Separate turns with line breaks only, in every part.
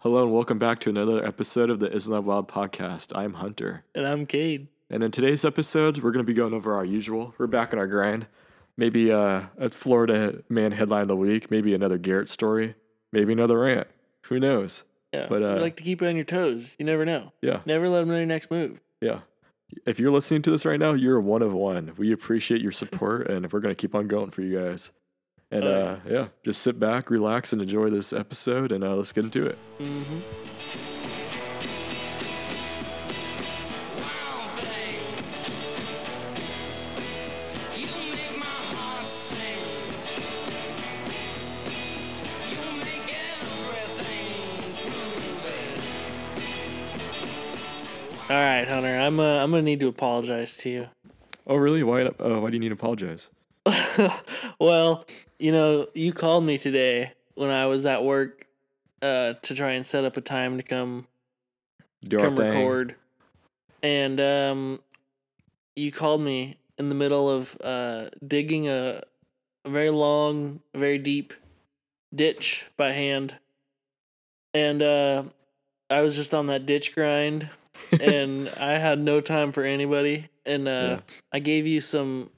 Hello and welcome back to another episode of the Isn't That Wild podcast. I'm Hunter.
And I'm Cade.
And in today's episode, we're going to be going over our usual. We're back on our grind. Maybe uh, a Florida man headline of the week, maybe another Garrett story, maybe another rant. Who knows?
Yeah.
But,
But
uh,
I like to keep you on your toes. You never know.
Yeah,
Never let them know your next move.
yeah. If you're listening to this right now, you're one of one. We appreciate your support and we're going to keep on going for you guys. And
Oh, yeah.
uh, yeah, just sit back, relax, and enjoy this episode. And uh, let's get into it.
Mm-hmm. All right, Hunter. I'm uh, I'm gonna need to apologize to you.
Oh, really? Why, uh, why do you need to apologize?
well, you know, you called me today when I was at work uh, to try and set up a time to come
Do our
come
thing.
record, and um, you called me in the middle of uh, digging a, a very long, very deep ditch by hand, and uh, I was just on that ditch grind, and I had no time for anybody, and uh,
Yeah.
I gave you some.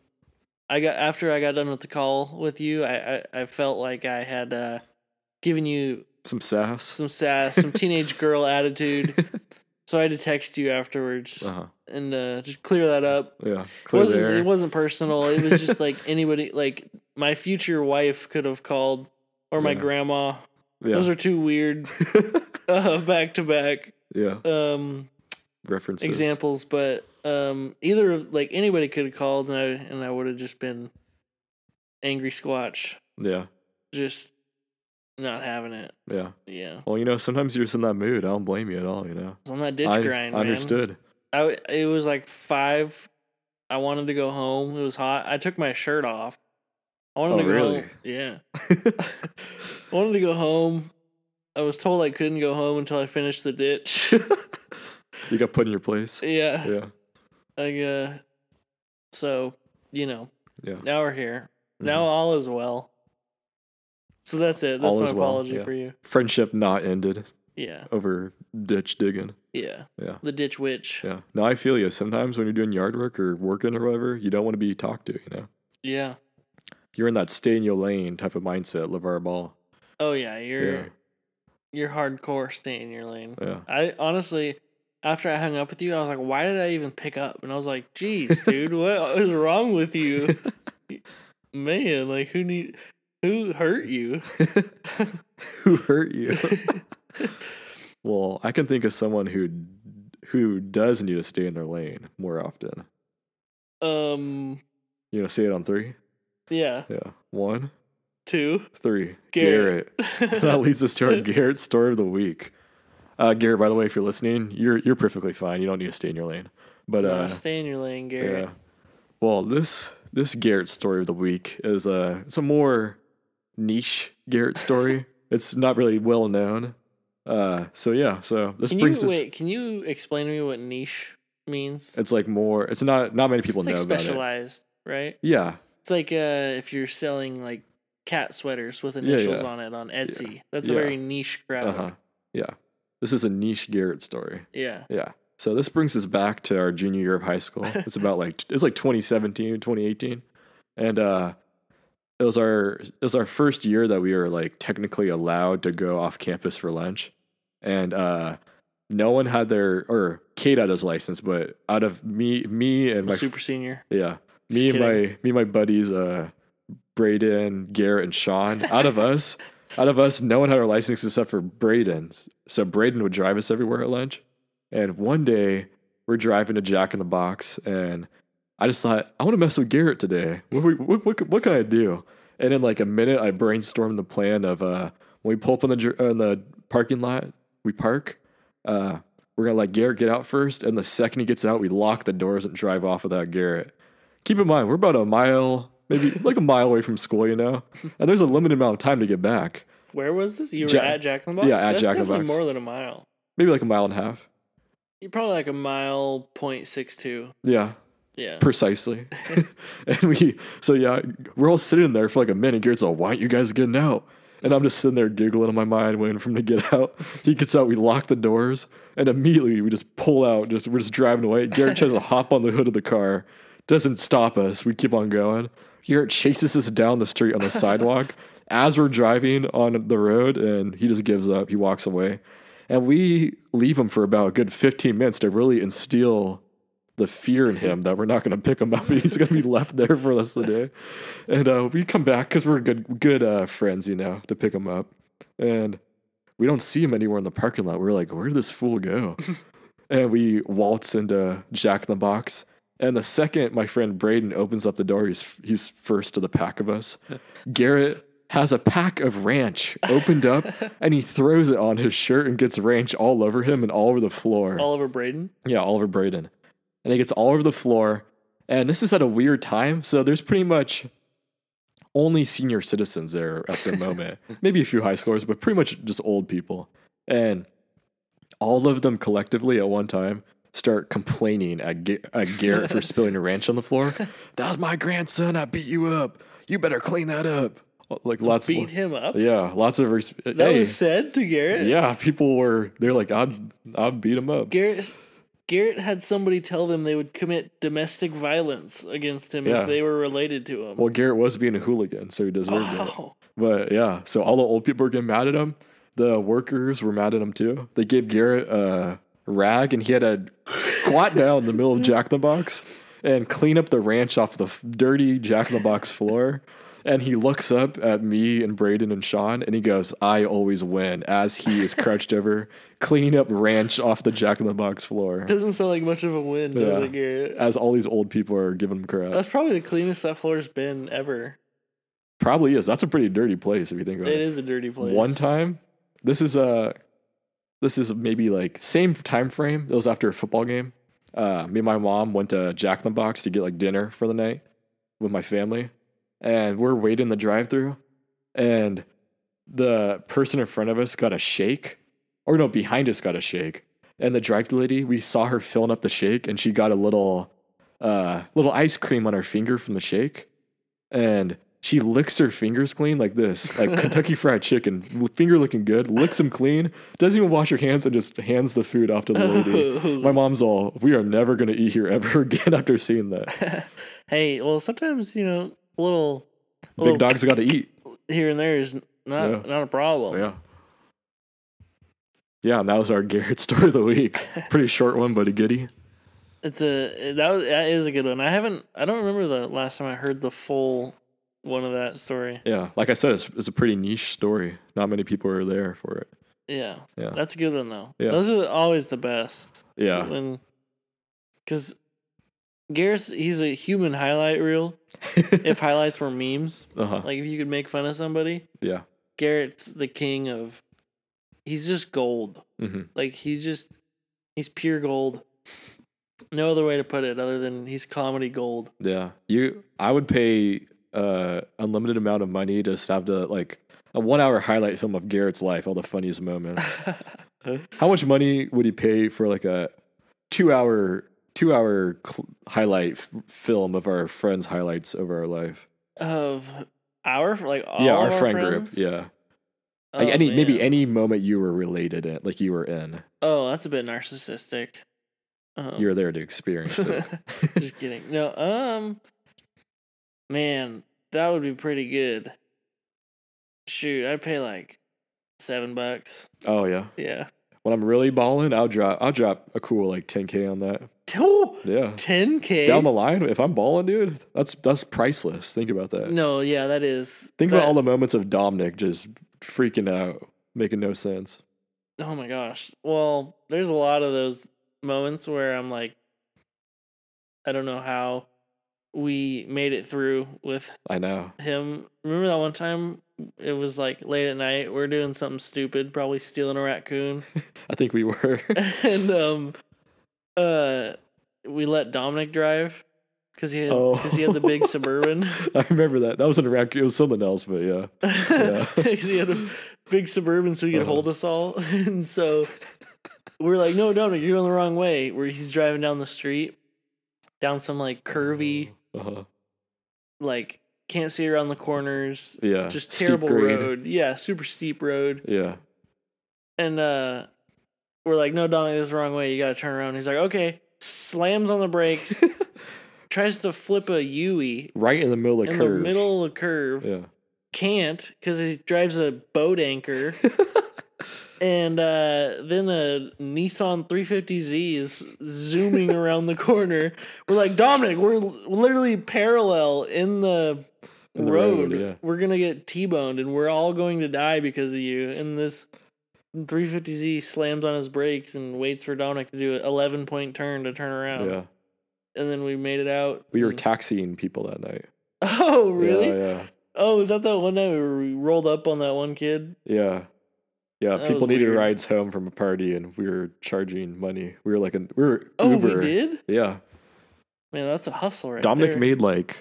I got after I got done with the call with you, I I, I felt like I had uh, given you
Some sass.
some sass, some teenage girl attitude. So I had to text you afterwards
Uh huh.
and uh, just clear that up.
Yeah.
It
Clear
wasn't
the air.
it wasn't personal. It was just like anybody like my future wife could have called or my
Yeah.
grandma.
yeah.
Those are two weird uh, back to back
yeah.
um
References.
examples, but um either of like anybody could have called and I and I would have just been angry squatch,
Yeah.
just not having it.
Yeah.
Yeah.
Well, you know, sometimes you're just in that mood. I don't blame you at all, you know.
It's on that ditch
I,
grind,
I
man.
understood.
I w- it was like five. I wanted to go home. It was hot. I took my shirt off. I wanted
Oh,
to go
really?
home. Yeah, I wanted to go home. I was told I couldn't go home until I finished the ditch.
you got put in your place.
yeah,
Yeah.
I, uh, so you know,
Yeah.
now we're here. Now all is well. So that's it.
Mm-hmm.
That's
All
my
is well,
apology
yeah.
for you.
Friendship not ended
Yeah,
over ditch digging.
yeah.
Yeah.
The ditch witch.
Yeah. No, I feel you. Sometimes when you're doing yard work or working or whatever, you don't want to be talked to, you know.
Yeah.
You're in that stay in your lane type of mindset, LeVar Ball.
Oh yeah. You're
Yeah.
you're hardcore. Stay in your lane.
Yeah.
I honestly, after I hung up with you, I was like, why did I even pick up? And I was like, geez, dude, what is wrong with you? Man, like who need who hurt you?
Who hurt you? well, I can think of someone who who does need to stay in their lane more often.
um
You know, say it on three.
yeah,
Yeah, one,
two.
three. Garrett.
Garrett.
that leads us to our Garrett story of the week. Uh, Garrett, by the way, if you're listening, you're you're perfectly fine. You don't need to stay in your lane. But
No,
uh,
stay in your lane, Gary.
yeah. Well, this this Garrett story of the week is a it's a more niche Garrett story. it's not really well known. Uh, so yeah, so this
Can you
brings us.
wait, can you explain to me what niche means?
It's like more. It's not not many people
It's
know
like
about it.
specialized, right?
Yeah,
It's like uh if you're selling like cat sweaters with initials
yeah.
on it on Etsy. That's a
Yeah.
very niche crowd.
uh huh, yeah. This is a niche Garrett story.
Yeah.
Yeah. So this brings us back to our junior year of high school. It's about like it's like 2017, 2018. And uh it was our it was our first year that we were like technically allowed to go off campus for lunch. And uh no one had their or Kate had his license, but out of me me and my
Super senior.
yeah.
Just
Me and my
kidding.
me and my buddies, uh Braden, Garrett, and Sean. Out of us, out of us, no one had our license except for Braden. So Braden would drive us everywhere at lunch. And one day we're driving to Jack in the Box and I just thought, I want to mess with Garrett today. What, we- what, what, what can I do? And in like a minute, I brainstormed the plan of uh, when we pull up on the, dr- on the parking lot, we park. Uh, we're going to let Garrett get out first. And the second he gets out, we lock the doors and drive off without Garrett. Keep in mind, we're about a mile, maybe like a mile away from school, you know? And there's a limited amount of time to get back,
Where was this? You were
Ja-
at Jack in the Box.
yeah, at
That's
Jack in the
definitely
Box.
More than a mile.
maybe like a mile and a half.
You're probably like a mile point six two.
Yeah,
Yeah.
precisely. and we, so yeah, we're all sitting there for like a minute. Garrett's like, why aren't you guys getting out? And I'm just sitting there giggling in my mind, waiting for him to get out. He gets out, we lock the doors, and immediately we just pull out. Just we're just driving away. Garrett tries to hop on the hood of the car, doesn't stop us. We keep on going. Garrett chases us down the street on the sidewalk as we're driving on the road, and he just gives up. He walks away, and we leave him for about a good 15 minutes to really instill the fear in him that we're not going to pick him up. He's going to be left there for the rest of the day. And uh, we come back because we're good, good uh, friends, you know, to pick him up. And we don't see him anywhere in the parking lot. We're like, where did this fool go? and we waltz into Jack in the Box. And the second my friend Braden opens up the door, he's he's first to the pack of us. Garrett has a pack of ranch opened up, and he throws it on his shirt and gets ranch all over him and all over the floor.
Oliver Braden.
Yeah, Oliver Braden. And it gets all over the floor. And this is at a weird time. So there's pretty much only senior citizens there at the moment. Maybe a few high schoolers, but pretty much just old people. And all of them collectively at one time start complaining at, Ga- at Garrett for spilling a ranch on the floor. That was my grandson. I beat you up. You better clean that up. Oh, Like lots
Beat
of.
him up.
Yeah, lots of. Res-
That
hey,
was said to Garrett.
yeah, people were. They're like, I'd, I'd beat him up.
Garrett Garrett had somebody tell them they would commit domestic violence against him
Yeah.
if they were related to him.
Well, Garrett was being a hooligan, so he deserved it.
Wow.
But yeah, so all the old people were getting mad at him. The workers were mad at him too. They gave Garrett a rag, and he had to squat down in the middle of Jack in the Box and clean up the ranch off the f- dirty Jack in the Box floor. And he looks up at me and Braden and Sean, and he goes, "I always win." As he is crouched over, cleaning up ranch off the Jack in the Box floor.
Doesn't sound like much of a win, does
Yeah. Uh,
it, Garrett?
As all these old people are giving him crap,
That's probably the cleanest that floor's been ever.
probably is. That's a pretty dirty place if you think about it.
It is a dirty place.
one time. This is uh this is maybe like same time frame. It was after a football game. Uh, me and my mom went to Jack in the Box to get like dinner for the night with my family, and we're waiting in the drive-through, and the person in front of us got a shake, or no, behind us got a shake, and the drive-through lady we saw her filling up the shake, and she got a little uh little ice cream on her finger from the shake, and she licks her fingers clean like this, like Kentucky Fried Chicken, finger looking good, licks them clean, doesn't even wash her hands, and just hands the food off to the lady. My mom's all, we are never going to eat here ever again after seeing that.
hey, well, sometimes you know, a little, a
Big
little
dogs got to eat.
here and there is not
Yeah.
not a problem.
Yeah. Yeah, and that was our Garrett story of the week. Pretty short one, but a goodie.
It's a that was, that is a good one. I haven't I don't remember the last time I heard the full one of that story.
Yeah, like I said, it's, it's a pretty niche story. Not many people are there for it.
Yeah,
Yeah.
that's a good one though.
Yeah.
Those are always the best.
Yeah.
When, because Garrus, he's a human highlight reel. if highlights were memes,
uh-huh.
like if you could make fun of somebody,
yeah.
Garrett's the king of. He's just gold.
hmm
Like he's just, he's pure gold. No other way to put it other than he's comedy gold.
Yeah. You I would pay uh unlimited amount of money to just have the like a one hour highlight film of Garrett's life, all the funniest moments. How much money would he pay for like a two hour two hour cl- highlight f- film of our friends' highlights of our life?
of our like all
yeah,
of
our, friend
friends?
group. Yeah.
Oh,
Like any maybe
man.
any moment you were related in, like you were in.
Oh, that's a bit narcissistic. Um,
You were there to experience it.
Just kidding. No, um, man, that would be pretty good. Shoot, I'd pay like seven bucks.
oh yeah.
Yeah.
When I'm really balling, I'll drop I'll drop a cool like 10k on that.
Oh,
Yeah.
10K?
down the line, if I'm balling, dude, that's that's priceless. Think about that.
no, yeah, that is.
Think
that,
about all the moments of Dominic just freaking out, making no sense.
Oh my gosh. Well, there's a lot of those moments where I'm like, I don't know how we made it through with
I know.
him. Remember that one time? It was like late at night. We are doing something stupid, probably stealing a raccoon.
I think we were.
and um uh we let Dominic drive because he had
Oh.
because he had the big suburban
I remember that. That was in Iraq. It was something else, but yeah. Yeah.
'Cause he had a big suburban so he could
Uh-huh.
hold us all and so we're like no Dominic you're going the wrong way where he's driving down the street down some like curvy
Uh-huh.
like can't see around the corners.
Yeah.
Just
steep
terrible
grade.
road. Yeah, super steep road.
Yeah.
And uh we're like, no, Donnie, this is the wrong way. You gotta turn around. He's like, okay. Slams on the brakes. tries to flip a Yui
Right in the middle of
in
curve.
the middle of the curve.
Yeah.
Can't because he drives a boat anchor. and uh, then a Nissan 350Z is zooming around the corner. We're like, Dominic, we're l- literally parallel in the,
In the
road.
road, yeah.
We're going to get T boned and we're all going to die because of you. And this 350Z slams on his brakes and waits for Dominic to do an 11 point turn to turn around.
Yeah.
And then we made it out.
We were
And-
taxiing people that night.
oh, Mm. really?
Yeah. Yeah.
Oh, was that that one night where we rolled up on that one kid?
Yeah. Yeah,
That
people
was
needed
weird.
rides home from a party and we were charging money. We were like an we were
Oh,
Uber.
we did?
Yeah.
Man, that's a hustle right
Dominic
there.
made like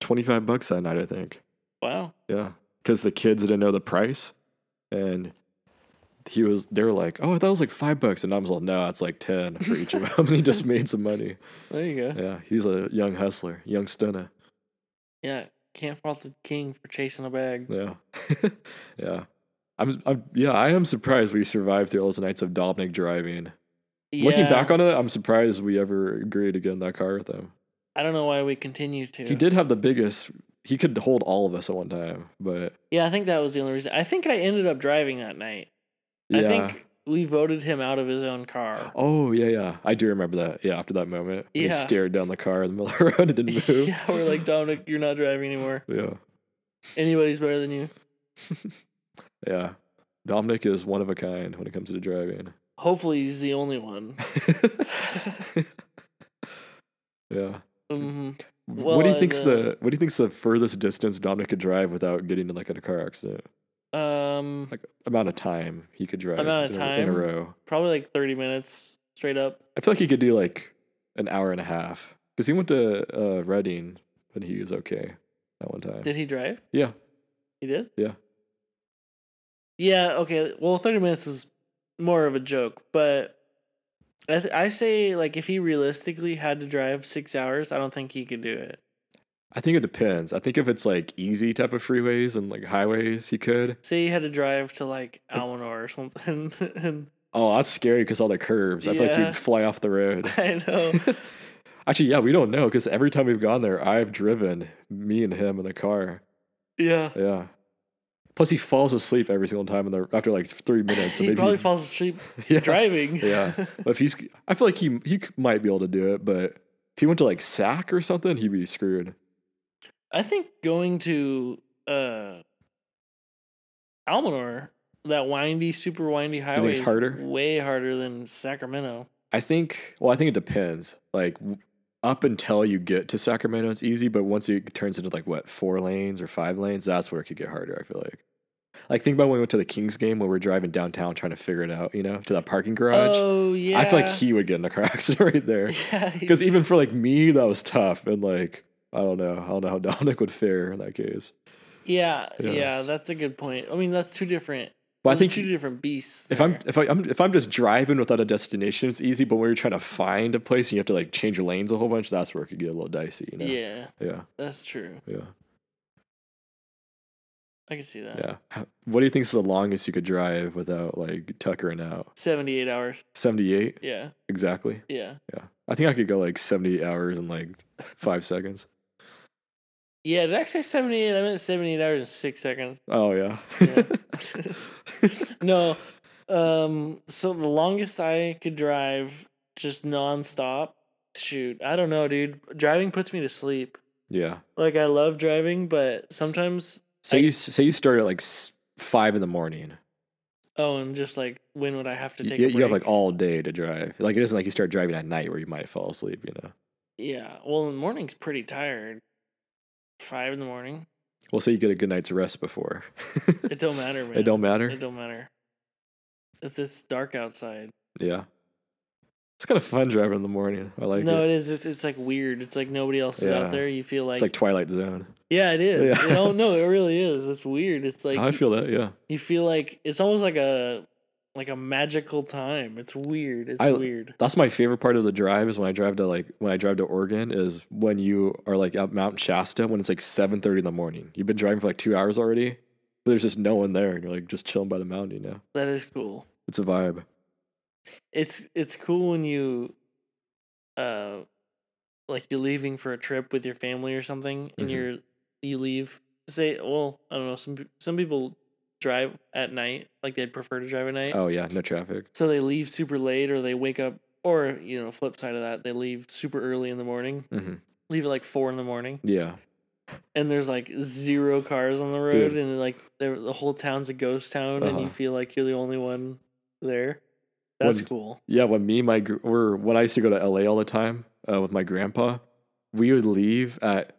25 bucks that night, I think.
Wow.
Yeah. Cuz the kids didn't know the price and he was they were like, "Oh, that was like 5 bucks." And I was like, "No, it's like 10 for each of them." he just made some money.
There you go.
Yeah, he's a young hustler, young stunner.
Yeah, can't fault the king for chasing a bag.
Yeah. yeah. I'm, I'm yeah, I am surprised we survived through all those nights of Dominic driving. Looking
Yeah,
back on it, I'm surprised we ever agreed to get in that car with him.
I don't know why we continue to.
He did have the biggest. He could hold all of us at one time, but
Yeah, I think that was the only reason. I think I ended up driving that night.
yeah.
I think we voted him out of his own car.
oh yeah, yeah. I do remember that. Yeah, after that moment, when
Yeah.
he stared down the car in the middle of the road and didn't move.
yeah, we're like Dominic, you're not driving anymore.
yeah,
Anybody's better than you.
yeah. Dominic is one of a kind when it comes to driving.
Hopefully, he's the only one.
yeah.
hmm
what do
Well,
you think's
and, uh,
the What do you think's the furthest distance Dominic could drive without getting in like in a car accident?
Um,
Amount of time he could drive.
Amount of
in a- in a
time?
row.
probably like thirty minutes straight up.
I feel like he could do like an hour and a half because he went to uh, Reading and he was okay that one time.
Did he drive?
yeah,
He did.
Yeah.
Yeah. Okay. Well, thirty minutes is more of a joke, but I th- I say like if he realistically had to drive six hours, I don't think he could do it.
I think it depends. I think if it's like easy type of freeways and like highways, he could.
Say he had to drive to like Almanor or something, and
Oh, that's scary because all the curves. I feel like
Yeah.
he'd fly off the road.
I know.
Actually, yeah, we don't know because every time we've gone there, I've driven me and him in the car.
Yeah.
Yeah. Plus, he falls asleep every single time in the, after like three minutes.
he
maybe-
probably falls asleep
Yeah.
driving.
Yeah. But if he's, I feel like he he c- might be able to do it, but if he went to like SAC or something, he'd be screwed.
I think going to uh Almanor, that windy, super windy highway,
it's
is
harder?
way harder than Sacramento.
I think. Well, I think it depends. Like w- up until you get to Sacramento, it's easy, but once it turns into like what four lanes or five lanes, that's where it could get harder. I feel like. Like think about when we went to the Kings game when we were driving downtown trying to figure it out, you know, to that parking garage.
Oh yeah,
I feel like he would get in a car accident right there.
Yeah, he-
Because even for like me, that was tough. And like, I don't know. I don't know how Dominic would fare in that case.
yeah,
Yeah.
yeah, that's a good point. I mean, that's two different.
But I
those are
think
two different beasts.
If I'm
there.
if I, I'm if I'm just driving without a destination, it's easy. But when you're trying to find a place and you have to like change lanes a whole bunch, that's where it could get a little dicey. You know?
yeah, Uh.
yeah,
that's true.
yeah,
I can see that.
yeah. How- What do you think is the longest you could drive without like tuckering out?
Seventy-eight hours.
Seventy eight
Yeah,
exactly.
yeah,
Yeah, I think I could go like seventy eight hours in like five seconds.
yeah. Did I say seventy-eight? I meant seventy-eight hours and six seconds.
Oh yeah.
Yeah. No, um. So the longest I could drive just nonstop. Shoot, I don't know, dude. Driving puts me to sleep.
yeah.
Like I love driving, but sometimes
Say
I-
you say you start at like s- five in the morning.
oh, and just like when would I have to
You,
take? a
you have
break?
like all day to drive. Like it isn't like you start driving at night where you might fall asleep. You know.
Yeah. Well, the morning's pretty tired. Five in the morning.
Well, say you get a good night's rest before.
It don't matter, man.
It don't matter.
It don't matter. If it's dark outside.
yeah. It's kind of fun driving in the morning. I like
no,
it.
it is. It's, it's like weird. It's like nobody else is
Yeah.
out there. You feel like,
it's like Twilight Zone.
yeah, it is.
Yeah.
You know, no, it really is. It's weird. It's like
I feel that. Yeah.
you feel like it's almost like a like a magical time. It's weird. It's
I-
weird.
That's my favorite part of the drive is when I drive to like when I drive to Oregon is when you are like up Mount Shasta when it's like seven thirty in the morning. You've been driving for like two hours already, but there's just no one there, and you're like just chilling by the mountain. You know,
That is cool.
it's a vibe.
It's it's cool when you uh like you're leaving for a trip with your family or something and
Mhm.
you're you leave say well, I don't know, some pe- some people drive at night, like they'd prefer to drive at night.
Oh yeah, no traffic.
So they leave super late or they wake up or you know, flip side of that, they leave super early in the morning.
hmm
Leave at like four in the morning.
Yeah,
and there's like zero cars on the road, and like the the whole town's a ghost town, and
Uh-huh.
you feel like you're the only one there. That's
When-
cool.
yeah. When me and my gr- or when I used to go to L.A. all the time uh, with my grandpa, we would leave at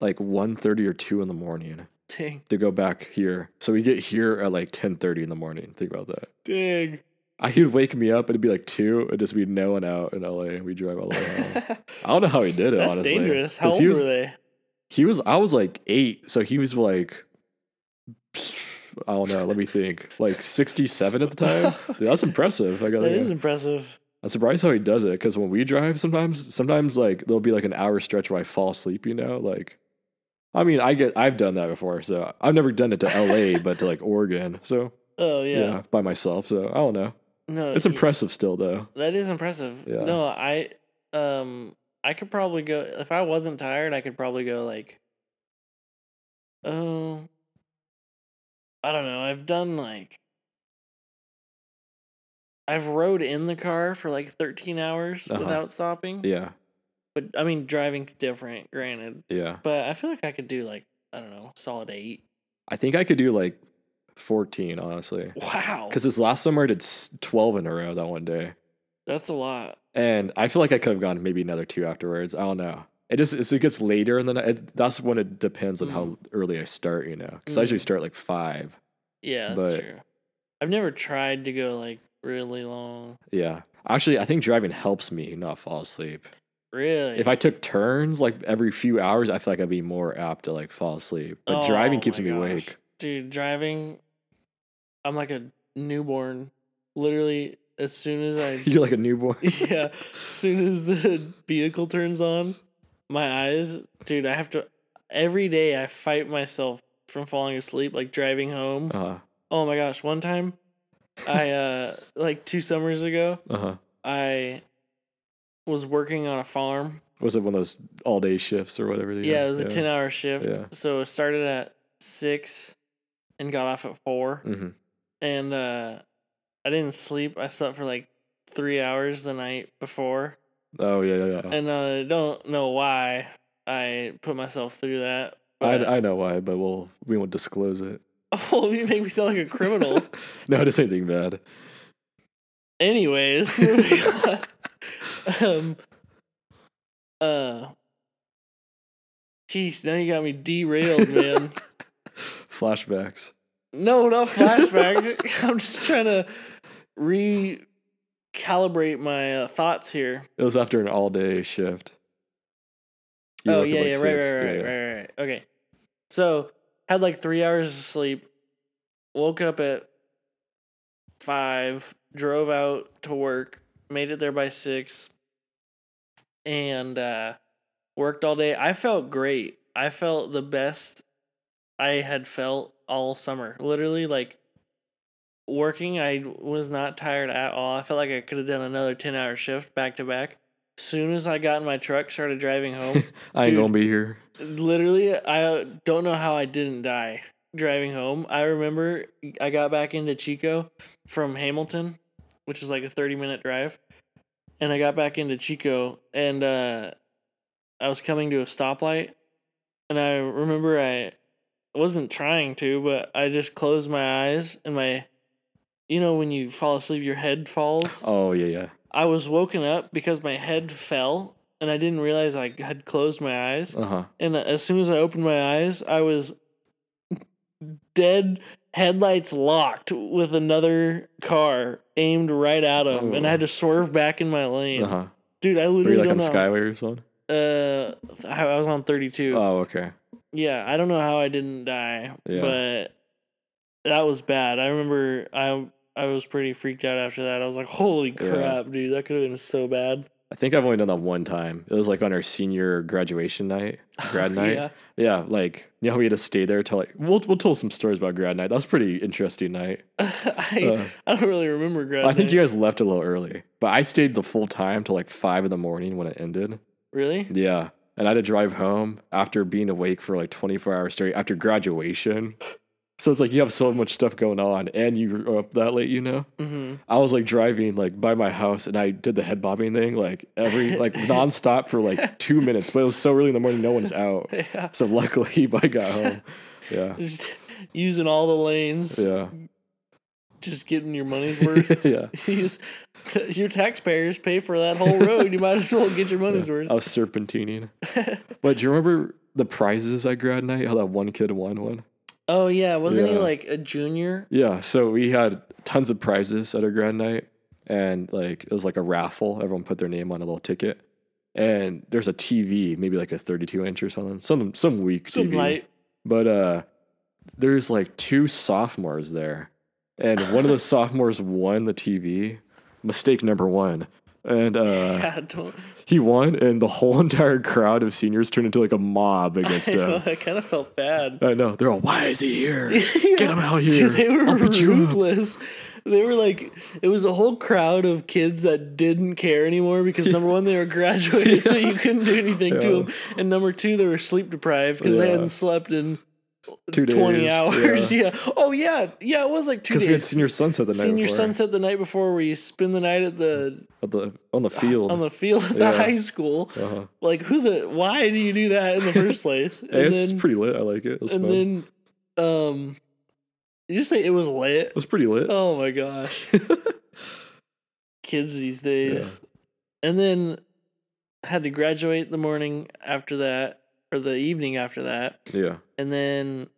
like 1.30 or two in the morning
Dang,
to go back here. So we get here at like ten thirty in the morning. Think about that.
dang.
I, he'd wake me up. It'd be like two. It'd just be no one out in LA, and we drive all the way home.
That's
I don't know how he did it. honestly.
dangerous. How
'Cause
old
he was,
were they?
He was. I was like eight, so he was like, I don't know. Let me think. Like sixty-seven at the time. Dude, that's impressive. I got
That is impressive.
I'm surprised how he does it because when we drive, sometimes, sometimes like there'll be like an hour stretch where I fall asleep. You know, like. I mean, I get I've done that before, so I've never done it to LA, but to like Oregon, so
Oh yeah.
yeah, by myself. So I don't know.
No,
It's
y-
impressive still, though.
That is impressive.
Yeah.
No, I um I could probably go if I wasn't tired, I could probably go like oh I don't know. I've done like I've rode in the car for like 13 hours
Uh-huh.
without stopping.
Yeah,
But I mean driving's different, granted.
yeah.
But I feel like I could do like I don't know, solid 8.
I think I could do like 14, honestly.
Wow.
Because this last summer I did s- 12 in a row that one day.
That's a lot.
And I feel like I could have gone maybe another two afterwards. I don't know. It just it's- it gets later in the night. It, that's when it depends on how early I start, you know. Because I usually
Mm.
start like five.
Yeah, that's
But-
true. I've never tried to go like really long.
Yeah. Actually, I think driving helps me not fall asleep.
Really?
If I took turns like every few hours, I feel like I'd be more apt to like fall asleep. But driving
Oh
keeps
my
me
gosh.
awake.
Dude, driving, I'm like a newborn. Literally, as soon as I,
You're like a newborn.
yeah, as soon as the vehicle turns on, my eyes, dude, I have to, every day I fight myself from falling asleep, like driving home.
Uh huh.
Oh my gosh, one time, I, uh, like two summers ago,
Uh huh.
I was working on a farm.
Was it one of those all day shifts or whatever? they
Yeah,
do?
it was a 10 hour shift.
Yeah.
So it started at six and got off at four.
Mhm.
and uh I didn't sleep. I slept for like three hours the night before,
Oh yeah, yeah. yeah.
and uh, I don't know why I put myself through that. But
I, I know why, but we'll we won't disclose it.
oh, you make me sound like a criminal.
no, it is anything bad.
Anyways, moving on. Um, uh, jeez, now you got me derailed, man.
Flashbacks.
no, not flashbacks. I'm just trying to recalibrate my uh, thoughts here.
It was after an all day shift. You
oh
woke up
yeah,
like
yeah, right,
six.
right, right,
Yeah, yeah.
right, right, right. Okay, so had like three hours of sleep. Woke up at five. Drove out to work. Made it there by six. And uh, worked all day. I felt great. I felt the best I had felt all summer. Literally, like working, I was not tired at all. I felt like I could have done another ten hour shift back to back. Soon as I got in my truck, started driving home.
I ain't
Dude.
gonna be here.
Literally, I don't know how I didn't die driving home. I remember I got back into Chico from Hamilton, which is like a 30 minute drive. And I got back into Chico and uh, I was coming to a stoplight. And I remember I wasn't trying to, but I just closed my eyes and my, you know, when you fall asleep, your head falls.
Oh yeah, yeah.
I was woken up because my head fell and I didn't realize I had closed my eyes.
Uh huh.
And as soon as I opened my eyes, I was dead, headlights locked with another car aimed right at him, and I had to swerve back in my lane.
Uh huh.
Dude, I
Oh. Were you
literally
like on
don't know.
Skyway or something?
Uh, I I was on thirty-two.
Oh okay.
Yeah, I don't know how I didn't die,
Yeah.
but that was bad. I remember I I was pretty freaked out after that. I was like, holy
Yeah.
crap, dude, that could have been so bad.
I think I've only done that one time. It was like on our senior graduation night, grad night.
Yeah.
yeah. like you know, how we had to stay there till like we'll we'll tell some stories about grad night. That was a pretty interesting night.
I, I don't really remember grad.
Uh. I think
night.
you guys left a little early, but I stayed the full time till like five in the morning when it ended.
really.
Yeah, and I had to drive home after being awake for like twenty four hours straight after graduation. So it's like you have so much stuff going on, and you were up that late, you know.
Mm-hmm.
I was like driving like by my house and I did the head bobbing thing like every like nonstop for like two minutes, but it was so early in the morning, no one's out.
Yeah.
So luckily, I got home. Yeah,
Just using all the lanes,
yeah,
just getting your money's worth.
yeah.
You just- your taxpayers pay for that whole road. You might as well get your money's
yeah.
worth.
I was serpentining. but do you remember the prizes at grad night? How that one kid won one?
Oh yeah, wasn't he
Yeah.
like a junior?
Yeah. So we had tons of prizes at our grad night, and like it was like a raffle. Everyone put their name on a little ticket, and there's a TV, maybe like a 32 inch or something, some some weak
Some
TV.
light.
but uh there's like two sophomores there and one of the sophomores won the tv mistake number one and uh
I don't.
he won and the whole entire crowd of seniors turned into like a mob against
I,
him
know, I kind of felt bad.
i know they're all why is he here
Get
get him out here
Dude, they were
I'll beat you up."
ruthless. They were like, it was a whole crowd of kids that didn't care anymore because number one, they were graduated, so you couldn't do anything to
Yeah.
them, and number two, they were sleep deprived because they
Yeah.
hadn't slept in
two days
twenty hours. Yeah. Oh yeah, yeah. It was like two
because we had
days.
senior sunset the night
Senior
before
sunset the night before, where you spend the night at the
at the, on the field
on the field at the
Yeah.
high school.
uh-huh.
Like, who the? Why do you do that in the first place? And
it's pretty lit i like it it was
and
fun
then, um, you say it was lit.
it was pretty lit
Oh my gosh. Kids these days. And then had to graduate the morning after that or the evening after that.
yeah
And then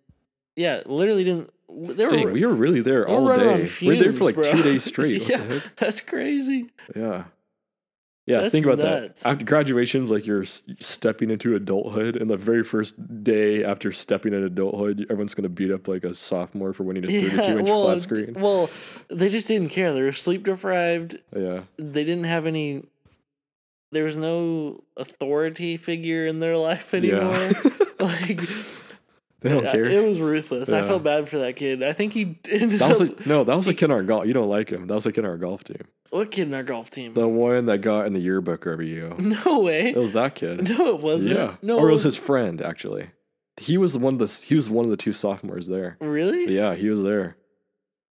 yeah, literally didn't there
Dang,
were
we were really there
We're
all
running on
day. we were there for
fumes,
like
bro.
two days straight. What the
Yeah.
heck?
that's crazy.
Yeah. Yeah,
That's
think about
nuts.
that. After graduation's like you're s- stepping into adulthood, and the very first day after stepping into adulthood, everyone's gonna beat up like a sophomore for winning a 32
Yeah,
inch
well,
flat screen.
well, they just didn't care. They were sleep deprived.
Yeah,
They didn't have any there was no authority figure in their life anymore.
yeah.
like
they don't
I-
care.
It was ruthless. I
Yeah.
felt bad for that kid. I think he ended
that was
up.
a, no, that was a kid on our golf. You don't like him. That was a kid on our golf team.
what kid in our golf team?
The one that got in the yearbook over you.
no way.
It was that kid.
no, it wasn't.
yeah.
No,
or it was
wasn't.
his friend actually. He was one of the s- he was one of the two sophomores there.
Really?
Yeah, he was there.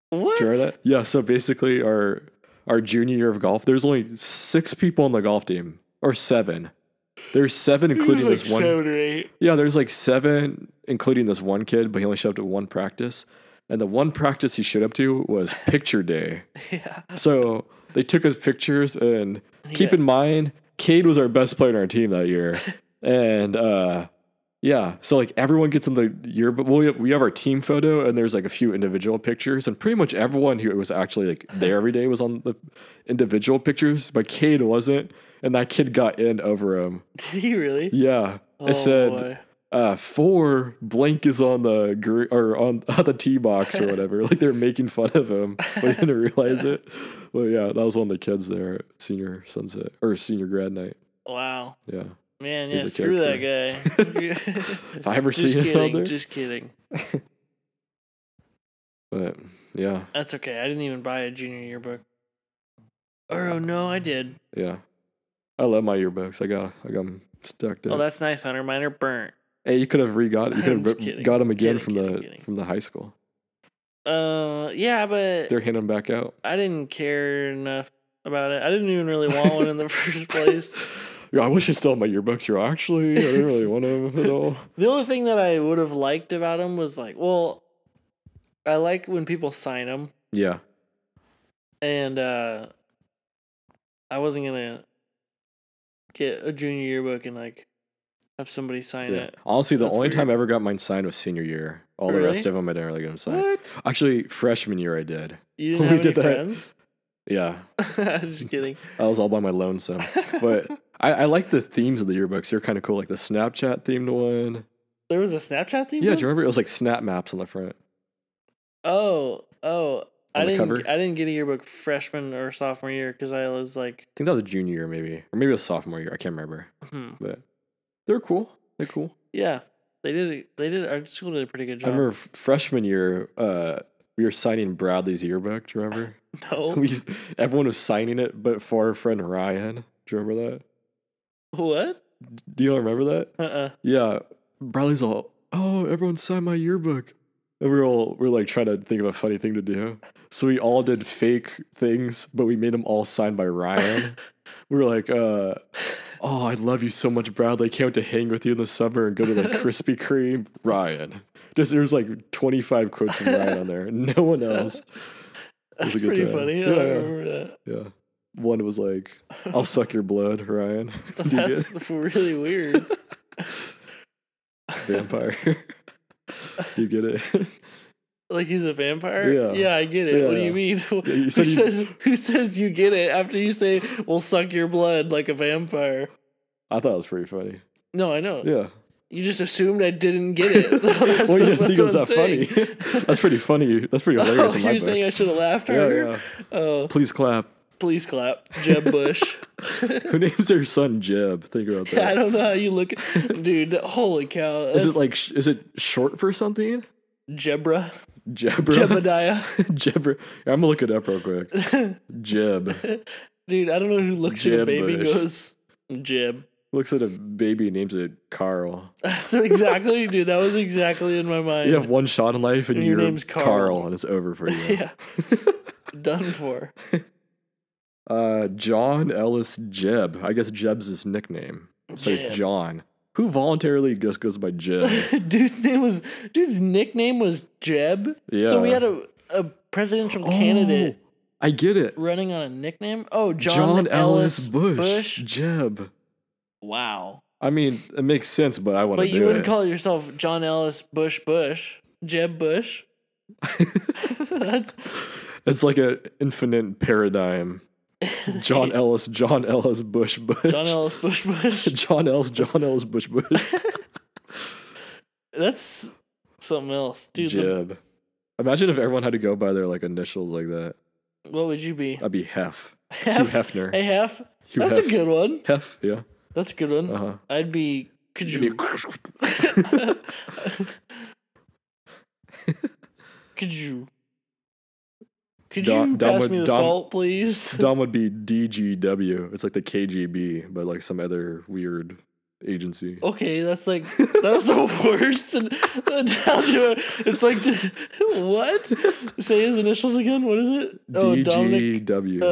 What?
Do you remember that? Yeah. So basically, our our junior year of golf, there's only six people on the golf team, or seven. There's seven,
He was
including
like
this one.
seven or eight.
Yeah, there's like seven, including this one kid, but he only showed up to one practice. And the one practice he showed up to was picture day.
Yeah.
So they took his pictures, and keep
Yeah.
in mind, Cade was our best player on our team that year, and uh, yeah, so like everyone gets in the year, but we have, we have our team photo, and there's like a few individual pictures, and pretty much everyone who was actually like there every day was on the individual pictures, but Cade wasn't, and that kid got in over him.
Did he really?
Yeah,
oh
I said
boy.
uh, four blank is on the gr- or on, on the tee box or whatever. like they're making fun of him, but he didn't realize it. Well, yeah, that was one of the kids there, at senior sunset or senior grad night.
Wow.
Yeah,
Man,
He's
yeah,
a
screw that guy.
if I ever
just
seen him out
kidding.
there,
Just kidding.
but yeah,
That's okay. I didn't even buy a junior yearbook. Or, oh, no, I did.
yeah, I love my yearbooks. I got I got them stuck
Oh,
to.
that's nice, Hunter. Mine are burnt.
hey, you could have re got you could
I'm just
have
kidding.
re- got them again
Kidding,
from
kidding,
the
kidding.
from the high school.
Uh, yeah, but
They're handing them back out.
I didn't care enough about it. I didn't even really want one in the first place.
Yeah, I wish I still had my yearbooks. You're actually I didn't really want them at all.
The only thing that I would have liked about him was like, well, I like when people sign them,
Yeah,
and uh I wasn't gonna get a junior yearbook and like have somebody sign
Yeah.
it.
Honestly, the
That's
only time I
weird.
ever got mine signed was senior year. All the rest
Really?
of them I didn't really get them signed.
What?
Actually, freshman year I did.
You
We
didn't have any
did that.
friends?
Yeah,
I'm just kidding.
I was all by my lonesome. But I, I like the themes of the yearbooks. They're kind of cool, like the Snapchat themed one.
there was a Snapchat theme.
Yeah, do
book?
you remember? It was like snap maps on the front.
Oh, oh, I
on the
didn't.
cover.
I didn't get a yearbook freshman or sophomore year because I was like,
I think that was junior year, maybe, or maybe it was sophomore year. I can't remember,
hmm,
but they're cool. They're cool.
yeah, they did. it- They did. Our school did a pretty good
I
job.
remember f- freshman year, uh, we were signing Bradley's yearbook. Do you remember?
no,
we everyone was signing it, but for our friend Ryan. Do you remember that?
what?
Do you all remember that?
Uh, uh
Yeah, Bradley's all, oh, everyone signed my yearbook. And we are all we are like trying to think of a funny thing to do. So we all did fake things, but we made them all signed by Ryan. we were like, uh, oh, I love you so much, Bradley. Can't wait to hang with you in the summer and go to like Krispy Kreme. Ryan. Just there's like 25 quotes from Ryan on there. No one else. was
that's
a good
pretty
time.
funny. I
Yeah,
don't
yeah.
remember that.
Yeah. One was like, I'll suck your blood, Ryan. Do you get-
That's really weird.
vampire. you get it?
like he's a vampire.
Yeah.
I get it. What do
Yeah.
you mean?
you
who
said you-
says who says you get it after you say we'll suck your blood like a vampire?
I thought it was pretty funny.
No, I know.
Yeah.
You just assumed I didn't get it. that's
well, you didn't
that's
think it was
what
that
I'm saying.
funny. That's pretty funny. That's pretty hilarious
Oh,
in my
you're
book.
saying I should have laughed
Yeah,
harder?
yeah.
Oh,
Please clap.
please clap, Jeb Bush.
Who names their son Jeb? Think about that.
I don't know how you look, dude. Holy cow!
is it
that's
like sh- is it short for something?
Jebra,
Jebra.
Jebediah?
Jebra. I'm gonna look it up real quick. Jeb
Dude, I don't know who looks at a
Jeb
baby and
Bush.
goes Jeb.
looks at a baby, names it Carl.
That's exactly, dude. That was exactly in my mind.
You have one shot in life, and,
And your
your
name's Carl.
and it's over for you.
yeah. Done for.
Uh, John Ellis Jeb. I guess Jeb's his nickname. So
Jeb.
he's John. Who voluntarily just goes by Jeb?
dude's name was dude's nickname was Jeb. So we
Yeah.
had a, a presidential candidate
Oh, I get it.
running on a nickname. Oh, John,
John,
Ellis, Bush.
Jeb.
Wow.
I mean, it makes sense, but I want to
But
do
you wouldn't
it.
call yourself John Ellis Bush Bush. Jeb Bush. That's
it's like an infinite paradigm. John Ellis, John Ellis, Bush, Bush.
John Ellis Bush Bush.
John Ellis, John Ellis, Bush, Bush,
That's something else. Dude, the-
Jeb. Imagine if everyone had to go by their like initials like that.
what would you be?
I'd be Hef.
Hef?
Hugh Hefner.
Hey, Hef.
Hugh
That's
Hef.
a good one.
Hef, yeah.
That's a good one.
Uh huh.
I'd be. Could you? could you? Could
Dom-
you
Dom
pass
would-
me the
Dom-
salt, please?
Dom would be DGW. It's like the KGB, but like some other weird agency.
Okay, that's like that was the worst. And algebra, it's like the- what? Say his initials again. What is it? Oh, Dominic.
DGW.
Uh,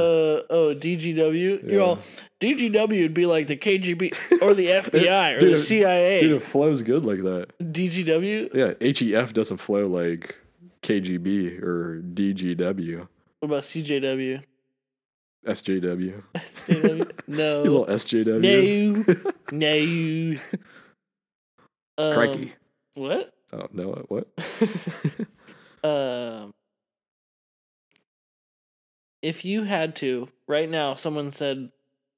oh, DGW. You're
Yeah.
all DGW would be like the KGB or the FBI or the
dude,
CIA.
Dude, it flows good like that.
DGW.
Yeah, HEF doesn't flow like KGB or DGW,
What about CJW?
SJW.
SJW?
You little
No.
SJW.
No. No. Um,
Crikey.
What?
Oh, no, what?
um, if you had to, right now, someone said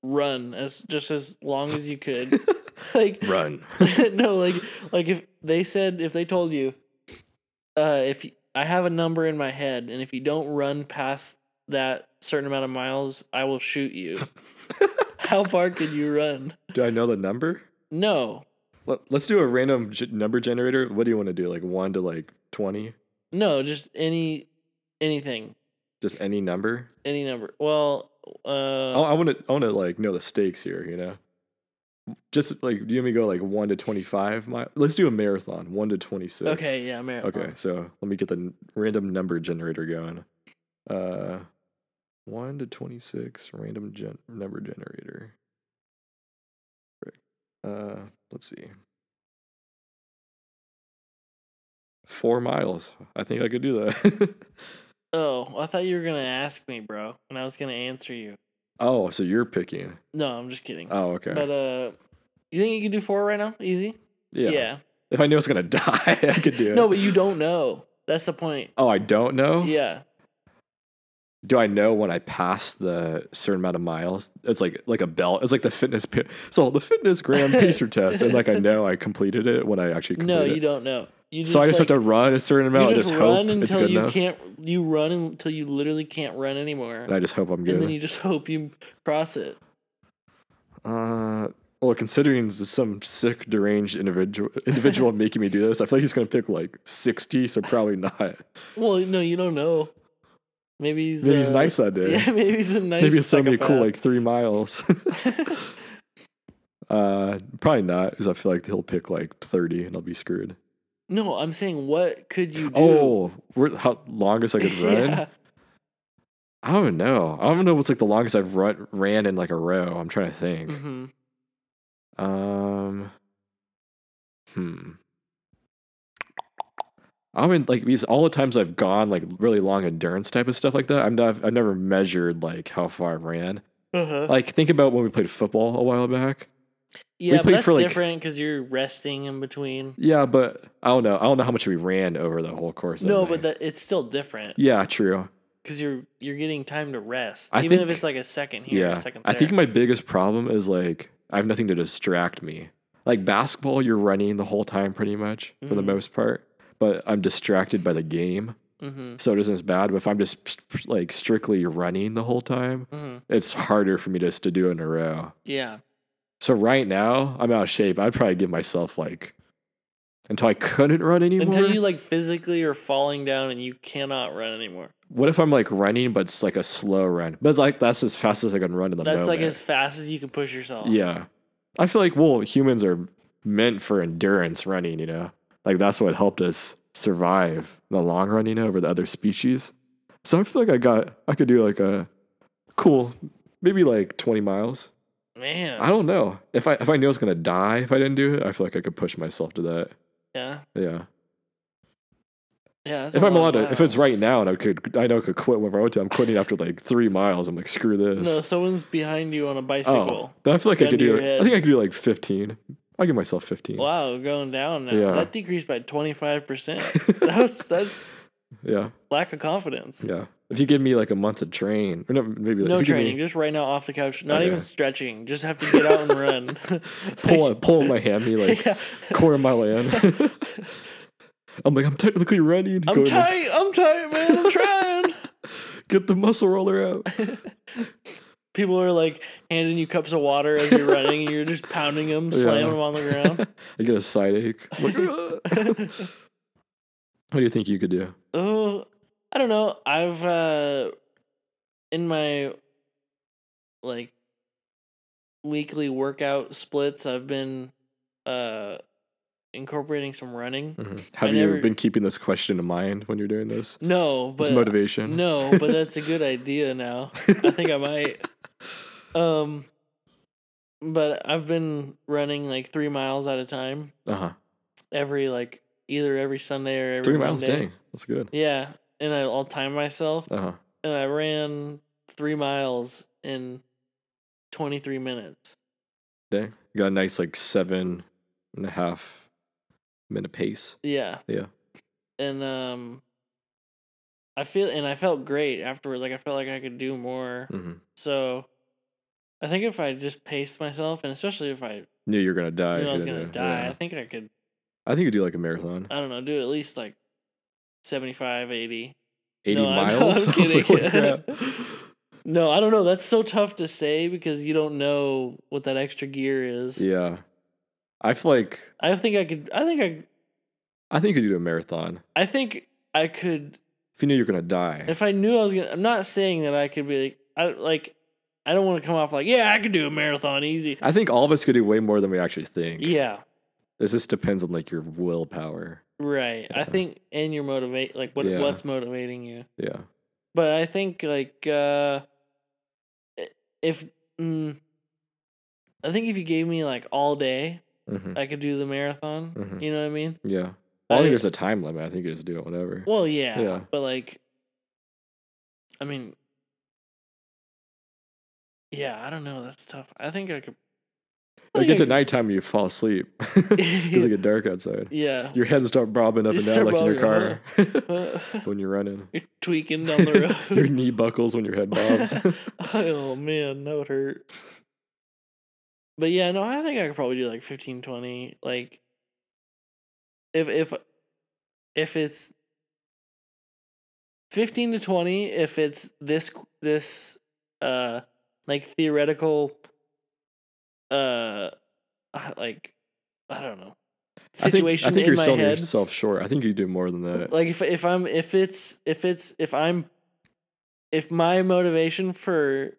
run as just as long as you could. like,
Run.
no, like, like if they said, if they told you, uh, if y- I have a number in my head and if you don't run past that certain amount of miles, I will shoot you. How far could you run?
Do I know the number?
No,
Let- Let's do a random g- number generator. What do you want to do? Like 1 to like 20?
no, just any, anything,
Just any number?
any number. Well,
I,
uh,
I want to I want to like know the stakes here, you know. Just like do you want me to go like 1 to 25 mi- Let's do a marathon, 1 to 26.
okay, yeah, marathon.
Okay, so let me get the n- random number generator going. Uh 1 to 26 random gen- number generator. Frick. Uh let's see. 4 miles. I think I could do that.
Oh, I thought you were gonna ask me, bro, and I was gonna answer you.
oh, so you're picking.
No, I'm just kidding.
Oh, okay.
But uh, you think you can do four right now? Easy.
If I knew it's gonna die, I could do it.
No, but you don't know. That's the point.
Oh, I don't know.
Yeah.
Do I know when I pass the certain amount of miles? It's like like a belt. It's like the fitness. pa- So the fitness gram pacer test, and like I know I completed it when I actually. Completed
No, you don't know. You
so I just
like,
have to run a certain amount
you
and
just
just hope
run
it's
until
good
you
enough.
can't. You run until you literally can't run anymore,
And I just hope I'm
and
good.
then you just hope you cross it.
Uh, well, considering s- some sick, deranged individual individual making me do this, I feel like he's gonna pick like sixty, so probably not.
Well, no, you don't know. Maybe he's
Maybe he's
uh,
nice that day.
Yeah, maybe he's a nice.
Maybe it's gonna be a cool
psychopath.
like three miles. uh, probably not, because I feel like he'll pick like thirty, and I'll be screwed.
no, I'm saying what could you do?
Oh, we're, how longest I could run?
Yeah.
I don't know. I don't know what's like the longest I've run ran in like a row. I'm trying to think.
hmm
Um, hmm. I mean, like because all the times I've gone like really long endurance type of stuff like that. I'm not. I've never measured like how far I ran.
Uh-huh.
Like think about when we played football a while back.
yeah, but
played
that's
for, like-
different because you're resting in between.
Yeah, but I don't know. I don't know how much we ran over the whole course. of
No,
thing.
but that it's still different
yeah, true.
because you're you're getting time to rest,
I
even if
think-
it's like a second here,
yeah,
a second
I
there.
think my biggest problem is like I have nothing to distract me. Like basketball, you're running the whole time pretty much for the
Mhm.
most part, but I'm distracted by the game.
hmm
so it isn't as bad. But if I'm just st- like strictly running the whole time,
hmm
it's harder for me just to do in a row.
Yeah.
So right now, I'm out of shape. I'd probably give myself like until I couldn't run anymore.
Until you like physically are falling down and you cannot run anymore.
what if I'm like running, but it's like a slow run? But like that's as fast as I can run in the
That's
moment.
like as fast as you can push yourself.
yeah. I feel like well, humans are meant for endurance running. You know, like that's what helped us survive in the long run. You know, over the other species. So I feel like I got I could do like a cool maybe like 20 miles.
Man.
I don't know. If I if I knew I was gonna die if I didn't do it, I feel like I could push myself to that.
yeah.
Yeah.
Yeah. that's
if
a
I'm allowed
lot of
to, if it's right
miles.
now and I could, I know I could quit whenever I want to. I'm quitting after like three miles. I'm like, screw this.
No, someone's behind you on a
oh,
bicycle.
then I feel like I
Gun
could
to
do.
your
I
head.
think I could do like 15. I'll give myself 15.
Wow, going down now.
Yeah.
That decreased by twenty five percent. That's that's
Yeah,
lack of confidence.
yeah. If you give me like a month to train, or no, maybe like,
No
if you give
training,
me,
just right now off the couch. Not
Okay.
even stretching. Just have to get out and run.
pull up, pull my hammy like
Yeah.
corner my land. I'm like, I'm technically ready. to go
I'm
to-
tight. I'm tight, man. I'm trying.
Get the muscle roller out.
People are like handing you cups of water as you're running, and you're just pounding them, slamming
Yeah.
them on the ground.
I get a side ache. I'm like, "Ugh." what do you think you could do?
oh, I don't know. I've uh in my like weekly workout splits, I've been uh incorporating some running.
Mm-hmm. Have
I
you
never-
been keeping this question in mind when you're doing this?
No,
This
but uh,
motivation.
no, but that's a good idea now. I think I might. Um but I've been running like 3 miles at a time
Uh huh.
every like either every Sunday or every
Three miles.
Monday.
Dang, that's good.
Yeah, and I, I'll time myself
Uh huh.
and I ran three miles in 23 minutes.
Dang, you got a nice like seven and a half minute pace.
Yeah.
Yeah.
And, um, I feel, and I felt great afterward. Like, I felt like I could do more.
Mm-hmm.
So, I think if I just paced myself, and especially if I
Knew Oh, you're gonna die.
knew I
if
was
you
going to
didn't do it.
die, Uh, I
Yeah.
think I could,
I think you do like a marathon.
I don't know, do at least like 75, 80.
80
no, I'm-
miles.
no, I'm
I was like,
kidding.
"Holy crap."
No, I don't know. That's so tough to say because you don't know what that extra gear is.
yeah. I feel like
I think I could, I think I,
I think you could do a marathon.
I think I could.
If you knew you're gonna die.
If I knew I was gonna, I'm not saying that I could be like, I like, I don't want to come off like, yeah, I could do a marathon easy.
I think all of us could do way more than we actually think.
Yeah,
This just depends on like your willpower.
right. I
Yeah.
think and your motivate, like what
Yeah.
what's motivating you.
Yeah.
But I think like uh i- if mm, I think if you gave me like all day,
hmm
I could do the marathon.
Mhm.
You know what I mean?
Yeah. I don't
I-
think there's a time limit. I think you just do it whenever.
Well, yeah,
Yeah.
but like, I mean, yeah, I don't know. That's tough. I think I could. I
When you get to
think I
nighttime and you fall asleep because
could-
it get dark outside.
yeah.
Your head will start bobbing up
You
and down
start
like in your car
bobbing, Uh,
when you're running.
You're tweaking down the
your
road.
knee buckles when your head bobs.
oh man, that would hurt. But yeah, no, I think I could probably do like 15, 20. Like, if if if it's 15 to 20 if it's this this uh like theoretical uh like I don't know
I
situation
think, I think you're
in my
selling
head.
yourself short. I think you do more than that.
Like if if I'm if it's if it's if I'm if my motivation for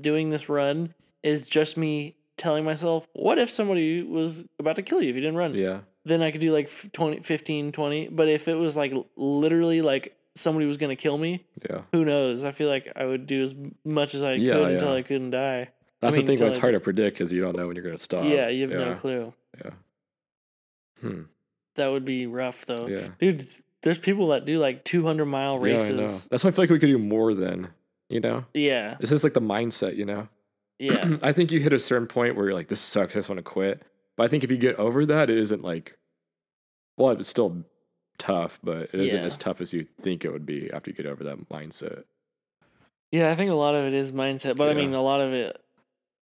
doing this run is just me telling myself what if somebody was about to kill you if you didn't run
yeah.
then I could do like f- 20 15 20 but if it was like l- literally like somebody was going to kill me
Yeah.
who knows I feel like I would do as much as I
Yeah,
could until
yeah.
I couldn't die
That's
mean,
the thing when it's hard
totally.
to predict because you don't know when you're going to stop.
yeah you have no
Uh, Yeah.
clue
Hmm.
that would be rough though
Yeah.
dude there's people that do like 200 mile
Yeah, I know.
races
That's why I feel like we could do more than, you know?
yeah
It's just like the mindset, you know?
yeah
I think you hit a certain point where you're like, this sucks. I just want to quit. But I think if you get over that, it isn't like, well, it's still tough, but it isn't
Yeah.
as tough as you think it would be after you get over that mindset.
Yeah, I think a lot of it is mindset, but I
Yeah.
mean, a lot of it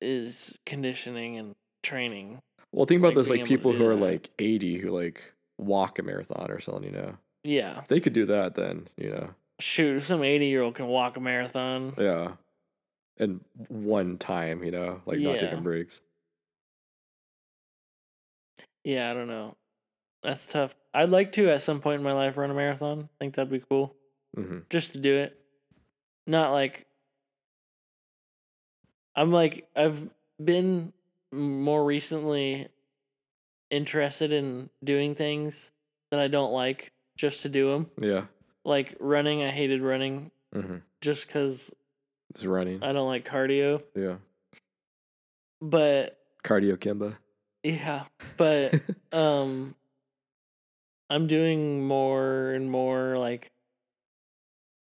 is conditioning and training.
Well, think about
Like,
those
being
like
able
people
to do
who are
that.
like 80 who like walk a marathon or something, you know?
Yeah,
If they could do that, then, you know?
shoot, if some eighty-year-old can walk a marathon,
Yeah. And one time, you know, like not
Yeah.
taking breaks.
yeah, I don't know, that's tough. I'd like to at some point in my life run a marathon. I think that'd be cool,
hmm
just to do it. Not like I'm like I've been more recently interested in doing things that I don't like just to do them.
Yeah.
Like running, I hated running
hmm
just because
Just running.
I don't like cardio.
yeah.
But
Cardio Kimba.
yeah, but um, I'm doing more and more like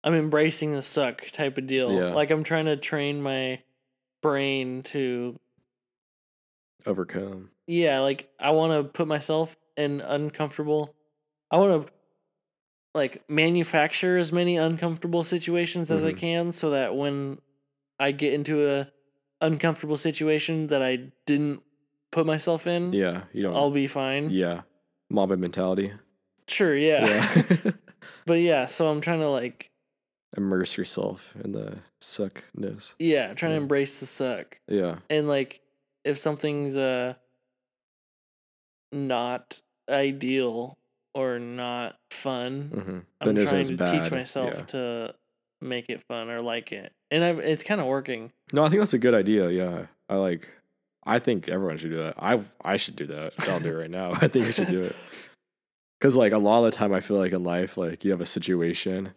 I'm embracing the suck type of deal.
Yeah.
Like I'm trying to train my brain to
Overcome.
yeah, like I want to put myself in uncomfortable. I want to like manufacture as many uncomfortable situations as I
Mhm.
can so that when I get into a uncomfortable situation that I didn't put myself in,
Yeah. You don't.
I'll be fine.
Yeah. Mamba mentality.
Sure, yeah.
Yeah.
but yeah, so I'm trying to like
Immerse yourself in the suckness.
yeah, trying
Yeah.
to embrace the suck.
Yeah.
and like if something's uh not ideal or not fun
Mm-hmm.
i'm trying to teach myself to make it fun or like it and I've, it's kind of working
No, I think that's a good idea. Yeah. I like, I think everyone should do that. I, I should do that. I'll do it right now. I think you should do it. Cause like a lot of the time I feel like in life, like you have a situation.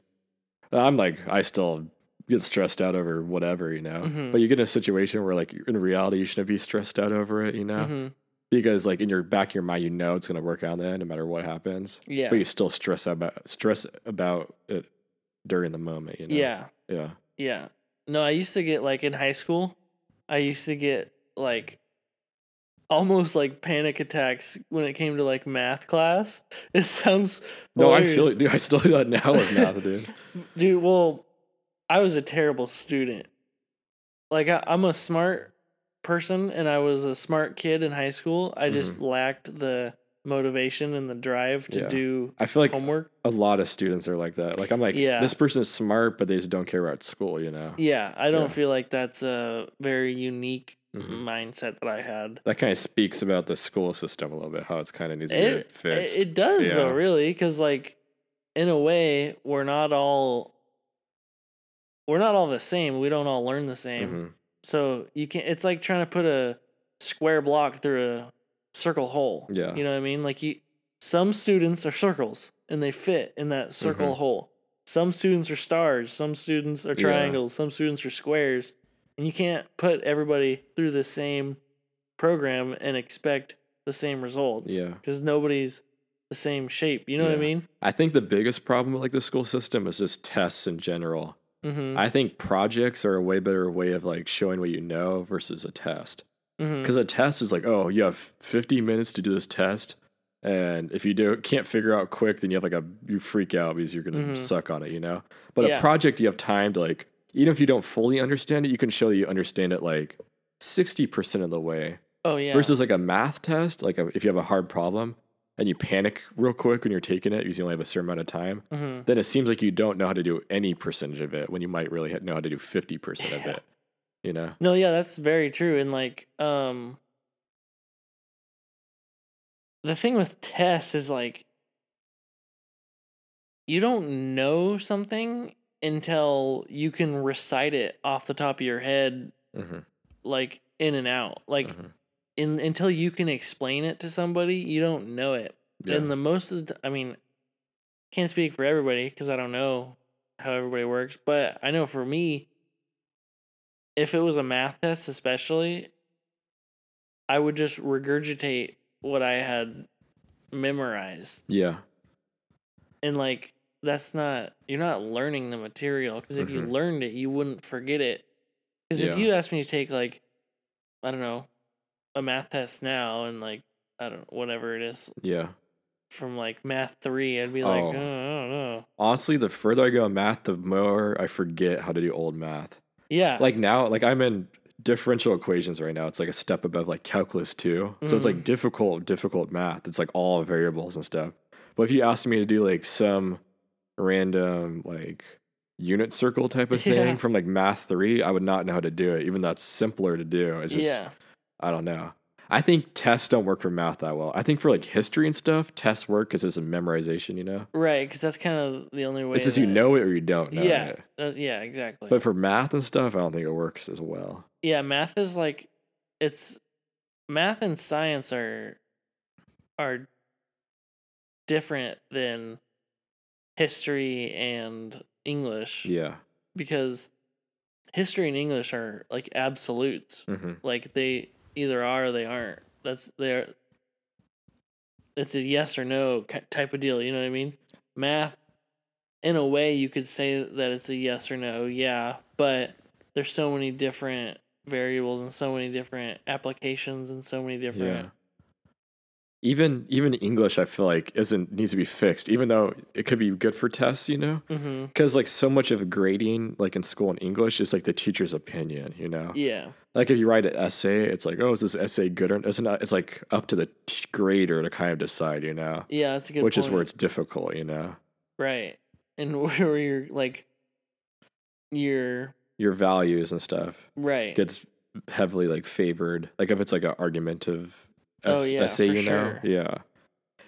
I'm like, I still get stressed out over whatever, you know,
Mhm.
but you get in a situation where like in reality, you shouldn't be stressed out over it, you know?
Mhm.
because like in your back of your mind you know it's going to work out then no matter what happens
yeah
but you still stress about stress about it during the moment you know
yeah
yeah
yeah no i used to get like in high school i used to get like almost like panic attacks when it came to like math class it sounds
no i
hilarious.
feel it dude i still do that now with math dude
Dude, well, I was a terrible student. Like I, I'm a smart person, and I was a smart kid in high school.
Mm-hmm.
I just lacked the motivation and the drive to
Yeah.
do
i feel like
homework.
a lot of students are like that like i'm like
Um, Yeah.
this person is smart but they just don't care about school you know
Yeah, I don't
Yeah.
feel like that's a very unique
Mhm.
mindset that I had.
that kind of speaks about the school system a little bit how it's kind of needs to
It
get
it,
fixed
it does though,
Yeah.
really, because like in a way, we're not all we're not all the same. We don't all learn the same.
Mhm.
So you can not it's like trying to put a square block through a circle hole.
Yeah.
You know what I mean? Like you some students are circles and they fit in that circle hole. Some students are stars, some students are
Mm-hmm. Yeah.
triangles, some students are squares. And you can't put everybody through the same program and expect the same results.
yeah
Because nobody's the same shape. You know what I
Yeah.
mean?
i think the biggest problem with like the school system is just tests in general
Mm-hmm.
I think projects are a way better way of like showing what you know versus a test.
mm-hmm.
Because a test is like, oh, you have 50 minutes to do this test, and if you do can't figure out quick, then you have like a you freak out because you're gonna
Mhm.
suck on it, you know. But
Yeah.
a project, you have time to like, even if you don't fully understand it, you can show that you understand it like 60 percent of the way.
Oh yeah.
Versus like a math test, like a, if you have a hard problem, and you panic real quick when you're taking it because you only have a certain amount of time,
hmm
then it seems like you don't know how to do any percentage of it when you might really know how to do 50% of
Yeah.
it. You know?
No, yeah, that's very true. And like, um, the thing with tests is like, you don't know something until you can recite it off the top of your head,
Mm-hmm.
like in and out. Like, in until you can explain it to somebody, you don't know it. And the most of the, t- I mean, can't speak for everybody because I don't know how everybody works, but I know for me, if it was a math test, especially, I would just regurgitate what I had memorized.
yeah.
And like, that's not, you're not learning the material because if you
Mhm.
learned it, you wouldn't forget it. Because
Yeah.
if you asked me to take like, I don't know, a math test now and like, I don't whatever it is,
Yeah.
from like math three, I'd be like,
Oh.
oh, I don't know.
Honestly, the further I go in math, the more I forget how to do old math.
Yeah.
Like now, like I'm in differential equations right now. It's like a step above like calculus two. So it's
Mm.
like difficult, difficult math. It's like all variables and stuff. But if you asked me to do like some random like unit circle type of thing
Yeah.
from like math three, I would not know how to do it. Even though it's simpler to do. It's just
yeah.
I don't know. I think tests don't work for math that well. I think for like history and stuff, tests work because it's a memorization, you know?
Right. Because that's kind of the only way.
It's just you
that-
know it or you don't know
yeah.
it.
uh, yeah. Exactly.
But for math and stuff, I don't think it works as well.
yeah. Math is like, it's math and science are are different than history and English
Yeah.
because history and English are like absolutes.
Mm-hmm.
like they either are or they aren't that's their it's a yes or no ki- type of deal you know what i mean math in a way you could say that it's a yes or no yeah but there's so many different variables and so many different applications and so many different
Even even English, I feel like isn't needs to be fixed. Even though it could be good for tests, you know,
hmm
because like so much of grading, like in school in English, is like the teacher's opinion. You know,
yeah
like if you write an essay, it's like, oh, is this essay good or it's not? It's like up to the t- grader to kind of decide. You know,
yeah that's a good
which is where
point.
it's difficult. You know,
right and where you're like you're
your values and stuff
right
gets heavily like favored. Like if it's like an argumentative
Oh,
es-
yeah,
essay,
for
you know,
sure.
yeah.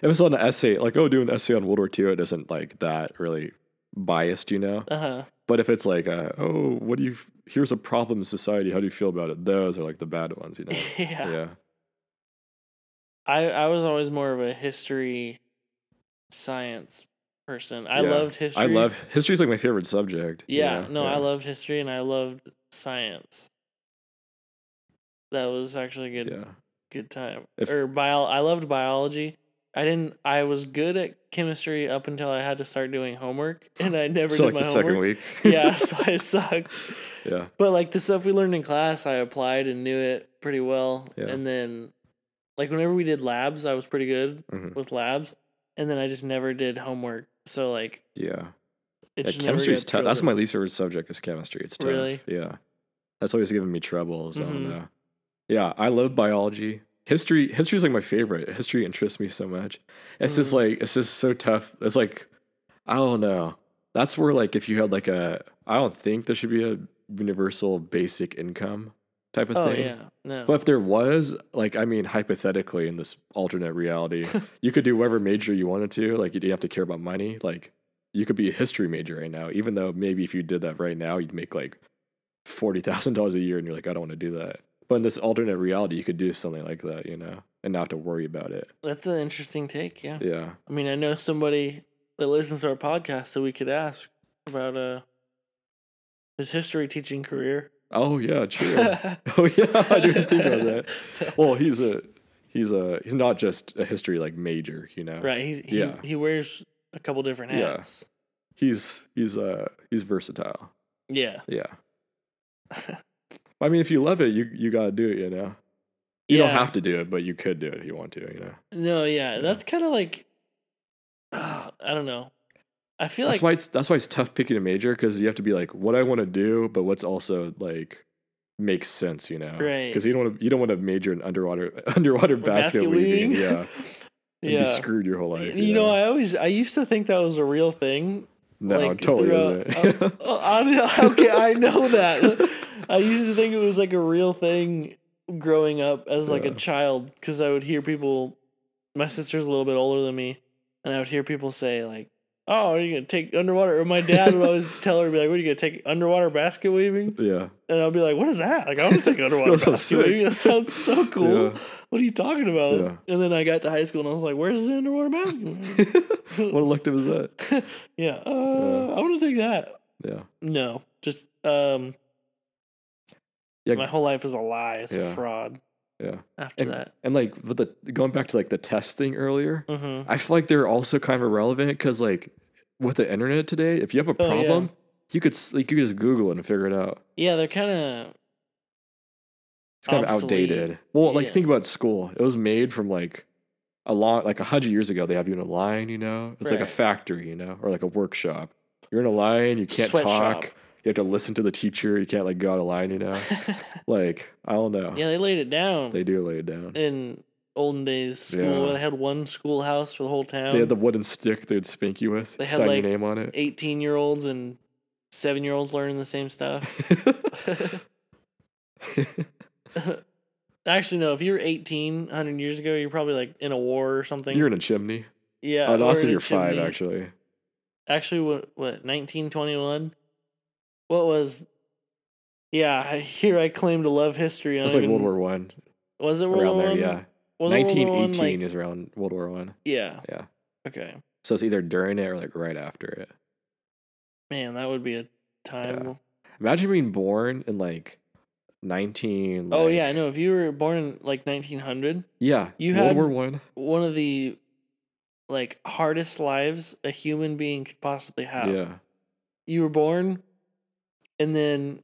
If it's on an essay, like oh, do an essay on World War II, it isn't like that really biased, you know.
uh-huh
But if it's like uh oh, what do you? f- Here's a problem in society. How do you feel about it? Those are like the bad ones, you know.
yeah
yeah.
I I was always more of a history science person. I
Yeah.
loved history.
I love history's like my favorite subject. you
Yeah,
know?
no,
Yeah.
I loved history and I loved science. That was actually a good
Yeah.
good time.
If-
or bio I loved biology. I didn't I was good at chemistry up until I had to start doing homework and I never
so
did
like
my
the
homework.
second week.
yeah, so I sucked.
yeah.
But like the stuff we learned in class, I applied and knew it pretty well.
Yeah.
And then like whenever we did labs, I was pretty good
Mhm.
with labs, and then I just never did homework. So like,
Yeah.
it
Yeah,
just never
chemistry is
got
tough. That's my
drilled
least favorite subject is chemistry. It's tough.
Really?
Yeah. That's always giving me trouble. So I
Mhm.
don't know. Yeah, I love biology. History history is like my favorite. History interests me so much. It's just
Mhm.
like it's just so tough. It's like I don't know. That's where like if you had like a I don't think there should be a universal basic income type of
in. Oh
thing.
yeah, no.
But if there was, like, I mean, hypothetically, in this alternate reality, you could do whatever major you wanted to. Like, you didn't have to care about money. Like, you could be a history major right now, even though maybe if you did that right now, you'd make like $40,000 a year and you're like, I don't want to do that. But in this alternate reality, you could do something like that, you know, and not have to worry about it.
That's an interesting take. Yeah.
Yeah.
I mean, I know somebody that listens to our podcast that we could ask about uh his history teaching career.
Oh, yeah, true. oh, yeah. I didn't think about that. Well, he's a. He's a he's not just a history like major, you know.
Right. He he,
Yeah.
he wears a couple different
Yeah.
hats.
He's he's uh he's versatile.
Yeah.
Yeah. I mean, if you love it, you you gotta do it. You know, you don't
Yeah.
have to do it, but you could do it if you want to. You know,
No, yeah,
Yeah.
that's kind of like ah, I don't know. I feel
that's
like
why it's that's why it's tough picking a major because you have to be like, what I want to do, but what's also like makes sense. You know,
Right.
Because you don't want to you don't want to major in underwater underwater
Or basket
basket, weaving.
weaving.
Yeah, and
Yeah.
be screwed your whole life.
You know, I always I used to think that was a real thing.
no,
like,
totally
throughout-
isn't. it?
Oh, I- okay, I know that. I used to think it was like a real thing growing up as like
Yeah.
a child because I would hear people. My sister's a little bit older than me, and I would hear people say like, "Oh, are you gonna take underwater?" Or my dad would always tell her, "Be like, what are you gonna take underwater basket weaving?"
yeah,
And I'll be like, "What is that? Like, I want to take underwater
That sounds
basket
sick.
weaving. That sounds so cool.
Yeah.
What are you talking about?" And then I got to high school and I was like, "Where's the underwater basket?" weaving?"
what elective is that?
yeah, uh, I want to take that.
Yeah,
No, just um,
Yeah.
my whole life is a lie. It's
Yeah.
a fraud.
Yeah.
After that,
and like with the going back to like the test thing earlier,
mm-hmm.
I feel like they're also kind of irrelevant because like with the internet today, if you have a
Oh, yeah.
problem, you could s- like you could just Google it and figure it out.
yeah, they're kind of
It's kind
Obsolete.
of outdated. Well, like
Yeah.
think about school. It was made from like a long like a hundred years ago. They have you in a line, you know. It's like
Right.
a factory, you know, or like a workshop. You're in a line. You can't
Sweatshop.
talk. You have to listen to the teacher. You can't like go out of line, you know. like I don't know.
yeah, they laid it down
uh. They do lay it down.
in olden days school.
Yeah.
Where they had one schoolhouse for the whole town.
They had the wooden stick they would spank you with.
They had,
sign
like,
your name on it.
eighteen year olds and seven year olds learning the same stuff. Actually, no. If you were 18, 100 years ago, you're probably like in a war or something.
you're in a chimney.
yeah.
Oh, and
or
also
in a
you're five
chimney.
actually.
actually what what 1921 what was yeah I- here i claim to love history and
It's
I
like World
even-
War One
was it world
around
war
there.
One?
Yeah,
was it World War
nineteen
One?
eighteen
Like,
is around World War One.
yeah
Yeah.
okay
So it's either during it or like right after it.
man that would be a time
Yeah. Imagine being born in like nineteen.
oh
like-
yeah i know if you were born in like 1900
yeah.
You
World
had-
War One.
one of the like hardest lives a human being could possibly have
Yeah,
you were born and then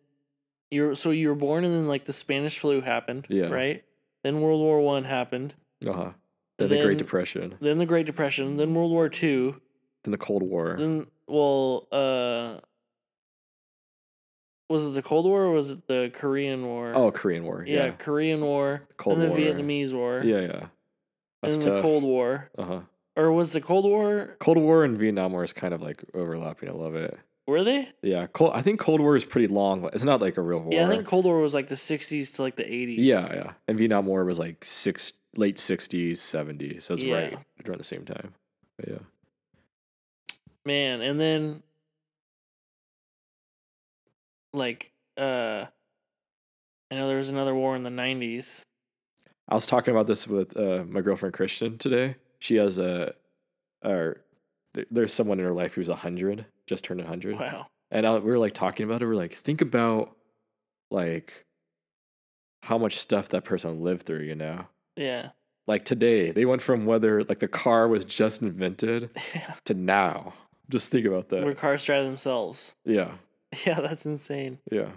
you're so you were born and then like the spanish flu happened
Yeah.
right then world war one happened
uh huh. Then, the
Then-
Great Depression,
then the Great Depression, then World War Two,
then the Cold War.
then well, uh, was it the Cold War or was it the Korean War?
oh, Korean War.
yeah,
Yeah,
Korean War,
Cold
then the
War.
Vietnamese War,
yeah, yeah. That's
and then
tough.
the Cold War,
uh huh.
or was the Cold War?
Cold War and Vietnam War is kind of like overlapping a little bit.
Were they?
Yeah, Cold, I think Cold War is pretty long. It's not like a real war.
Yeah, I think Cold War was like the '60s to like the '80s.
Yeah, yeah. And Vietnam War was like six late sixties, seventies. So it's
Yeah.
right during the same time. But yeah.
man, and then like uh, I know there was another war in the '90s.
I was talking about this with uh, my girlfriend Christian today. She has a or there- there's someone in her life who's hundred, just turned hundred.
Wow.
And I, we were like talking about it. We are like, think about like how much stuff that person lived through, you know?
Yeah.
Like today, they went from whether like the car was just invented
Yeah.
to now. Just think about that.
Where cars drive themselves.
yeah.
Yeah, that's insane.
Yeah.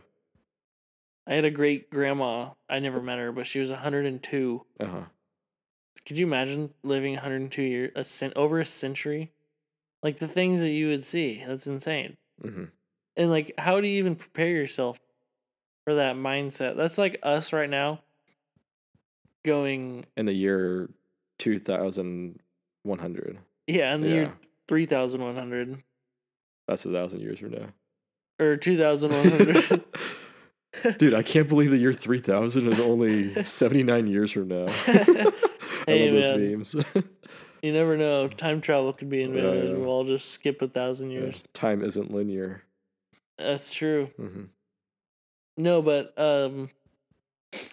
I had a great grandma. I never met her, but she was 102.
Uh huh.
Could you imagine living 102 years, a cent, over a century? Like the things that you would see. That's insane.
hmm
And like, how do you even prepare yourself for that mindset? That's like us right now going,
in the year 2100.
yeah, in the
yeah.
year 3100
That's a thousand years from now.
or 2100.
Dude, I can't believe the year 3000 is only 79 years from now.
Hey,
I love
man.
those memes.
you never know. Time travel could be invented
yeah.
and we'll all just skip a thousand
Yeah,
years.
Time isn't linear.
That's true.
hmm
No, but um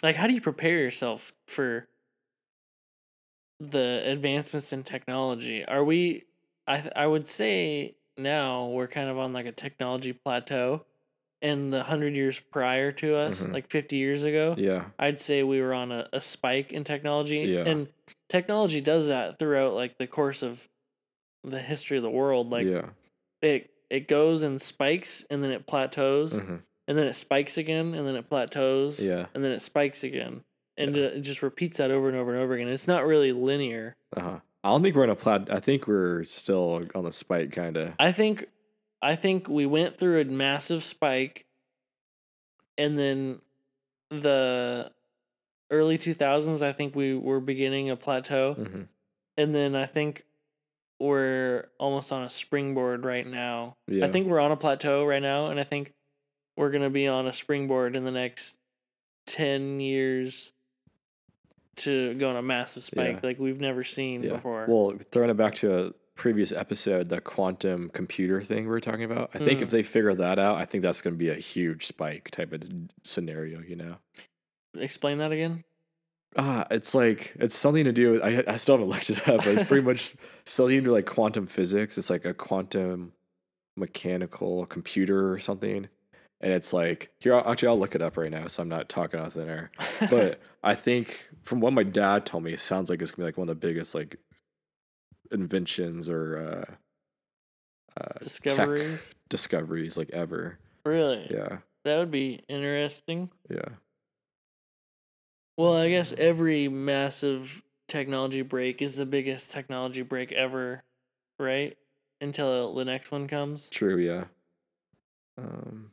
like how do you prepare yourself for the advancements in technology? Are we I th- I would say now we're kind of on like a technology plateau and the 100 years prior to us,
Mhm.
like 50 years ago,
Yeah.
I'd say we were on a, a spike in technology
Yeah.
and technology does that throughout like the course of the history of the world like
yeah.
it it goes and spikes and then it plateaus
Mhm.
and then it spikes again, and then it plateaus,
Yeah.
and then it spikes again, and
Yeah.
it- it just repeats that over and over and over again. It's not really linear.
Uh-huh. I don't think we're in a plaid. I think we're still on the spike, kind of.
I think, I think we went through a massive spike, and then the early two thousands. I think we were beginning a plateau,
hmm
and then I think we're almost on a springboard right now.
Yeah.
I think we're on a plateau right now, and I think we're gonna be on a springboard in the next ten years to go on a massive spike like we've never seen
Yeah.
before.
Well, throwing it back to a previous episode, the quantum computer thing we were talking about, I think
Mhm.
if they figure that out, I think that's going to be a huge spike type of scenario, you know?
Explain that again.
Ah, it's like it's something to do with I I still haven't looked it up, but it's pretty much something to do with, like quantum physics. It's like a quantum mechanical computer or something. And it's like here I'll, actually I'll look it up right now, so I'm not talking out of thin air. But I think from what my dad told me, it sounds like it's gonna be like one of the biggest like inventions or uh, uh tech
discoveries,
discoveries like ever.
really?
Yeah,
That would be interesting.
yeah.
Well, I guess every massive technology break is the biggest technology break ever, right? Until the next one comes.
True, yeah. Um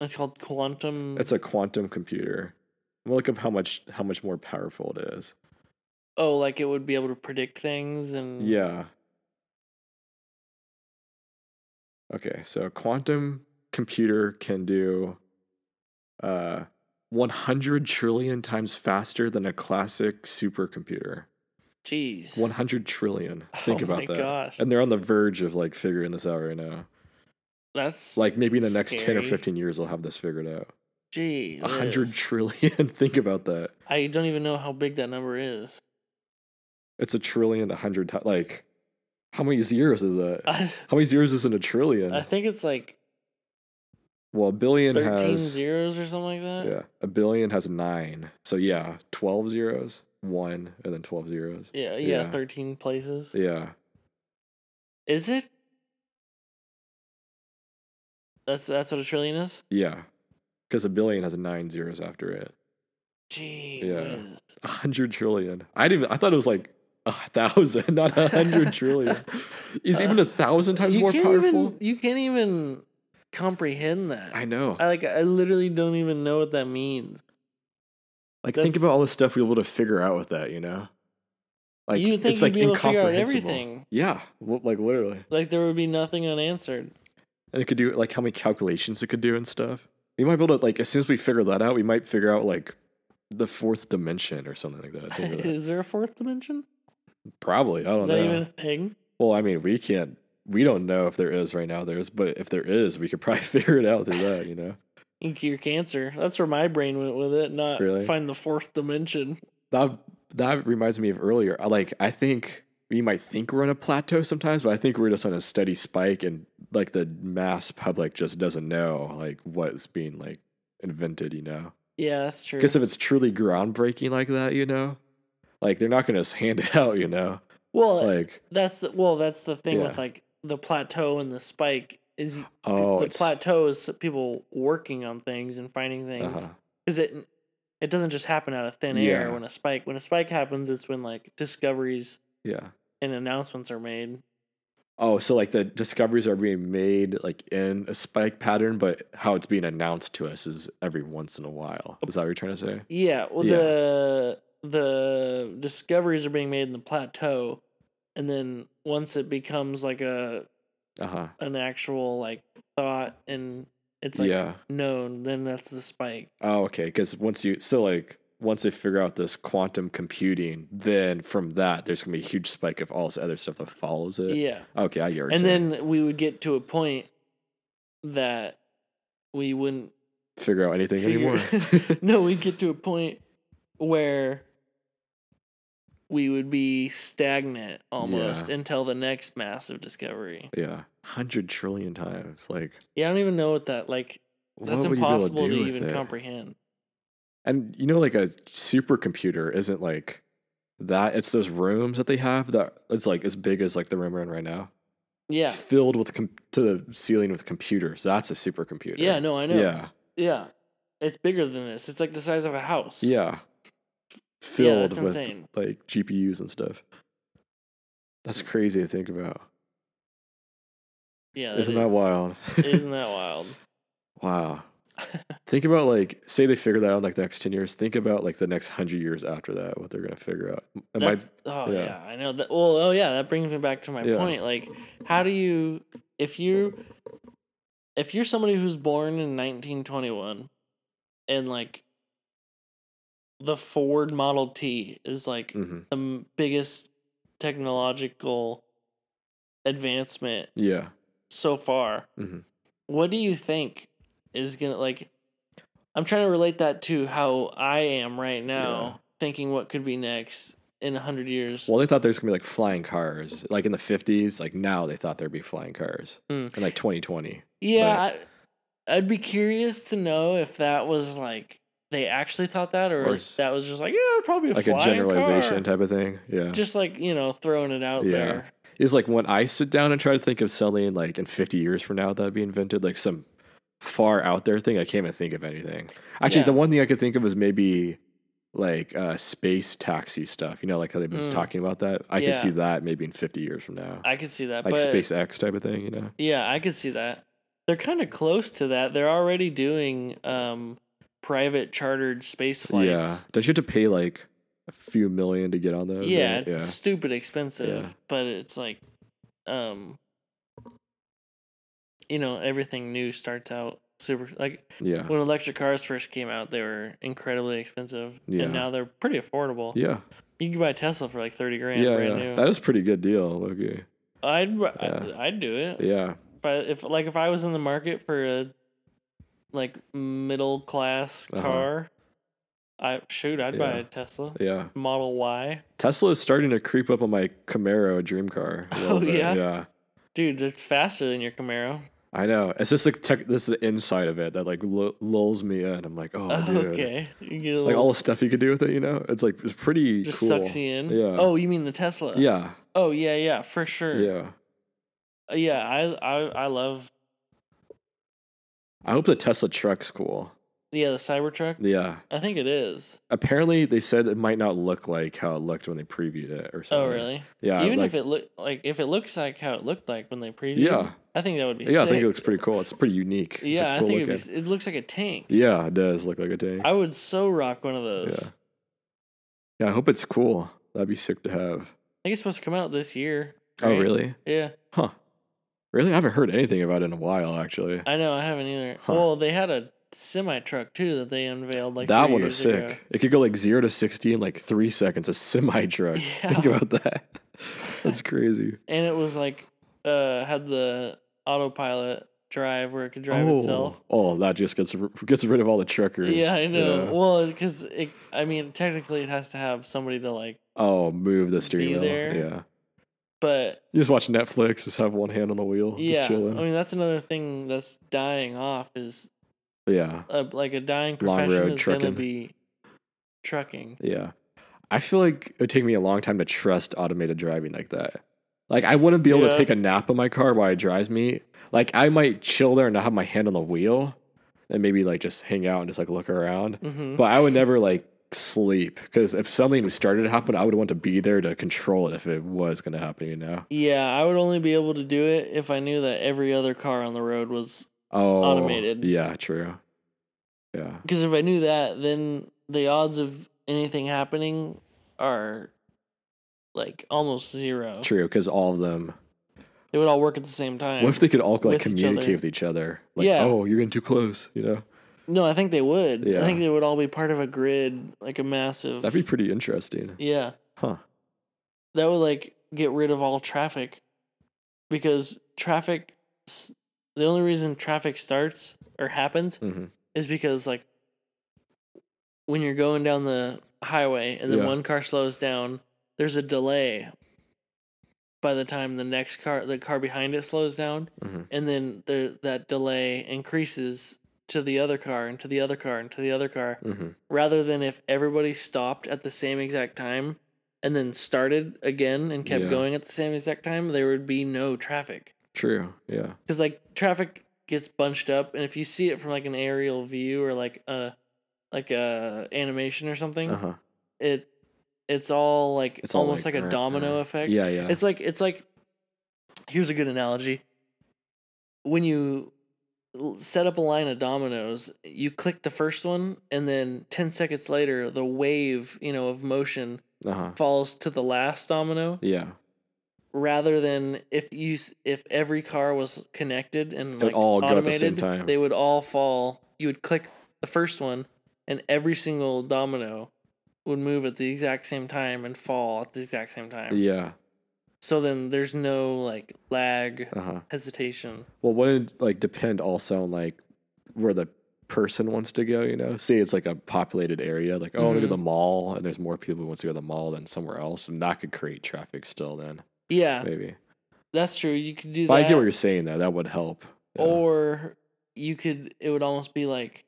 It's called quantum.
It's a quantum computer. I'm gonna look up how much how much more powerful it is.
oh, like it would be able to predict things and
Yeah. Okay, so a quantum computer can do uh 100 trillion times faster than a classic supercomputer.
Jeez.
100 trillion. Think
Oh
about
my
that.
gosh.
And they're on the verge of like figuring this out right now.
That's like
Like maybe in the next 10 or
Scary.
15 years they'll have this figured out.
gee.
100
whiz.
trillion. Think about that.
I don't even know how big that number is.
It's a trillion, a hundred times. Like, how many zeros is that?
I,
How many zeros is in a trillion?
I think it's like
Well, a billion
thirteen
has
zeros or something like that.
yeah, a billion has nine. So yeah, twelve zeros, one, and then twelve zeros.
Yeah, yeah,
Yeah.
thirteen places.
Yeah,
Is it? That's that's what a trillion is.
yeah, because a billion has nine zeros after it.
Gee.
Yeah.
whiz.
A hundred trillion. I didn't. Even, I thought it was like a thousand, not a hundred trillion. Is even a thousand times
Uh, you
more
can't
powerful?
Even, you can't even comprehend that.
I
I,
know.
like. I literally don't even know what that means.
like, think
that's-
about all the stuff we'll be able to figure out with that. You know, like
You'd think
it's
you'd
like
be able to figure out
incomprehensible.
everything.
Yeah, li- like literally.
Like there would be nothing unanswered.
and it could do like how many calculations it could do and stuff. We might be able to like as soon as we figure that out, we might figure out like the fourth dimension or something like that. I think of that. Oh,
is there a fourth dimension?
Probably, I don't
Is
know.
that even a thing?
Well, I mean, we can't. We don't know if there is right now. There's, but if there is, we could probably figure it out through that. You know,
You cure cancer. That's where my brain went with it. Not
Really?
find the fourth dimension.
that that reminds me of earlier. I Like I think we might think we're on a plateau sometimes, but I think we're just on a steady spike, and like the mass public just doesn't know like what's being like invented. You know.
Yeah, that's true.
Because if it's truly groundbreaking like that, you know, like they're not going to just hand it out, you know,
well,
like
that's the, well, that's the thing
Yeah.
with like the plateau and the spike is
oh,
the
it's,
plateau is people working on things and finding things
uh-huh.
because it it doesn't just happen out of thin air
Yeah.
when a spike when a spike happens it's when like discoveries
yeah.
and announcements are made
Oh, so like the discoveries are being made like in a spike pattern, but how it's being announced to us is every once in a while. Is that what you're trying to say?
yeah well
Yeah.
the the discoveries are being made in the plateau and then once it becomes like a
Uh huh.
an actual like thought and it's like
Yeah.
known then that's the spike
Oh, okay. Because once you, so like, once they figure out this quantum computing, then from that, there's going to be a huge spike of all this other stuff that follows it.
yeah
Okay. I get what you're
and
saying.
then we would get to a point that we wouldn't
figure out anything
figure-
anymore.
no, we'd get to a point where we would be stagnant almost until the next massive discovery.
Yeah, hundred trillion times. Like
Yeah, I don't even know what that like. That's
what would you be able
impossible to,
do with
even
it?
comprehend.
And you know, like a supercomputer isn't like that. It's those rooms that they have that it's like as big as like the room we're in right now,
Yeah,
filled with com- to the ceiling with computers. That's a supercomputer.
yeah, no, I know. Yeah.
Yeah,
it's bigger than this. It's like the size of a house.
yeah. Filled
that's
with
insane.
like GPUs and stuff. That's crazy to think about.
yeah.
Isn't that
is-
wild?
Isn't that wild?
wow. think about like say they figure that out in like the next 10 years think about like the next 100 years after that what they're going to figure out Am I-
That's- oh yeah.
yeah.
I know that. Well, oh yeah, that brings me back to my
Yeah.
point. Like, how do you, if you, if you're somebody who's born in 1921, and like, the Ford Model T is like
Mhm.
the m- biggest technological advancement
yeah
so far.
Mhm.
What do you think is gonna like? I'm trying to relate that to how I am right now,
Yeah.
thinking what could be next in a hundred years.
well they thought there's going to be like flying cars like in the 50s like now they thought there'd be flying cars
Mm.
in like 2020
yeah, I, I'd be curious to know if that was like they actually thought that, or,
Or
if
s-
that was just like yeah, probably a
like a
flying
generalization
car.
type of thing yeah
Just like you know, throwing it out
Yeah.
there.
is like when I sit down and try to think of suddenly like in 50 years from now that'd be invented, like some far out there thing. I can't even think of anything. Actually,
Yeah.
the one thing I could think of is maybe like uh, space taxi stuff. You know, like how they've been
Mm.
talking about that. I
Yeah.
could see that maybe in 50 years from now,
I could see that,
like
but
SpaceX type of thing. You know,
Yeah, I could see that. They're kind of close to that. They're already doing um private chartered space flights.
yeah. Don't you have to pay like a few million to get on those?
Yeah,
right?
it's stupid expensive,
Yeah.
but it's like um you know, everything new starts out super like
yeah, yeah,
when electric cars first came out, they were incredibly expensive
Yeah.
and now they're pretty affordable.
yeah,
You can buy a Tesla for like 30 grand
yeah.
brand
yeah.
new.
That is a pretty good deal. Okay,
I'd, ri-
Yeah.
I'd I'd do it.
yeah,
but if like if I was in the market for a like middle class
Uh-huh.
car, I shoot, I'd buy
Yeah.
a Tesla
yeah.
Model Y.
Tesla is starting to creep up on my Camaro dream car. a little
Oh,
bit,
yeah?
yeah.
Dude, it's faster than your Camaro.
I know. It's just like tech, this is the inside of it that like lu- lulls me in. I'm like, oh, dude.
okay, you get a
Like
little,
all the stuff you could do with it, you know? It's like it's pretty
just
cool.
sucks you in.
Yeah.
Oh, you mean the Tesla?
Yeah.
Oh yeah, yeah, for sure.
Yeah.
Uh, yeah. I I I love
I hope the Tesla truck's cool.
yeah the Cybertruck.
Yeah.
I think it is.
Apparently they said it might not look like how it looked when they previewed it or
Oh
something.
really?
Yeah.
Even
like,
if it look like if it looks like how it looked like when they previewed.
Yeah.
I think that would be.
Yeah, I
sick.
think it looks pretty cool. It's pretty unique. It's, like,
Yeah, I
cool
think it'd be,
looking.
s- it looks like a tank.
Yeah, it does look like a tank.
I would so rock one of those.
Yeah. Yeah, I hope it's cool. That'd be sick to have.
I think it's supposed to come out this year.
Oh
right?
really?
Yeah.
Huh. Really? I haven't heard anything about it in a while actually.
I know. I haven't either.
Huh.
Well, they had a semi truck too that they unveiled like
that
three
one was
years
sick.
ago.
It could go like zero to sixty in like three seconds. A semi truck. Think
Yeah.
about that. That's crazy.
and it was like uh had the autopilot drive where it could drive
oh,
itself.
oh, that just gets r- gets rid of all the truckers.
Yeah, I know.
Yeah.
Well, because it, I mean, technically it has to have somebody to like,
Oh, move the steering
Be
wheel.
there.
Yeah,
but
you just watch Netflix. Just have one hand on the wheel.
yeah,
just
I
Oh, chilling.
mean that's another thing that's dying off is
yeah,
a, like a dying
Long
profession
road
is gonna
trucking.
be trucking.
yeah. I feel like it would take me a long time to trust automated driving like that. Like I wouldn't be able
Yeah.
to take a nap in my car while it drives me. Like I might chill there and not have my hand on the wheel, and maybe like just hang out and just like look around.
hmm
But I would never like sleep because if something started to happen, I would want to be there to control it if it was going to happen, you know?
Yeah, I would only be able to do it if I knew that every other car on the road was.
Oh,
Automated.
Yeah, true. Yeah.
Because if I knew that, then the odds of anything happening are like almost zero.
True. Because all of them,
They would all work at the same time.
what if they could all like
With each
communicate
other.
with each other? Like,
Yeah.
oh, you're getting too close, you know?
no, I think they would. I
Yeah.
think they would all be part of a grid, like a massive.
That'd be pretty interesting.
yeah,
Huh.
that would like get rid of all traffic, because traffic. s- The only reason traffic starts or happens
hmm
is because like when you're going down the highway and then
Yeah.
one car slows down, there's a delay by the time the next car the car behind it slows down
hmm
and then the that delay increases to the other car and to the other car and to the other car
hmm
rather than if everybody stopped at the same exact time and then started again and kept
Yeah.
going at the same exact time there would be no traffic
True. Yeah.
because like traffic gets bunched up and if you see it from like an aerial view or like a like a animation or something
Uh huh.
it it's all like
It's
it's
all,
almost
like,
like,
uh,
a domino
uh,
effect
Yeah. Yeah.
it's like it's like here's a good analogy when you l- set up a line of dominoes. You click the first one, and then ten seconds later, the wave you know of motion
Uh huh.
falls to the last domino.
Yeah.
Rather than if you s- if every car was connected and
would
like
all go at
automated,
the same time.
they would all fall. You would click the first one, and every single domino would move at the exact same time and fall at the exact same time.
Yeah.
So then there's no like lag
Uh huh.
hesitation.
Well, wouldn't like depend also on like where the person wants to go? You know, say it's like a populated area, like oh, I want to go to the
Mm-hmm.
mall, and there's more people who wants to go to the mall than somewhere else, and that could create traffic still. Then
Yeah,
maybe.
that's true. You could do
But I
that.
get what you're saying though. That would help. Yeah.
Or you could. It would almost be like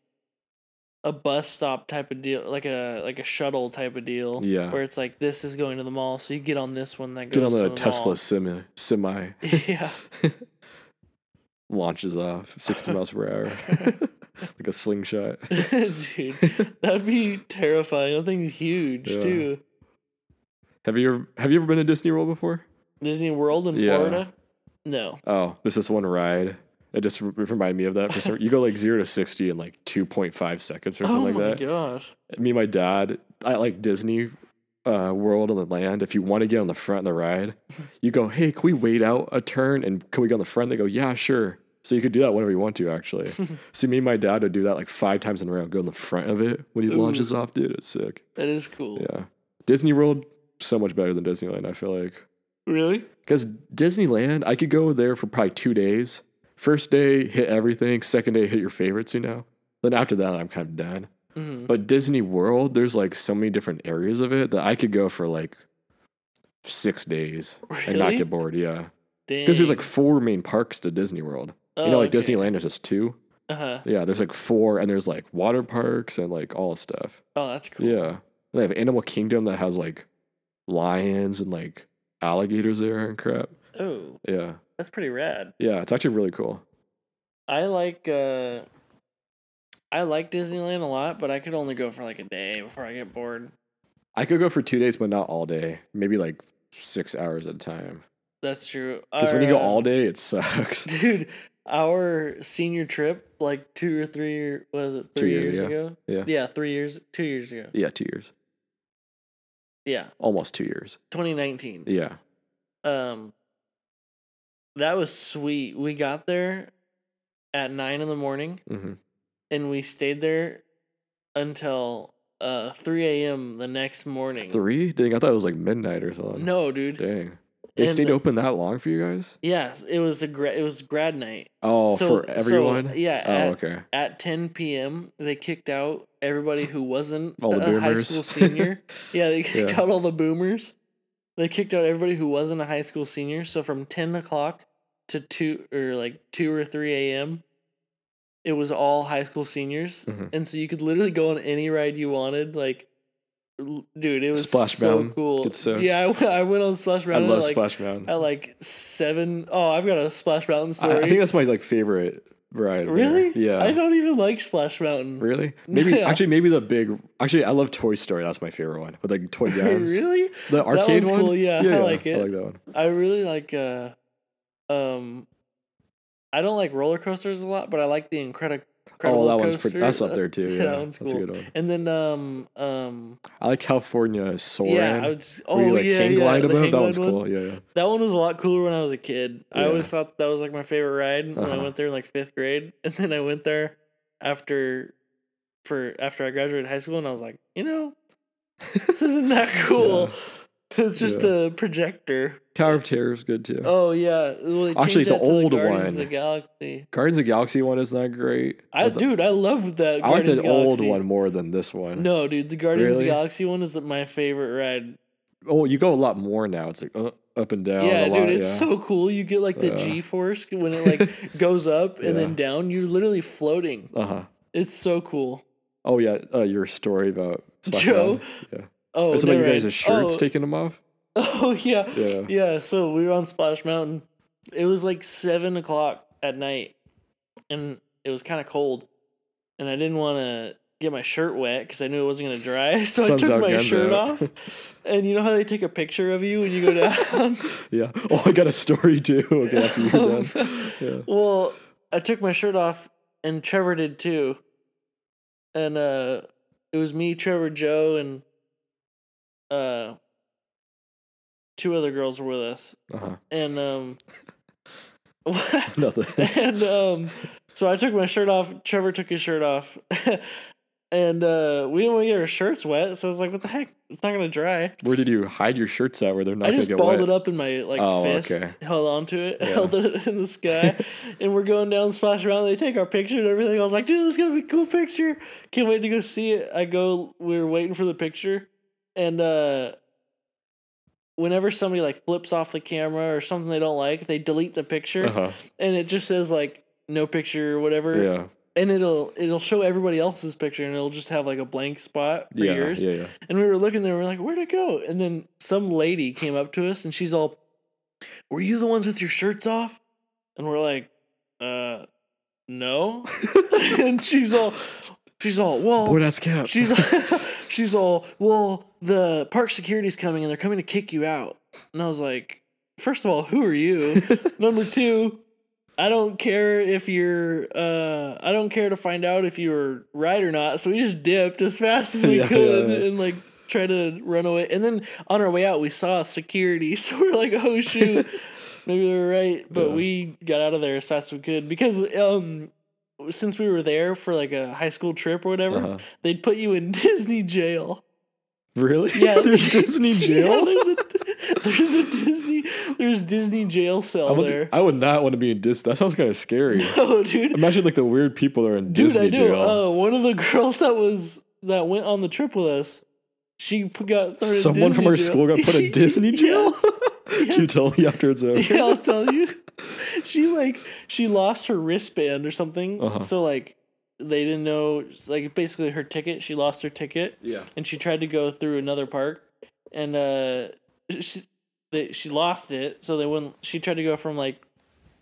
a bus stop type of deal, like a like a shuttle type of deal.
Yeah.
Where it's like this is going to the mall, so you get on this one that
get on
goes
the
to the
Tesla
mall.
semi semi
yeah.
launches off 60 miles per hour like a slingshot.
Dude, that'd be terrifying. That thing's huge
Yeah.
too.
Have you ever have you ever been to Disney World before?
Disney World in
Yeah.
Florida. No.
Oh, there's this one ride. It just re- reminded me of that. For some, you go like zero to sixty in like two point five seconds or something
Oh
like
my
that.
gosh.
Me and my dad, I like Disney uh, World on the land. If you want to get on the front of the ride, you go, hey, can we wait out a turn and can we go on the front? They go, yeah, sure. So you could do that whenever you want to, actually. See, me and my dad would do that like five times in a row. Go in the front of it when he
Ooh.
launches off, dude. It's sick.
That is cool.
Yeah, Disney World so much better than Disneyland. I feel like.
Really?
Because Disneyland, I could go there for probably two days. First day, hit everything. Second day, hit your favorites, you know? Then after that, I'm kind of done.
hmm
But Disney World, there's like so many different areas of it that I could go for like six days and not
Really?
get bored. Yeah. Because there's like four main parks to Disney World. you
Oh,
know, like Disneyland, there's just two.
Uh huh.
Yeah, there's like four, and there's like water parks and like all stuff.
Oh, that's cool.
Yeah. And they have Animal Kingdom that has like lions and like alligators there and crap.
Oh,
Yeah.
that's pretty rad.
Yeah, it's actually really cool.
I like uh I like Disneyland a lot, but I could only go for like a day before I get bored.
I could go for two days, but not all day. Maybe like six hours at a time.
That's true.
Because when you go
Our, uh,
all day, it sucks.
dude, our senior trip, like two or three, year- what is it,
Two
three
years
years,
ago.
ago?
Yeah.
yeah, three years, two years ago.
yeah, two years,
Yeah,
almost two years.
2019.
Yeah,
Um, that was sweet. We got there at nine in the morning,
hmm
and we stayed there until uh 3 a.m. the next morning.
three. Dang, I thought it was like midnight or something.
No, dude.
dang, they
And-
stayed open that long for you guys.
Yeah, it was a gra- it was grad night.
Oh,
So-
for
so,
everyone.
yeah,
Oh,
at-
okay.
At 10 p.m., they kicked out everybody who wasn't
All the
a high
boomers.
school senior. yeah, they kicked
Yeah.
out all the boomers. They kicked out everybody who wasn't a high school senior. So from 10 o'clock to 2 or like 2 or 3 a.m., it was all high school seniors.
Mhm.
And so you could literally go on any ride you wanted. Like, l- dude, it was
Splash
so
Mountain.
cool.
Get soaked.
yeah, I, w- I went on Splash
I
Mountain.
love
at, like,
Splash Mountain.
At like seven. Oh, I've got a Splash Mountain
I,
story.
I think that's my like favorite ride. there.
Really?
Yeah.
I don't even like Splash Mountain.
Really? Maybe
Yeah.
actually maybe the big actually I love Toy Story. That's my favorite one with like toy guns.
really?
The arcade
one's
one.
cool, yeah, I like
I
it.
like that one.
I really like uh um I don't like roller coasters a lot, but I like the incredible
oh, that one's pretty. That's up there too. Yeah,
that one's
that's
cool.
a good one.
And then um um
I like California Soarin.
yeah, I would s- oh
where you like
yeah,
hang
yeah,
glide
the
above. that
hang glide
one's
one.
cool. Yeah, yeah.
That one was a lot cooler when I was a kid. I
Yeah.
always thought that was like my favorite ride when I
Uh-huh.
went there in like 5th grade, and then I went there after for after I graduated high school and I was like, you know, this isn't that cool. It's just
Yeah.
the projector.
Tower of Terror is good too.
Oh yeah, well, they
Actually,
changed
the
that to
old
Guardians
one.
of the Galaxy.
Guardians of the Galaxy one is not great.
I
but the-
dude, I love that.
I like
Guardians
the
of
old
the Galaxy.
one more than this one.
No, dude, the Guardians of the
Really?
Galaxy one is my favorite ride.
Oh, you go a lot more now. It's like uh, up and down.
yeah,
a
dude,
lot,
it's
yeah.
so cool. You get like the
Yeah.
G force when it like goes up and then
Yeah.
down. You're literally floating.
Uh huh.
It's so cool.
Oh yeah, uh, your story about Splash
Joe?
Mountain. Yeah.
Oh,
That's about
never
you guys'
mind.
shirts
Oh,
taking them off.
Oh yeah.
Yeah.
Yeah, so we were on Splash Mountain. It was like seven o'clock at night and it was kinda cold. And I didn't want to get my shirt wet because I knew it wasn't gonna dry. So
Sun's
I
out,
took my
guns
shirt
out.
off. And you know how they take a picture of you when you go down?
Yeah. Oh, I got a story too. Okay, after you're done.
Um,
Yeah.
Well, I took my shirt off and Trevor did too. And uh it was me, Trevor, Joe, and uh two other girls were with us.
Uh-huh.
And um
Nothing.
and um so I took my shirt off, Trevor took his shirt off. and uh we didn't want to get our shirts wet, so I was like, what the heck? It's not gonna dry.
Where did you hide your shirts at where they're not
I
going to
just
get
balled
wet?
it up in my like
Oh,
fist,
okay.
held on to it,
Yeah.
held it in the sky, and we're going down, splash around. They take our picture and everything. I was like, dude, this is gonna be a cool picture. Can't wait to go see it. I go, we were waiting for the picture, and uh, whenever somebody like flips off the camera or something they don't like, they delete the picture,
Uh-huh.
and it just says like no picture or whatever,
Yeah.
and it'll it'll show everybody else's picture, and it'll just have like a blank spot for
Yeah,
yours.
yeah, yeah.
And we were looking there, we are like, where'd it go? And then some lady came up to us and she's all, Were you the ones with your shirts off? And we're like, uh no. and she's all she's all, well
Boy, that's cap.
Oh, she's she's all, well, the park security's coming and they're coming to kick you out. And I was like, first of all, who are you? Number two, I don't care if you're uh I don't care to find out if you were right or not. So we just dipped as fast as we
Yeah,
could
yeah, yeah.
and like try to run away. And then on our way out we saw security, so we're like, oh shoot. Maybe they were right, but
Yeah.
we got out of there as fast as we could because um since we were there for like a high school trip or whatever,
Uh-huh.
they'd put you in Disney jail.
Really?
Yeah,
There's Disney
Yeah,
jail?
there's, a, there's a Disney. There's Disney jail
I,
cell
would,
there.
I would not want to be in Disney. That sounds kind of scary.
Oh, dude,
Imagine like the weird people that are in
dude,
Disney
I do.
jail.
Uh, one of the girls that was that went on the trip with us, she p- got thrown in
Someone from
Disney
our
jail.
school got put in Disney jail?
Yes.
Can you tell me after it's over?
yeah, I'll tell you. She like she lost her wristband or something.
Uh-huh.
So like they didn't know like basically her ticket. She lost her ticket
Yeah.
and she tried to go through another park and uh she they, she lost it. So they wouldn't. She tried to go from like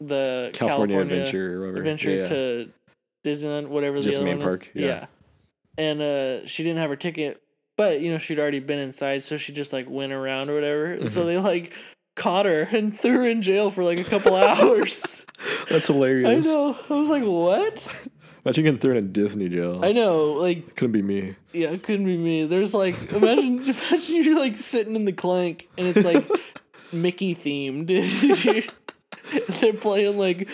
the
California, Adventure or whatever.
Adventure
yeah.
to Disneyland, whatever
Just
the other
main
one is.
park, yeah.
And uh, she didn't have her ticket, but you know she'd already been inside, so she just like went around or whatever.
Mm-hmm.
So they like caught her and threw her in jail for like a couple hours.
That's
I
hilarious.
know. I was like, what?
Imagine getting thrown in Disney jail.
I know. Like,
Couldn't be me.
yeah, it couldn't be me. There's like, imagine, imagine you're like sitting in the clank and it's like Mickey themed. They're playing like,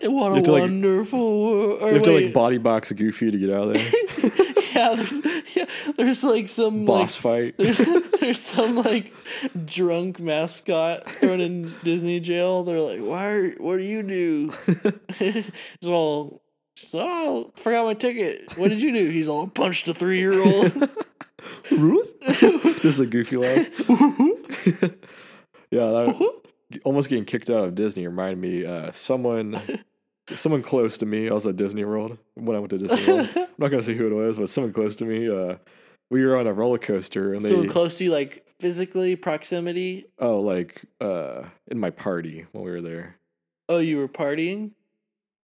what
have
a
to, like-
wonderful world. Or
You have to like
wait,
body box Goofy to get out of there.
yeah, there's yeah, there's like some
Boss fight.
like, There's, there's some like drunk mascot thrown in Disney jail. They're like, "Why? Are, what do you do?" He's all, she's all, "Oh, I forgot my ticket. What did you do?" He's all, "I "Punched a three year old."
this is a Goofy laugh. yeah, that, almost getting kicked out of Disney reminded me uh, someone someone close to me. I was at Disney World when I went to Disney World. I'm not gonna say who it was, but someone close to me. Uh, we were on a roller coaster and
Someone
they
close to you, like physically proximity.
oh like uh, in my party when we were there,
Oh, you were partying.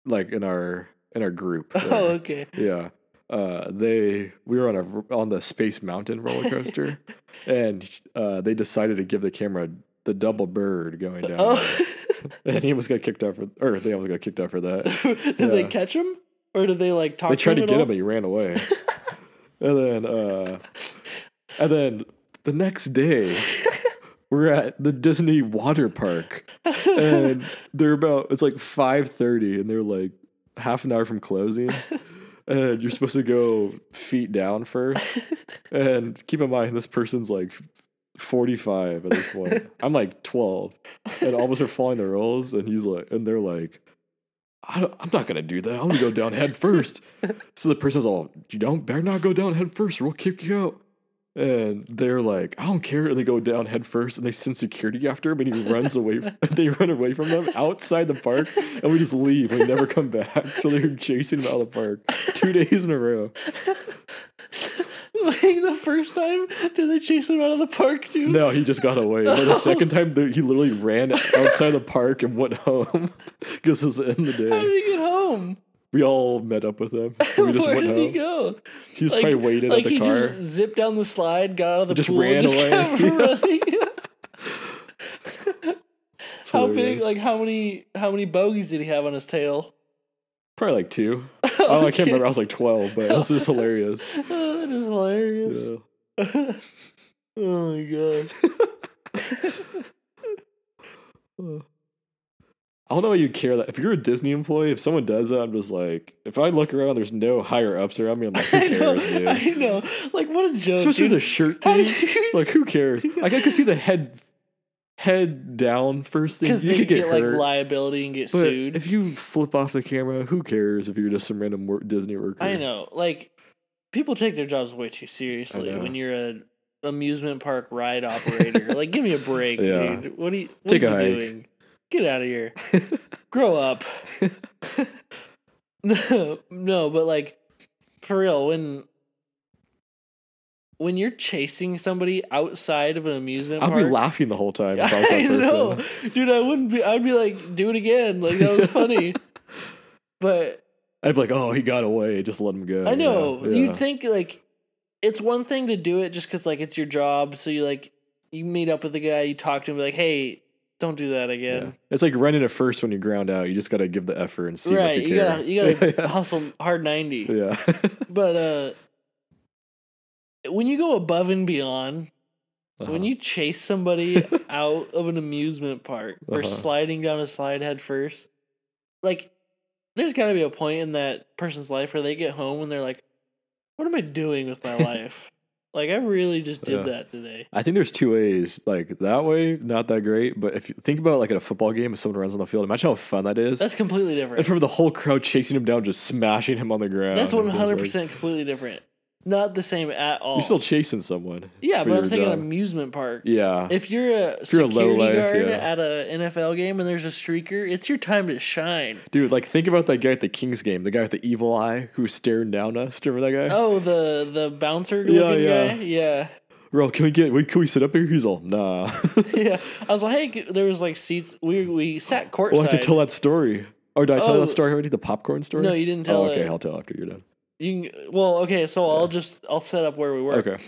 like in our in our group.
Oh,
there.
okay.
Yeah. Uh, they we were on a on the Space Mountain roller coaster, and uh, they decided to give the camera the double bird going down,
Oh,
and he almost got kicked out for, or they almost got kicked out for that.
did they
Yeah.
catch him, or did they like talk?
they tried to
him
get
at
him, but he ran away. and then, uh, and then the next day, we're at the Disney water park,
all?
and they're about it's like five thirty, and they're like half an hour from closing. And you're supposed to go feet down first. And keep in mind, this person's like 45 at this point. I'm like 12. And all of us are following the rules. And he's like, and they're like, I don't, I'm not going to do that. I'm going to go down head first. So the person's all, you don't better not go down head first or we'll kick you out. And they're like, I don't care. And they go down head first and they send security after him and he runs away. they run away from them outside the park and we just leave. We never come back. So they're chasing him out of the park two days in a row.
Like the first time, did they chase him out of the park too?
No, he just got away. But
Oh.
the second time, the, he literally ran outside the park and went home because it was the end of the day.
How did he get home?
We all met up with him. We just
Where
went
did he
home. He, was
go?
probably waiting
like
at the
he
car.
just zipped down the slide, got out of the
Just
pool,
ran
and just
away.
kept
Yeah.
running.
It's
how big?
hilarious.
Like how many? How many bogeys did he have on his tail?
probably like two. Oh, I can't remember. I was like 12, but this was hilarious.
Oh, that is hilarious.
Yeah.
oh my god.
I don't know why you care that. If you're a Disney employee, if someone does that, I'm just like, if I look around, there's no higher ups around me. I'm like, who
I know.
cares, dude?
I know. Like what a joke.
Especially
dude.
the shirt
How do
thing.
you
Like, who cares? Like, I could see the head head down first thing.
because
You
they
could
get,
get,
like
hurt.
liability and get
but
sued.
if you flip off the camera, who cares if you're just some random wor- Disney worker?
I know. Like people take their jobs way too seriously
know.
when you're a amusement park ride operator. like give me a break,
Yeah.
dude. What are you what
Take
are
a
you
hike.
doing? Get out of here. Grow up. no, no, but like for real, when when you're chasing somebody outside of an amusement
I'd
park,
be laughing the whole time if I was that
I
person.
know, dude. I wouldn't be. I'd be like, do it again. Like that was funny. but
I'd be like, oh, he got away. Just let him go.
I know
Yeah, yeah.
you'd think like it's one thing to do it just because like it's your job. So you like you meet up with the guy, you talk to him, be like, hey, don't do that
Yeah.
again.
It's like running a first when you ground out. You just got to give the effort and see what
right? You
you, care.
gotta you gotta
Yeah.
hustle hard ninety.
yeah.
But uh, when you go above and beyond,
Uh-huh.
When you chase somebody out of an amusement park or
Uh-huh.
sliding down a slide head first, like there's got to be a point in that person's life where they get home and they're like, "What am I doing with my life? like I really just did
Yeah.
that today."
I think there's two ways. Like that way, not that great. But if you think about like at a football game, if someone runs on the field, imagine how fun that is.
That's completely
and
different.
from the whole crowd chasing him down, just smashing him on the ground.
That's
It feels
one
like
hundred percent completely different. Not the same at all.
You're still chasing someone.
yeah,
for
but I'm
your
saying an
job.
amusement park.
Yeah.
If you're a
you're a low
security
life,
guard
yeah.
at an NFL game and there's a streaker, it's your time to shine.
Dude, like think about that guy at the Kings game, the guy with the evil eye who was staring down us. Do you Remember that guy?
Oh, the the bouncer
Yeah,
looking
yeah.
guy. Yeah,
Bro, can we get? Wait, can we sit up here? He's all nah.
yeah. I was like, hey, there was like seats. We we sat courtside.
well, I could tell that story. Or did I tell
Oh.
that story already? The popcorn story?
No, you didn't tell
Oh, okay,
it.
I'll tell after you're done.
You can, well, okay. So I'll just I'll set up where we were.
Okay.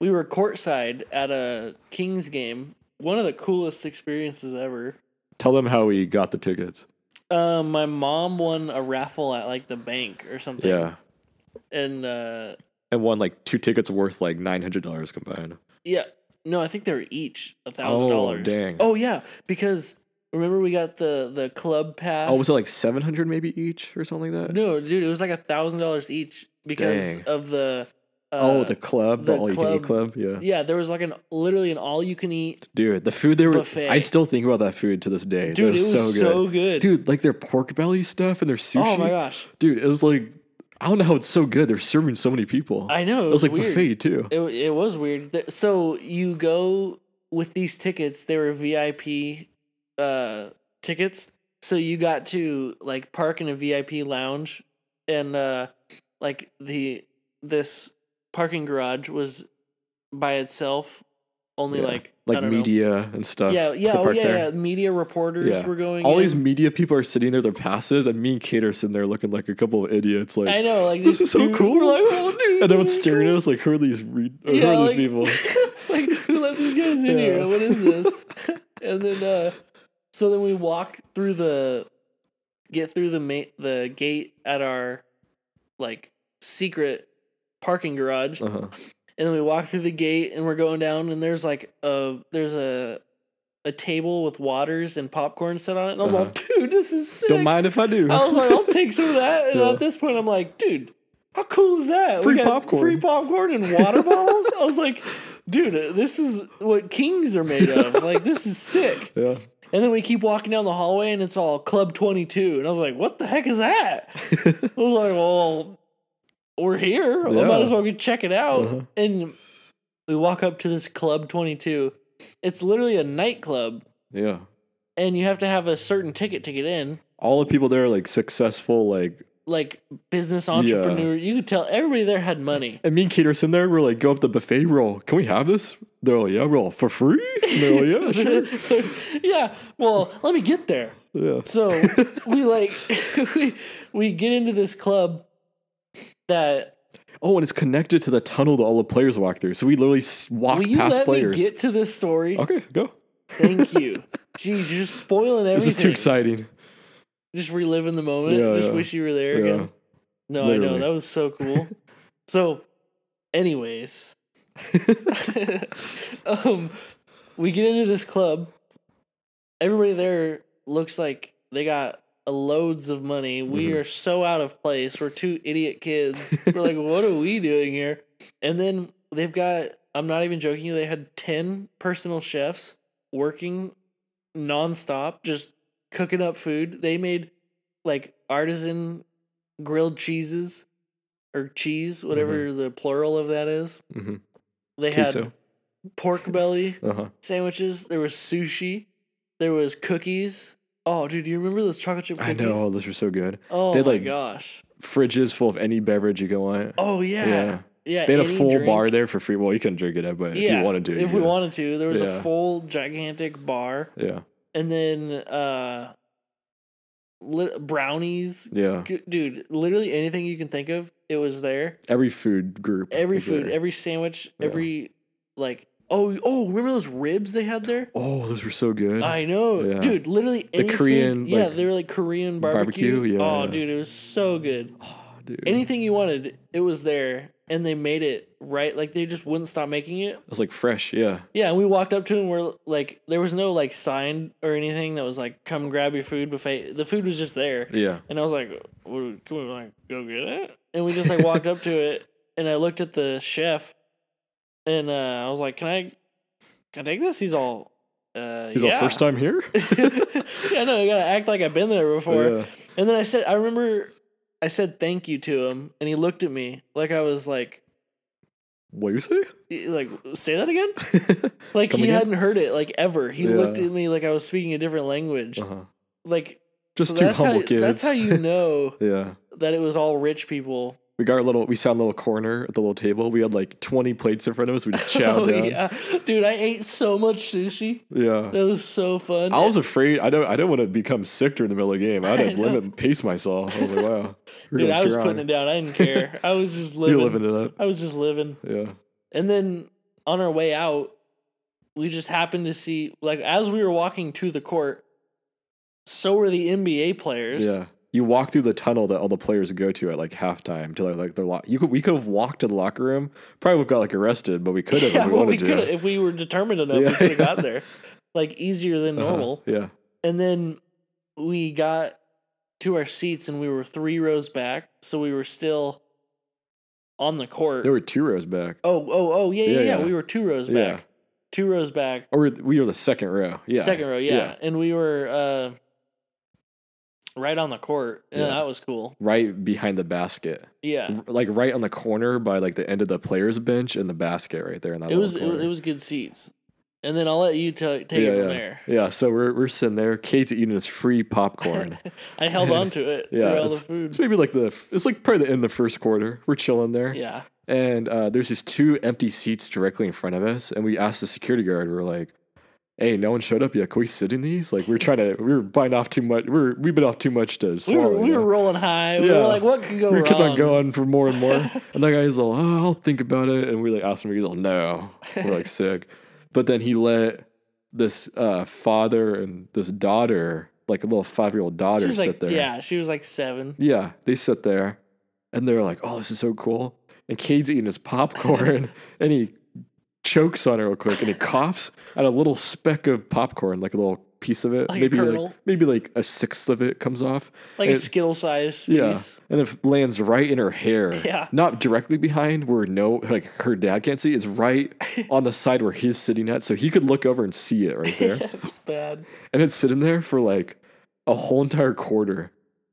We were courtside at a Kings game. One of the coolest experiences ever.
Tell them how we got the tickets.
Um, my mom won a raffle at like the bank or something.
Yeah.
And uh,
And won like two tickets worth like nine hundred dollars combined.
yeah. No, I think they were each a thousand
Oh,
dollars.
dang.
Oh yeah, because remember we got the the club pass.
Oh, was it like seven hundred maybe each or something like that?
No, dude, it was like a thousand dollars each because
Dang.
of the. Uh,
oh, the club, the,
the
all you can eat club. Yeah.
yeah, there was like an literally an all you can eat.
Dude, the food they were
Buffet.
I still think about that food to this day.
Dude, it
Dude,
was so good.
Dude, like their pork belly stuff and their sushi.
oh my gosh,
Dude, it was like I don't know how it's so good. They're serving so many people.
I know it
it
was,
was like
weird.
buffet too.
It wa- it was weird. Th- So you go with these tickets. They were VIP uh, tickets, so you got to like park in a VIP lounge, and uh, like the this parking garage was by itself, only
Yeah.
like I
like
don't know.
media and stuff.
Yeah, yeah,
could
oh,
park
yeah,
there.
yeah. Media reporters
Yeah.
were going.
All
in.
these media people are sitting there, their passes, and me and Kate are sitting there looking like a couple of idiots. Like,
I know, like
this
these
is so
two-
cool.
We're like, oh, dude,
and
this
everyone's
is
staring
cool.
at us like, who are these? Re- or who
Yeah,
are these
like-
people?
like, who let these guys in here? What is this?
Uh-huh.
and then, uh, so then we walk through the, get through the ma- the gate at our, like secret parking garage,
Uh-huh.
and then we walk through the gate and we're going down, and there's like a there's a, a table with waters and popcorn set on it, and I was
Uh-huh.
like, dude, this is sick.
Don't mind if I do.
I was like, I'll take some of that. And
Yeah.
at this point, I'm like, dude, how cool is that?
Free popcorn.
free popcorn, and water bottles. I was like, dude, this is what kings are made of. Like, this is sick.
yeah.
And then we keep walking down the hallway, and it's all Club 22. And I was like, what the heck is that? I was like, well, we're here. I might
Yeah.
as well go check it out.
Uh-huh.
And we walk up to this Club 22. It's literally a nightclub,
Yeah.
and you have to have a certain ticket to get in.
All the people there are like successful, like,
like business entrepreneur. You could tell everybody there had money.
and me and Kate are sitting there. We're like, go up the buffet roll. Can we have this? They're like, yeah, roll for free. And They're like, yeah, sure.
so yeah, well, let me get there.
Yeah.
So we like we we get into this club that
Oh, and it's connected to the tunnel that all the players walk through. So we literally s- walk
will you
past
let
players.
me get to this story?
okay, go.
Thank you. Jeez, you're just spoiling everything.
This is too exciting.
Just relive in the moment.
Yeah,
just
yeah.
wish you were there
Yeah.
again. No, I know.
Literally.
That was so cool. so, anyways, um, we get into this club. Everybody there looks like they got loads of money. We
Mhm.
are so out of place. We're two idiot kids. We're like, what are we doing here? And then they've got, I'm not even joking you, they had 10 personal chefs working nonstop, just cooking up food. They made like artisan grilled cheeses or cheese, whatever the plural of that is.
hmm
They had
Mm-hmm. Queso.
pork belly
Uh huh.
sandwiches. There was sushi. There was cookies. Oh, dude, do you remember those chocolate chip
I
cookies?
know all those were so good.
Oh
They had,
my
like-
gosh.
Fridges full of any beverage you go want.
Oh yeah. Yeah.
Yeah. they had a
any
full
drink.
bar there for free. Well, you couldn't drink it, but if you wanted to,
If
you
we
could.
wanted to, there was a
Yeah.
full gigantic bar,
yeah,
and then uh, lit- brownies.
yeah.
G- Dude, literally anything you can think of, it was there.
Every food group.
Every
was
food,
there.
every sandwich,
Yeah.
every like. Oh, oh! Remember those ribs they had there?
oh, those were so good.
I know,
Yeah.
dude. Literally,
The
anything,
Korean,
yeah,
like,
they were like Korean barbecue.
barbecue, yeah,
oh,
yeah.
dude, it was so good.
oh, dude.
Anything you wanted, it was there, and they made it right. Like they just wouldn't stop making it.
It was like fresh. Yeah.
Yeah, and we walked up to him. We're like, there was no like sign or anything that was like, "Come grab your food buffet." The food was just there,
Yeah.
and I was like, well, "Can we like go get it?" And we just like walked up to it, and I looked at the chef, and uh, I was like, "Can I, can I take this?" He's all, uh,
He's
yeah.
our first time here.
yeah, no, I gotta act like I've been there before.
yeah.
And then I said, I remember I said thank you to him, and he looked at me like I was like,
What you say? Uh-huh.
y- like say that again. Like
Come
he
again?
hadn't heard it like ever. He
Yeah.
looked at me like I was speaking a different language.
uh-huh.
Like
Just
so
two
that's how-
humble kids.
That's how you know
yeah.
that it was all rich people.
We got our little. We sat in a little corner at the little table. We had like twenty plates in front of us. We just chowed
oh
down. Yeah.
yeah, dude, I ate so much sushi. That was so fun.
I was afraid. I don't. I don't want to become sick during the middle of the game. I
I
had to
know.
limit pace myself. I was like, wow. We're
dude,
gonna
I was
screw
putting it
on.
down. I didn't care. I was just living.
You're living it up.
I was just living.
Yeah.
And then on our way out, we just happened to see like as we were walking to the court, so were the NBA players.
Yeah. You walk through the tunnel that all the players go to at like halftime to like, like their lock. You could we could have walked to the locker room. Probably would have got like arrested, but we could have
Yeah,
if we
well, we
wanted
could
to.
if we were determined enough, we
Yeah,
could have
yeah.
got there, like easier than
Uh-huh.
normal.
Yeah.
And then we got to our seats, and we were three rows back, so we were still on the court.
There were two rows back.
oh, oh, oh, yeah, yeah,
Yeah,
yeah,
yeah.
We were two rows back.
Yeah.
Two rows back.
Or we were the second row. Yeah.
second row, yeah. And we were uh, right on the court. Yeah,
Yeah.
that was cool.
Right behind the basket.
Yeah,
R- Like right on the corner by like the end of the players bench and the basket right there in that
it
little
was, it was
corner.
it was good seats. And then I'll let you t- take
yeah,
it
yeah.
from there.
Yeah, so we're we're sitting there. Kate's eating this free popcorn.
I held on to it
Yeah,
through all the
it's-
food.
it's maybe like the f- it's like probably the end of the first quarter. We're chilling there.
Yeah,
and uh, there's these two empty seats directly in front of us. And we asked the security guard, we are like, "Hey, no one showed up yet. Can we sit in these? Like, we're trying to, we were biting off too much. We were, we've been off too much to
we
swallow.
were we
you
were
know?
rolling high. We were
Yeah.
like, what could go
We
wrong?
kept on going for more and more. and that guy's all, "Oh, I'll think about it. And we like asked him, he's all, no. We're like sick. But then he let this uh, father and this daughter, like a little five year old
She
daughter,
was
sit
like,
there.
yeah, she was like seven.
Yeah, they sit there and they're like, oh, this is so cool. And Cade's eating his popcorn and he chokes on it real quick and he coughs at a little speck of popcorn, like a little piece of it.
Like a
maybe
kernel?
like maybe like a sixth of it comes off.
Like a
It-
skittle sized
Yeah.
piece.
And it lands right in her hair.
Yeah.
Not directly behind where no like her dad can't see. It's right on the side where he's sitting at. So he could look over and see it right there
it's bad.
and it's sitting there for like a whole entire quarter.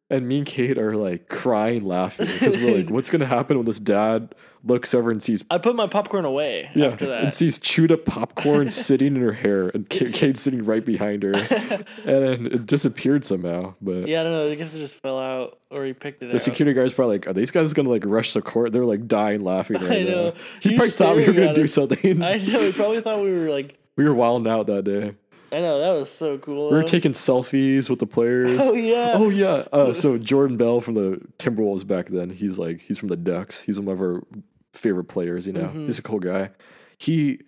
And me and Kate are like crying, laughing because we're like, "What's gonna happen when this dad looks over and sees
I put my popcorn away
yeah,
after
and
that.
sees chewed up popcorn sitting in her hair and Ka- Kate sitting right behind her, and then it disappeared somehow." But
yeah, I don't know. I guess it just fell out, or he picked it
the
out.
security guard's probably like, "Are these guys gonna like rush the court?" They're like dying laughing right
I know.
now. He
He
probably
was
thought we were
staring
gonna
at
do
us.
something.
I know. He probably thought we were like.
we were wilding out that day.
I know that was so cool.
We were
though.
taking selfies with the players.
Oh yeah.
Oh yeah. Uh, so Jordan Bell from the Timberwolves back then. He's like he's from the Ducks. He's one of our favorite players. You know,
Mhm.
he's a cool guy. He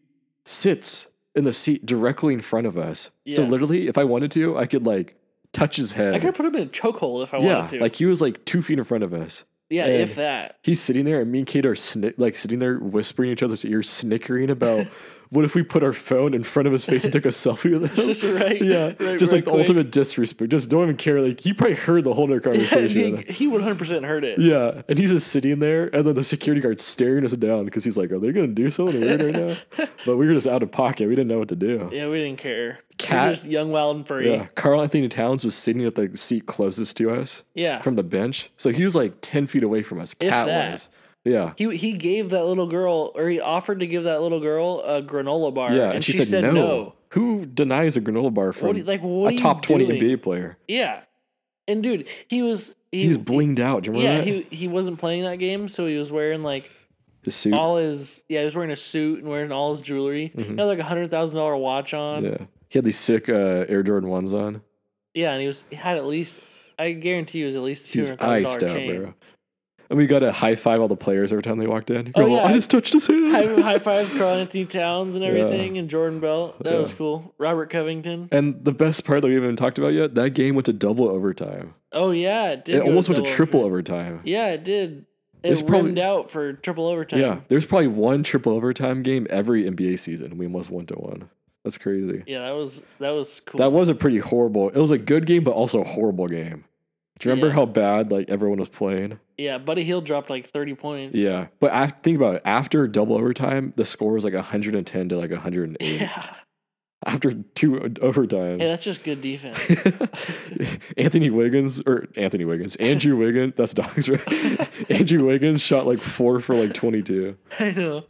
sits in the seat directly in front of us. So
Yeah.
literally, if I wanted to, I could like touch his head.
I could put him in a chokehold if I
yeah,
wanted to.
like he was like two feet in front of us,
Yeah,
And-
if that.
He's sitting there, and me and Kate are sni- like sitting there whispering in each other's ears, snickering about what if we put our phone in front of his face and took a selfie with him?
Just right-
Yeah.
right-
just like
right
the
quick.
ultimate disrespect. Just don't even care. Like, he probably heard the whole entire conversation.
he, he 100% heard it.
Yeah, and he's just sitting there, and then the security guard's staring us down because he's like, "Are they gonna do something weird right now?" But we were just out of pocket; we didn't know what to do.
Yeah, we didn't care.
Cat-
We're just young, wild, and free.
Yeah, Carl Anthony Towns was sitting at the seat closest to us
Yeah.
from the bench, so he was like ten feet away from us,
If
cat
that.
wise. Yeah,
He he gave that little girl, or he offered to give that little girl a granola bar.
yeah,
and, she, said, no.
Who denies a granola bar from
What do you- like what
a
are you
top twenty
doing?
NBA player?
Yeah, and dude, he was he,
He, was blinged out. Do you remember
Yeah,
that?
he he wasn't playing that game, so he was wearing like
His suit.
all his yeah he was wearing a suit and wearing all his jewelry. He had like a hundred thousand dollar watch on. Yeah.
Mm-hmm. yeah, he had these sick uh, Air Jordan ones on.
and he was he had at least I guarantee you it was at least
He
two
was
hundred thousand
iced
dollar
out,
chain.
bro. And we got to high five all the players every time they walked in.
Oh,
Go,
yeah.
I just touched his hand.
High, high five Carl Anthony Towns and everything, and Jordan Bell. That
Yeah.
was cool. Robert Covington.
and the best part that we haven't talked about yet, that game went to double overtime.
Oh yeah, it did.
It
go
almost went to
double
triple overtime.
Yeah, it did. It
There's
rimmed
probably-
out for triple overtime.
Yeah, there's probably one triple overtime game every NBA season. We almost went to one. That's crazy.
Yeah, that was that was cool.
That was a pretty horrible. It was a good game, but also a horrible game. Do you remember
Yeah.
how bad like everyone was playing?
yeah, Buddy Hill dropped like thirty points.
Yeah, but af think about it. After double overtime, the score was like 110 to like 108.
Yeah.
After two overtimes,
Hey, that's just good defense.
Anthony Wiggins or Anthony Wiggins, Andrew Wiggins. That's dogs, right? Andrew Wiggins shot like four for like twenty-two.
I know.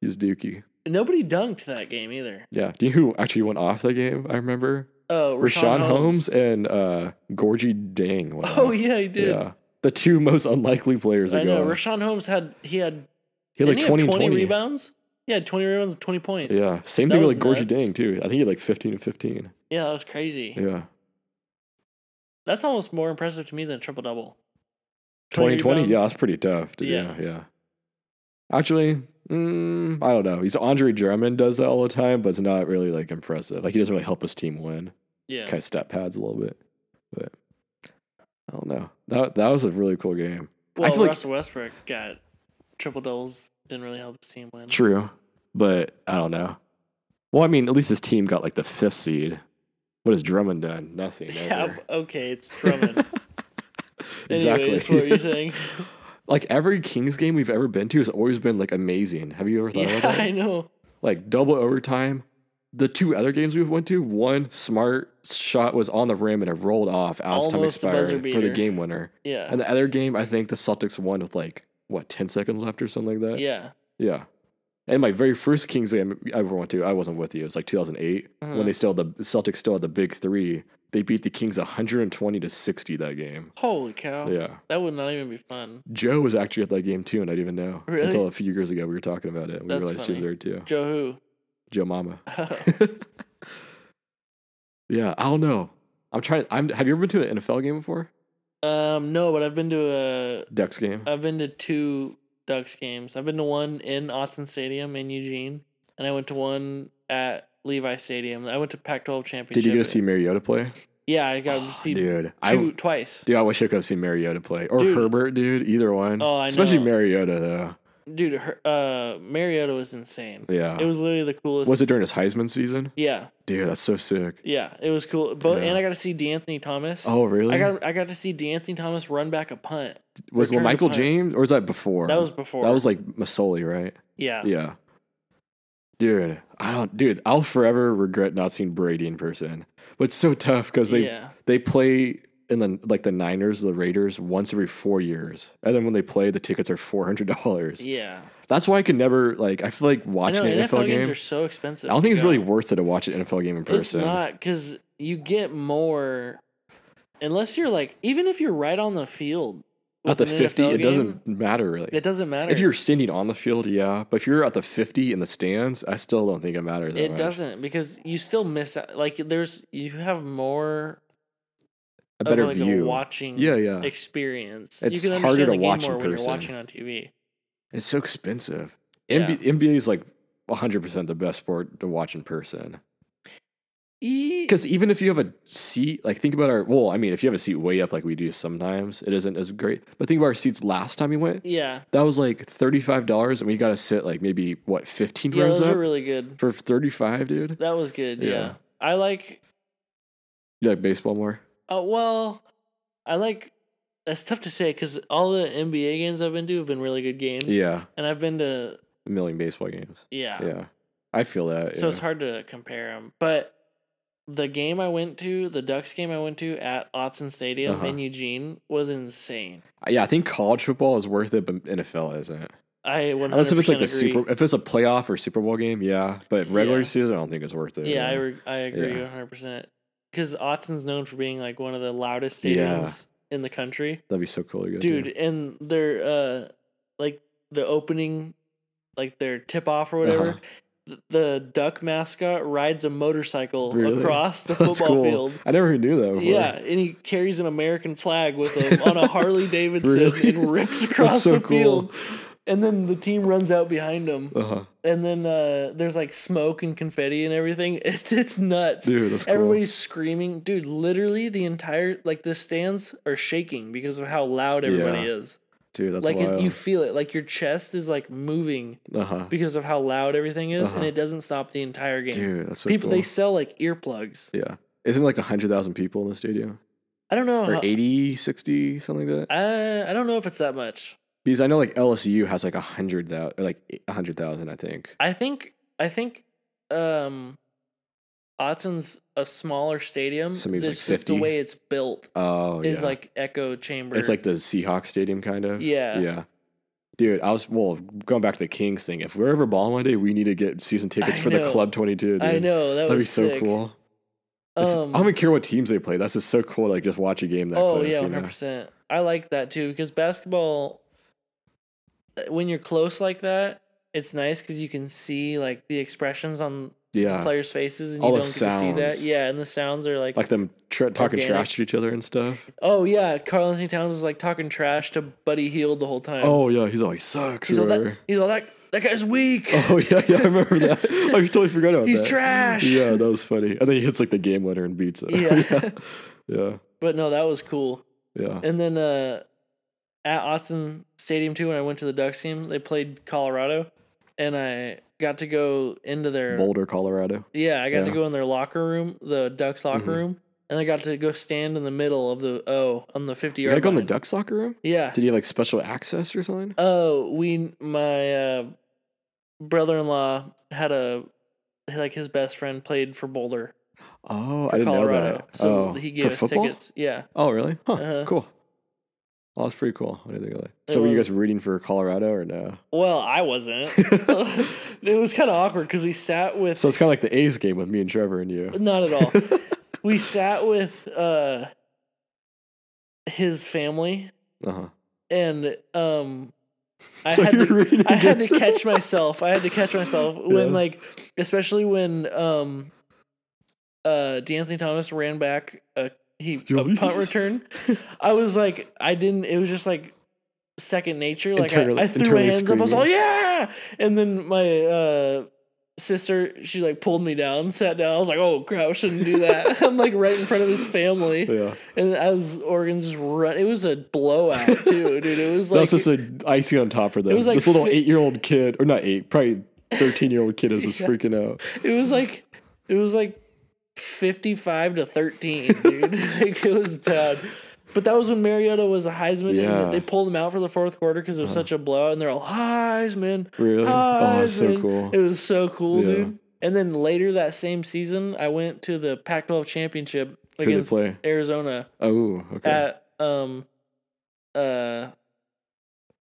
He's Dookie.
Nobody dunked that game either.
Yeah. Do you know who actually went off that game? I remember
Oh,
Rashawn
Rashawn,
Holmes. and uh, Gorgie Dang. Went
Oh
off.
yeah, he did.
the two most unlikely players.
I
I
know. Rashawn Holmes had he had
he had
didn't
like
he have
twenty and
20
20.
rebounds. Yeah, twenty rebounds, and twenty points.
Yeah, same
That
thing with
was
like Gorgie
nuts.
Dang too. I think he had like fifteen and fifteen.
yeah, that was crazy.
Yeah,
That's almost more impressive to me than a triple double.
20 and 20. Yeah,
rebounds?
that's pretty tough. To yeah,
Yeah.
do. yeah. Actually, mm, I don't know. He's Andre Drummond does that all the time, but it's not really like impressive. Like he doesn't really help his team win.
yeah.
Kind of step pads a little bit, but I don't know. That that was a really cool game.
Well,
feel like-
Russell Westbrook got triple doubles. Didn't really help his team win.
True, but I don't know. Well, I mean, at least his team got like the fifth seed. What has Drummond done? Nothing.
Yeah,
ever.
okay, it's Drummond.
Exactly.
Anyways, what were you saying?
Like every Kings game we've ever been to has always been like amazing. Have you ever thought
yeah,
about that?
I know.
like double overtime. The two other games we went to, one smart shot was on the rim and it rolled off as time
Almost the buzzer
expired for the
beater.
game winner.
Yeah.
And the other game, I think the Celtics won with like what ten seconds left or something like that.
yeah.
Yeah. And my very first Kings game I ever went to, I wasn't with you. It was like 2008
Uh-huh.
when they still had the the Celtics still had the big three. They beat the Kings 120 to 60 that game.
Holy cow.
Yeah.
That would not even be fun.
Joe was actually at that game too, and I didn't even know
Really?
until a few years ago. We were talking about it. and We
That's
realized she
funny.
was there too.
Joe who?
Joe Mama. yeah, I don't know. I'm trying. I'm. Have you ever been to an NFL game before?
um, no, but I've been to a
Ducks game.
I've been to two Ducks games. I've been to one in Austin Stadium in Eugene, and I went to one at Levi Stadium. I went to Pac-12 championship.
Did you get to see Mariota play?
Yeah, I got to see two
dude, I
twice.
dude, I wish I could have seen Mariota play or
Dude.
Herbert, dude. Either one.
Oh, I
Especially
know.
Mariota though.
Dude, her, uh, Mariota was insane.
Yeah.
It was literally the coolest.
was it during his Heisman season?
Yeah,
Dude, that's so sick.
yeah, it was cool. Both,
Yeah.
and I got to see D'Anthony Thomas.
Oh, really?
I got I got to see D'Anthony Thomas run back a punt.
was
returned to
Michael
punt.
James or was that before?
That was before.
that was like Masoli, right?
yeah.
Yeah. Dude, I don't dude, I'll forever regret not seeing Brady in person. But it's so tough because they
yeah.
they play in the like the Niners, the Raiders once every four years. And then when they play, the tickets are four hundred dollars.
Yeah.
That's why I could never like I feel like
I
watching
know
an
NFL,
NFL,
games
game.
are so expensive.
I don't think
to
it's
go.
really worth it to watch an NFL game in
It's
person.
not because you get more, unless you're like even if you're right on the field
at the
an
fifty,
NFL
it
game,
doesn't matter really.
It doesn't matter.
if you're standing on the field, yeah. But if you're at the fifty in the stands, I still don't think it matters. That
it
much.
doesn't because you still miss out. Like there's you have more
a better
of like
view.
a watching
yeah, yeah.
experience.
It's
you can
harder
understand
to
the game
watch in
more when you're
person.
watching on TV.
It's so expensive.
Yeah.
NBA, NBA is like 100% the best sport to watch in person.
Because
Because even if you have a seat, like think about our well, I mean, if you have a seat way up like we do sometimes, it isn't as great. But think about our seats last time we went.
yeah,
That was like thirty five dollars, and we got to sit like maybe what fifteen
yeah,
rows
those
up
are really good.
for thirty five, dude.
That was good. Yeah,
Yeah.
I like.
You like baseball more?
Uh, well, I like. That's tough to say because all the NBA games I've been to have been really good games.
Yeah,
and I've been to
a million baseball games.
yeah.
Yeah, I feel that.
So
yeah.
it's hard to compare them. But the game I went to, the Ducks game I went to at Otson Stadium
Uh-huh.
in Eugene was insane.
Yeah, I think college football is worth it, but NFL isn't.
I 100%
Unless if it's like the
agree.
super, if it's a playoff or Super Bowl game, yeah. But regular
Yeah.
season, I don't think it's worth it.
yeah, I, re- I agree
Yeah.
100%. Because Otson's known for being like one of the loudest
Yeah.
stadiums in the country.
that'd be so cool to go.
Dude,
to.
and their uh like the opening like their tip off or whatever,
Uh-huh.
th- the duck mascot rides a motorcycle
Really?
across the
That's
football
cool.
field.
I never knew that. Before.
Yeah, and he carries an American flag with him on a Harley Davidson
Really?
and rips across
so
the field. And then the team runs out behind him.
Uh huh.
And then uh, there's like smoke and confetti and everything. It's, it's nuts.
Dude, that's cool.
Everybody's screaming. Dude, literally the entire, like the stands are shaking because of how loud everybody
Yeah,
is.
Dude, that's
like
wild.
it, you feel it. Like your chest is like moving
uh huh.
because of how loud everything is. And
Uh-huh.
it doesn't stop the entire game.
Dude, that's so
People,
cool.
they sell like earplugs.
yeah. Isn't it like hundred thousand people in the stadium,
I don't know.
or
how-
80, 60, something like that?
Uh-huh. I, I don't know if it's that much.
Because I know like LSU has like a hundred thousand, like a hundred thousand, I think.
I think I think um Otson's a smaller stadium.
So maybe it's like
It's just the
50?
way it's built
Oh,
is
yeah.
like echo chamber.
it's like the Seahawks stadium, kind of.
yeah.
Yeah. Dude, I was well going back to the Kings thing. If we're ever balling one day, we need to get season tickets
I
for
know.
the Club Twenty Two.
I know that
that'd
was
be so
sick.
cool. It's-
Um,
I don't even care what teams they play. That's just so cool. to, Like just watch a game that.
oh
close,
yeah,
you
one
know?
hundred percent. I like that too because basketball, uh, when you're close like that, it's nice because you can see like the expressions on
Yeah,
players' faces and
Uh, All
you
the
don't get to see that.
sounds.
Yeah, and the sounds are like,
like them tra- talking
Organic.
trash to each other and stuff.
oh yeah, Carl Anthony Towns was like talking trash to Buddy Heald the whole time.
Oh yeah, he's all he sucks.
He's all
or
that.
whatever.
He's all that. That guy's weak.
Oh yeah, yeah, I remember that. I totally forgot about
he's
that.
trash.
Yeah, that was funny. And then he hits like the game winner and beats it.
Yeah.
yeah,
But no, that was cool.
yeah,
And then uh, at Otson Stadium too, when I went to the Ducks game, they played Colorado, and I got to go into their
Boulder, Colorado.
yeah, I got to
yeah.
go in their locker room, the Ducks locker
Mhm.
room, and I got to go stand in the middle of the O on the fifty
You gotta
yard
go in
line.
the duck soccer room.
Yeah.
Did you have like special access or something?
Oh, we my uh, brother-in-law had a like his best friend played for Boulder.
Oh,
for
I didn't
Colorado.
know that.
So
oh,
he
for
gave us
football?
tickets. Yeah.
Oh, really? Huh.
Uh-huh.
Cool. Well, that's pretty cool. I didn't think of that.
It
So, were you
was-
guys rooting for Colorado or no?
Well, I wasn't. it was kind of awkward because we sat with
So it's kind of like the A's game with me and Trevor and you.
not at all. we sat with uh his family
Uh huh.
and um I
So
had
you're
to,
rooting
I had to
against them?
catch myself. I had to catch myself when
Yeah.
like especially when um uh D'Anthony Thomas ran back a he a
Yo,
punt return. I was like I didn't it was just like second nature. Like
Internally-
I, I threw my
internally
hands up, I was
screaming.
all yeah and then my uh sister she like pulled me down sat down i was like oh crap I shouldn't do that i'm like right in front of his family
Yeah.
and as Oregon's just run, it was a blowout too, dude. It was like
That's just an icing on top for them.
was like
this little
fi-
eight year old kid, or not eight, probably 13 year old kid is just
Yeah.
freaking out.
it was like it was like fifty-five to thirteen, dude. like it was bad. But that was when Mariota was a Heisman.
Yeah. Uh-huh.
And they pulled him out for the fourth quarter because it was such a blowout, and they're all Heisman.
Really? oh, that's so
Heisman."
cool.
It was so cool,
Yeah.
dude. And then later that same season, I went to the Pac-12 championship
they
against
play?
Arizona
Oh, okay.
at um uh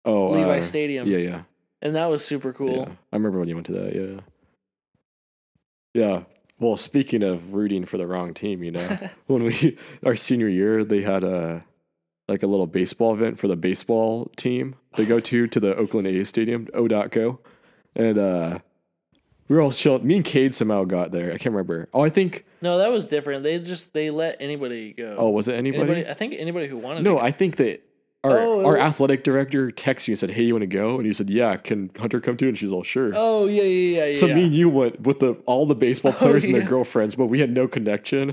oh,
Levi
uh,
Stadium.
Yeah, yeah.
and that was super cool.
Yeah. I remember when you went to that. Yeah. Yeah. Well, speaking of rooting for the wrong team, you know, when we our senior year, they had a like a little baseball event for the baseball team. They go to to the Oakland A's stadium, O.co, and uh we were all chilling. Me and Cade somehow got there. I can't remember. Oh, I think.
No, that was different. They just they let anybody go.
Oh, was it
anybody?
anybody?
I think anybody who wanted.
No,
to go.
I think that our,
Oh,
our
it-
athletic director texted you and said, "Hey, you want to go?" And you said, "Yeah." Can Hunter come too? And she's all, "Sure."
Oh yeah, yeah, yeah, yeah.
so me and you went with the all the baseball
Oh,
players and their
yeah.
girlfriends, but we had no connection.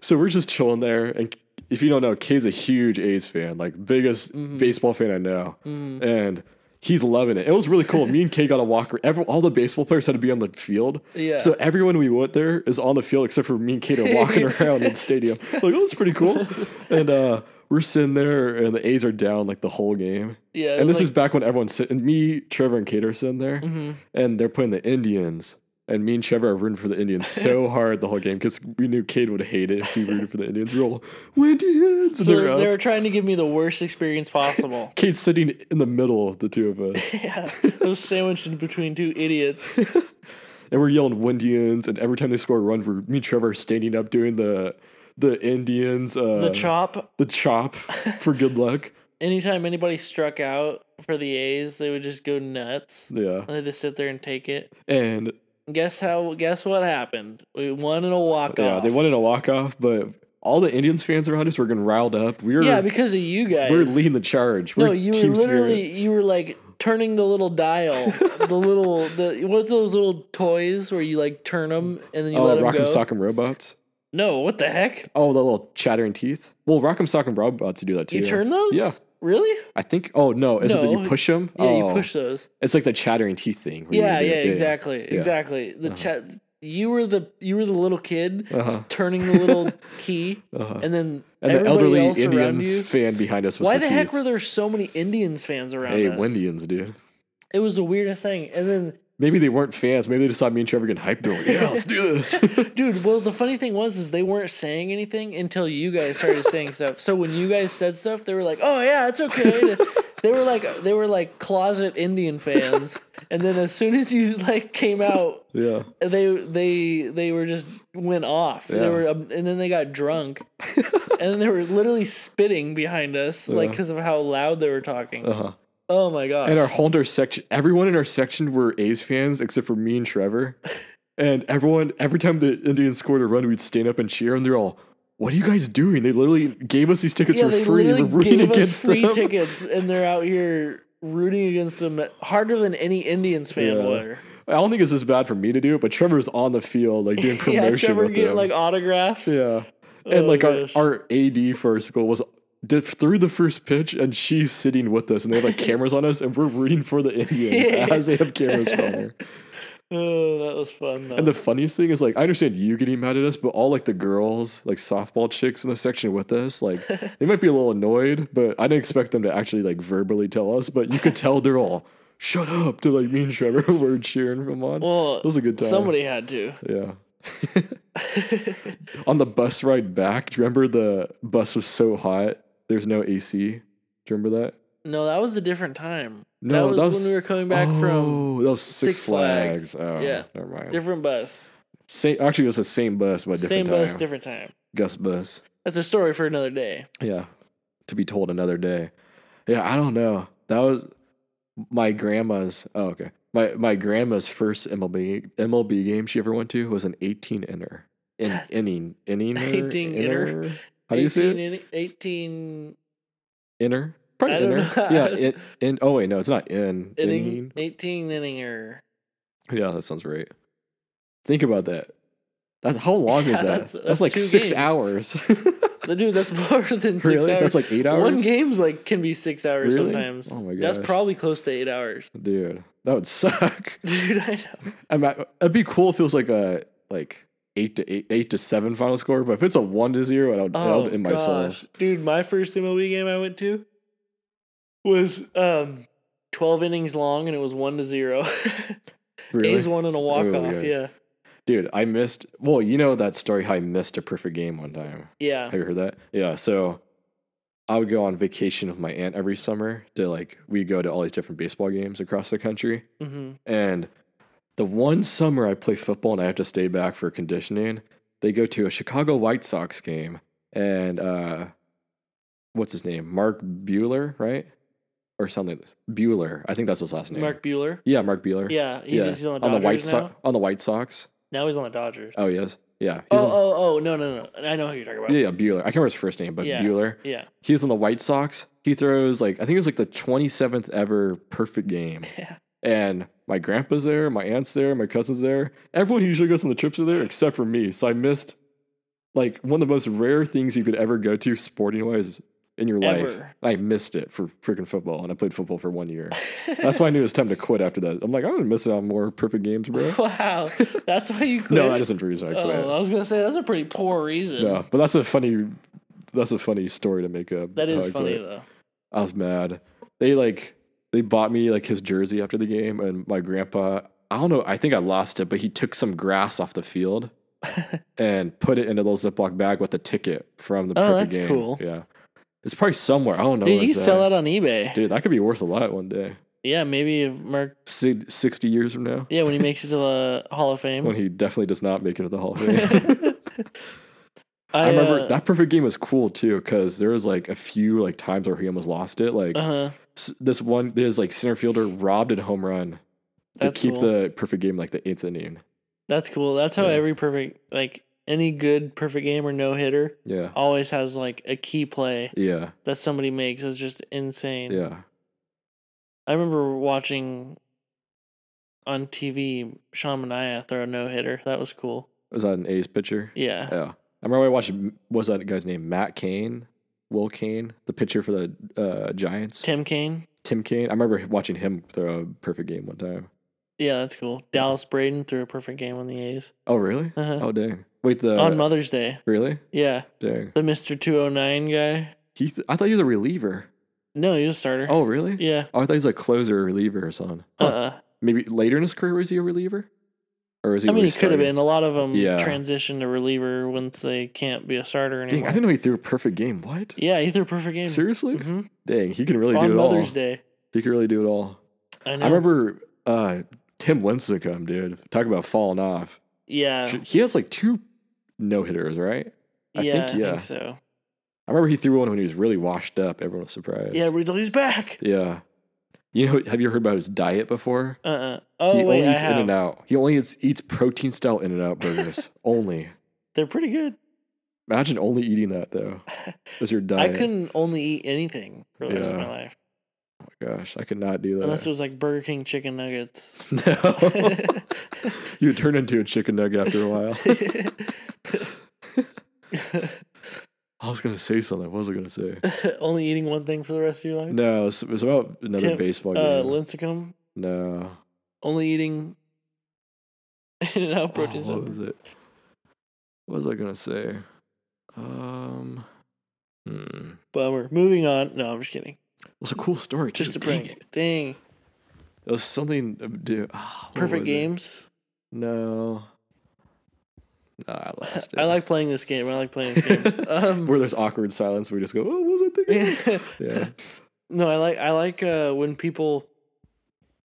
so we're just chilling there. And if you don't know, Kay's a huge A's fan, like biggest
Mhm.
baseball fan I know,
Mhm.
and he's loving it. It was really cool. me and Kay got a walk. Every, all the baseball players had to be on the field.
Yeah.
So everyone we went there is on the field except for me and Kate are walking around in the stadium. Like, oh, that's pretty cool. And uh, we're sitting there, and the A's are down like the whole game.
yeah. it
And
was
this
like- Mm-hmm.
is back when everyone's sitting. Me, Trevor, and Kate are sitting there, and they're playing the Indians. And me and Trevor are rooting for the Indians so hard the whole game because we knew Kate would hate it if we rooted for the Indians. We're all, Indians! And
So
they're up.
they were trying to give me the worst experience possible.
Kate's sitting in the middle of the two of us.
yeah, I was sandwiched in between two idiots.
and we're yelling Windians, and every time they score a run, we're, me and Trevor are standing up doing the the Indians uh,
The chop.
the chop for good luck.
Anytime anybody struck out for the A's, they would just go nuts.
Yeah,
They just sit there and take it.
and
Guess how? Guess what happened? We won in a walk off.
yeah, they wanted a walk off, but all the Indians fans around us were getting riled up. We were
Yeah, because of you guys.
we were leading the charge.
No,
We're
you
team
were literally you were like turning the little dial, the little the what's those little toys where you like turn them and then you let
spirit.
'em
oh
go.
Rock'em Sock'em Robots.
No, what the heck?
Oh, the little chattering teeth. Well, Rock'em Sock'em Robots do that too.
You turn those?
Yeah.
Really?
I think. Oh no, is it that
No.
you push them?
Yeah,
oh,
you push those.
It's like the chattering teeth thing. where you
Yeah,
do it.
yeah, exactly, exactly. The chat. You were the you were the little kid
Uh-huh.
just turning the little key,
Uh-huh.
and then
And the
everybody
elderly
else around
Indians
you.
fan behind us was
Why
the,
the heck
teeth.
were there so many Indians fans around
Hey,
us?
Wendians, dude.
It was the weirdest thing. And then
Maybe they weren't fans. Maybe they just saw me and Trevor getting hyped. They're like, "Yeah, let's do this."
Dude, well, the funny thing was is they weren't saying anything until you guys started saying stuff. So when you guys said stuff, they were like, "Oh yeah, it's okay." they were like, they were like closet Indian fans. And then as soon as you like came out,
yeah.
they they they were just went off. They
Yeah.
were, um, and then they got drunk, and then they were literally spitting behind us, like
Yeah.
because of how loud they were talking.
Uh-huh.
Oh my gosh!
And our whole entire section, everyone in our section were A's fans except for me and Trevor. And everyone, every time the Indians scored a run, we'd stand up and cheer, and they're all, "What are you guys doing?" They literally gave us these tickets
yeah,
for
they
free. and We're
literally
rooting
gave us
against
free
them.
tickets, and they're out here rooting against them harder than any Indians fan
Yeah.
would.
I don't think it's as bad for me to do it, but Trevor's on the field like doing promotion
Yeah, Trevor
with
get
them.
like autographs.
yeah, and like our,
gosh.
our AD for our school was did, threw the first pitch, and she's sitting with us, and they have like cameras on us, and we're rooting for the Indians
Yeah.
as they have cameras on her.
Oh, that was fun though.
And the funniest thing is, like, I understand you getting mad at us, but all like the girls, like softball chicks in the section with us, like, they might be a little annoyed, but I didn't expect them to actually like verbally tell us, but you could tell they're all shut up to like me and Trevor were cheering from on.
well,
it was a good time.
somebody had to.
Yeah. On the bus ride back, do you remember the bus was so hot? There's no AC. Do you remember that?
No, that was a different time.
No,
that was,
that was-
when we were coming back from
Oh, that was Six,
Six Flags.
Flags. Oh,
Yeah.
never mind.
different bus,
same, actually, it was the same bus, but different
same
time.
bus, different time.
Gus bus.
That's a story for another day.
Yeah, to be told another day. Yeah, I don't know. That was my grandma's. Oh, okay. My my grandma's first MLB MLB game she ever went to was an 18 inner. In,
That's-
inning inning
18 inner.
How do you say it?
18 in- Eighteen
Inner. Probably
I don't
inner.
know.
Yeah. In, in. Oh wait, no, it's not in.
inning, eighteen inninger.
Inning. Yeah, that sounds right. Think about that. That's how long
Yeah,
is that?
that's-
That's,
that's
like
two
six
games.
hours.
Dude, that's more than six
really?
hours.
That's like eight hours.
One game's like can be six hours
Really?
sometimes.
Oh my
That's
gosh.
probably close to eight hours.
Dude, that would suck.
Dude, I know.
I mean, it'd be cool if it was like a like eight to eight, eight to seven final score, but if it's a one to zero, I don't, I
Oh
don't in my
gosh.
soul.
Dude, my first MLB game I went to was um twelve innings long and it was one to zero. A's
Really, Oh
won in a walk off,
gosh.
yeah.
dude, I missed. Well, you know that story how I missed a perfect game one time.
Yeah.
Have you heard that? Yeah. So I would go on vacation with my aunt every summer to like we go to all these different baseball games across the country,
hmm
and the one summer I play football and I have to stay back for conditioning, they go to a Chicago White Sox game and uh what's his name? Mark Bueller, right? Or something. Bueller. I think that's his last name.
Mark Bueller.
yeah, Mark Bueller.
Yeah, he,
Yeah.
he's on the
on
Dodgers
the White
now.
Sox on the White Sox.
now he's on the Dodgers.
Oh yes. Yeah. He's
Oh,
on-
oh, oh, no, no, no. I know who you're talking about.
yeah, yeah, Bueller. I can't remember his first name, but
Yeah.
Bueller.
Yeah.
He was on the White Sox. He throws like I think it was like the 27th ever perfect game.
Yeah.
And my grandpa's there, my aunt's there, my cousin's there. Everyone who usually goes on the trips are there except for me. So I missed like one of the most rare things you could ever go to sporting wise in your life.
Ever.
I missed it for freaking football, and I played football for one year. That's why I knew it was time to quit after that. I'm like, I'm gonna miss out on more perfect games, bro.
Wow. That's why you quit.
No, that isn't the reason I quit.
Oh, I was gonna say that's a pretty poor reason.
No, but that's a funny, that's a funny story to make up.
that
how
is
I
funny
quit.
though.
I was mad. They like they bought me like his jersey after the game, and my grandpa. I don't know. I think I lost it, but he took some grass off the field and put it into those Ziploc bag with the ticket from the
Oh,
perfect
that's
game.
cool.
Yeah, it's probably somewhere. I don't know.
Dude,
where
you
it's
sell
at.
that on eBay.
Dude, that could be worth a lot one day.
Yeah, maybe if Mark.
Si- Sixty years from now,
Yeah, when he makes it to the Hall of Fame.
when he definitely does not make it to the Hall of Fame.
I,
I remember
uh,
that perfect game was cool too because there was like a few like times where he almost lost it. Like
Uh-huh.
s- this one, there's like center fielder robbed a home run to
That's
keep
cool.
the perfect game like the eighth inning.
That's cool. That's how
Yeah.
every perfect, like any good perfect game or no hitter,
Yeah,
always has like a key play
yeah,
that somebody makes. That's just insane.
yeah.
I remember watching on TV Sean Mania throw a no hitter. That was cool.
Was that an A's pitcher?
Yeah.
Yeah, I remember I watched. What's that guy's name? Matt Kane, Will Kane, the pitcher for the uh, Giants.
Tim Kaine.
Tim Kane. I remember watching him throw a perfect game one time.
Yeah, that's cool. Dallas Braden threw a perfect game on the A's
Oh really?
Uh-huh.
Oh dang! Wait, the
on Mother's Day.
really?
Yeah,
Dang.
the Mister Two Hundred Nine guy.
He. Th- I thought he was a reliever.
No, he was a starter.
Oh really?
yeah.
Oh, I thought he was a closer or reliever or something.
Uh.
Huh.
uh
Maybe later in his career was he a reliever? Or was he?
I mean, he
always
could have
starting?
been. A lot of them
Yeah.
transition to reliever once they can't be a starter
Dang,
anymore.
I didn't know he threw a perfect game. What?
yeah, he threw a perfect game.
Seriously?
hmm
Dang, he can really
on
do it
Mother's
all.
Day.
He can really do it all.
I know.
I remember uh, Tim Lincecum, dude. Talk about falling off.
Yeah.
He has like two no hitters, right? I
yeah,
think-
I
yeah.
think so.
I remember he threw one when he was really washed up. Everyone was surprised.
Yeah, Ridley's back.
Yeah. You know, have you heard about his diet before?
Uh. uh Oh
he
wait,
only
I
eats In
have.
and Out. He only eats, eats protein style In and Out burgers. only.
They're pretty good.
Imagine only eating that though. As your
I
diet.
couldn't only eat anything for the rest of
Yeah.
my life
Oh Gosh, I could not do that.
unless it was like Burger King chicken nuggets.
No. you turn into a chicken nugget after a while. I was gonna say something. What was I gonna say?
only eating one thing for the rest of your life.
No, it was, it was about another
Tim,
baseball game.
uh, Lincecum
no.
only eating in and out
Oh,
protein.
what
soda.
was it? What was I gonna say? Um. Hmm.
Bummer. Moving on. No, I'm just kidding.
It was a cool story. too.
Just to
Dang
bring
it.
it. Dang.
It was something. uh, Dude, ah, what
Perfect
was it?
games.
No. No, I lost it.
I like playing this game. I like playing this game. Um,
where there's awkward silence. We just go, "Oh, what was I thinking?" yeah.
no, I like I like uh, when people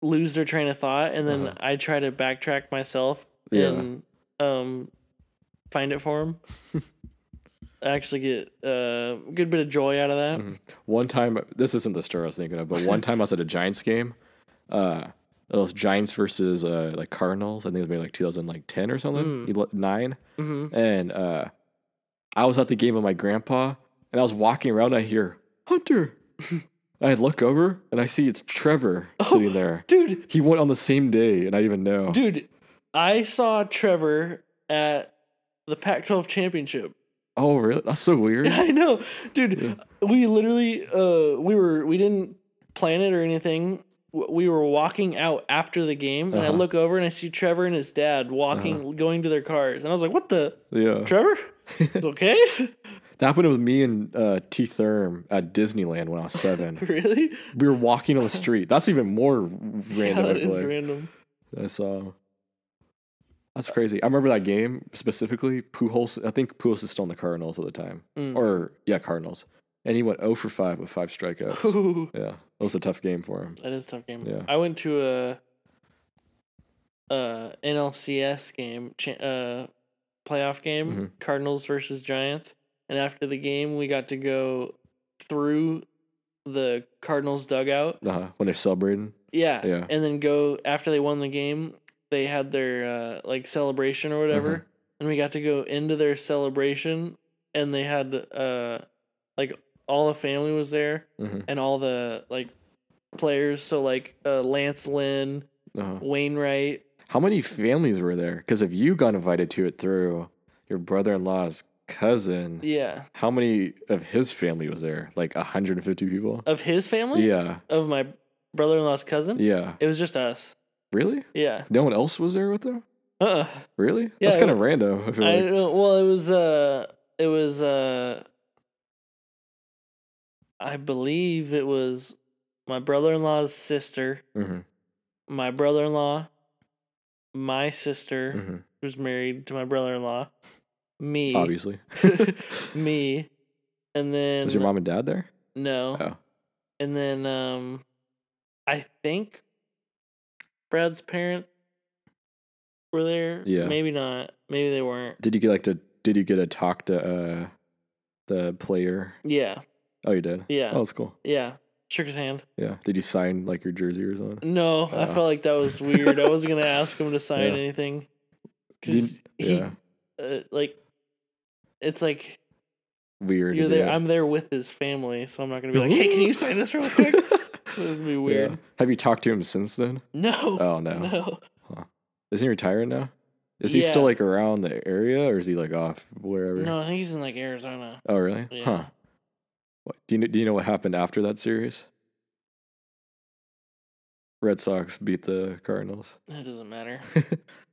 lose their train of thought and then
Uh-huh.
I try to backtrack myself
Yeah.
and um find it for them. I actually get uh, a good bit of joy out of that.
Mhm. One time, this isn't the story I was thinking of, but one time I was at a Giants game. Uh, it was Giants versus uh, like Cardinals. I think it was maybe like 2010 or something,
Mm.
ele- nine.
hmm
And uh, I was at the game with my grandpa, and I was walking around. And I hear Hunter. and I look over and I see it's Trevor sitting there.
Dude,
He went on the same day, and I even know.
Oh. dude, I saw Trevor at the Pac-12 championship.
Oh, really? That's so weird.
I know, dude. We literally, uh, we were, we didn't plan it or anything. W- We were walking out after the game, and I
Uh-huh.
look over and I see Trevor and his dad walking, going to their cars, and I was like, "What the,
yeah.
Trevor? It's okay,
That happened with me and uh, T. Therm at Disneyland when I was seven.
really?
we were walking on the street. That's even more random.
yeah,
I
that
feel
is
like.
random.
I saw. uh, That's crazy. I remember that game specifically. Pujols, I think Pujols is still in the Cardinals at the time,
Mm.
or yeah, Cardinals, and he went 0 for five with five strikeouts.
Ooh,
yeah, that was a tough game for him.
that is a tough game.
Yeah.
I went to a, a NLCS game, cha- uh, playoff game,
Mhm.
Cardinals versus Giants, and after the game, we got to go through the Cardinals dugout.
Uh-huh. When they're celebrating,
Yeah.
Yeah. Mm-hmm.
And then go after they won the game, they had their uh, like celebration or whatever. and we got to go into their celebration and they had uh like all the family was there
hmm
and all the like players so like uh, lance lynn
Uh-huh.
wainwright
How many families were there? Because if you got invited to it through your brother-in-law's cousin,
yeah
how many of his family was there? Like 150 people?
of his family
Yeah.
of my brother-in-law's cousin
Yeah.
it was just us
Really?
yeah
No one else was there with them?
uh-uh.
Really?
Yeah,
That's
it
kind of random. I feel
I
like.
don't know. Well, it was uh it was uh I believe it was my brother-in-law's sister,
Mhm,
my brother-in-law, my sister
mhm.
who's married to my brother-in-law, me,
Obviously.
me, and then
was your mom and dad there?
no.
Oh.
And then um I think Brad's parents were there.
Yeah.
Maybe not. Maybe they weren't.
Did you get like to? Did you get to talk to uh, the player?
Yeah.
Oh, you did.
Yeah.
Oh, that's cool.
Yeah. Shook his hand.
Yeah. Did you sign like your jersey or something?
No, I
Uh.
felt like that was weird. I wasn't gonna ask him to sign
Yeah.
anything
Did you-
because
yeah.
he, uh, like, it's like
Weird.
you're
to do
there.
that.
I'm there with his family, so I'm not gonna be like, hey, can you sign this real quick? that would be weird.
Yeah. Have you talked to him since then?
No,
Oh no.
no,
Isn't he retired now? Is he
Yeah.
still like around the area, or is he like off wherever?
no. I think he's in like Arizona.
Oh really?
Yeah.
Huh. What, do you kn- do you know what happened after that series? Red Sox beat the Cardinals.
That doesn't matter.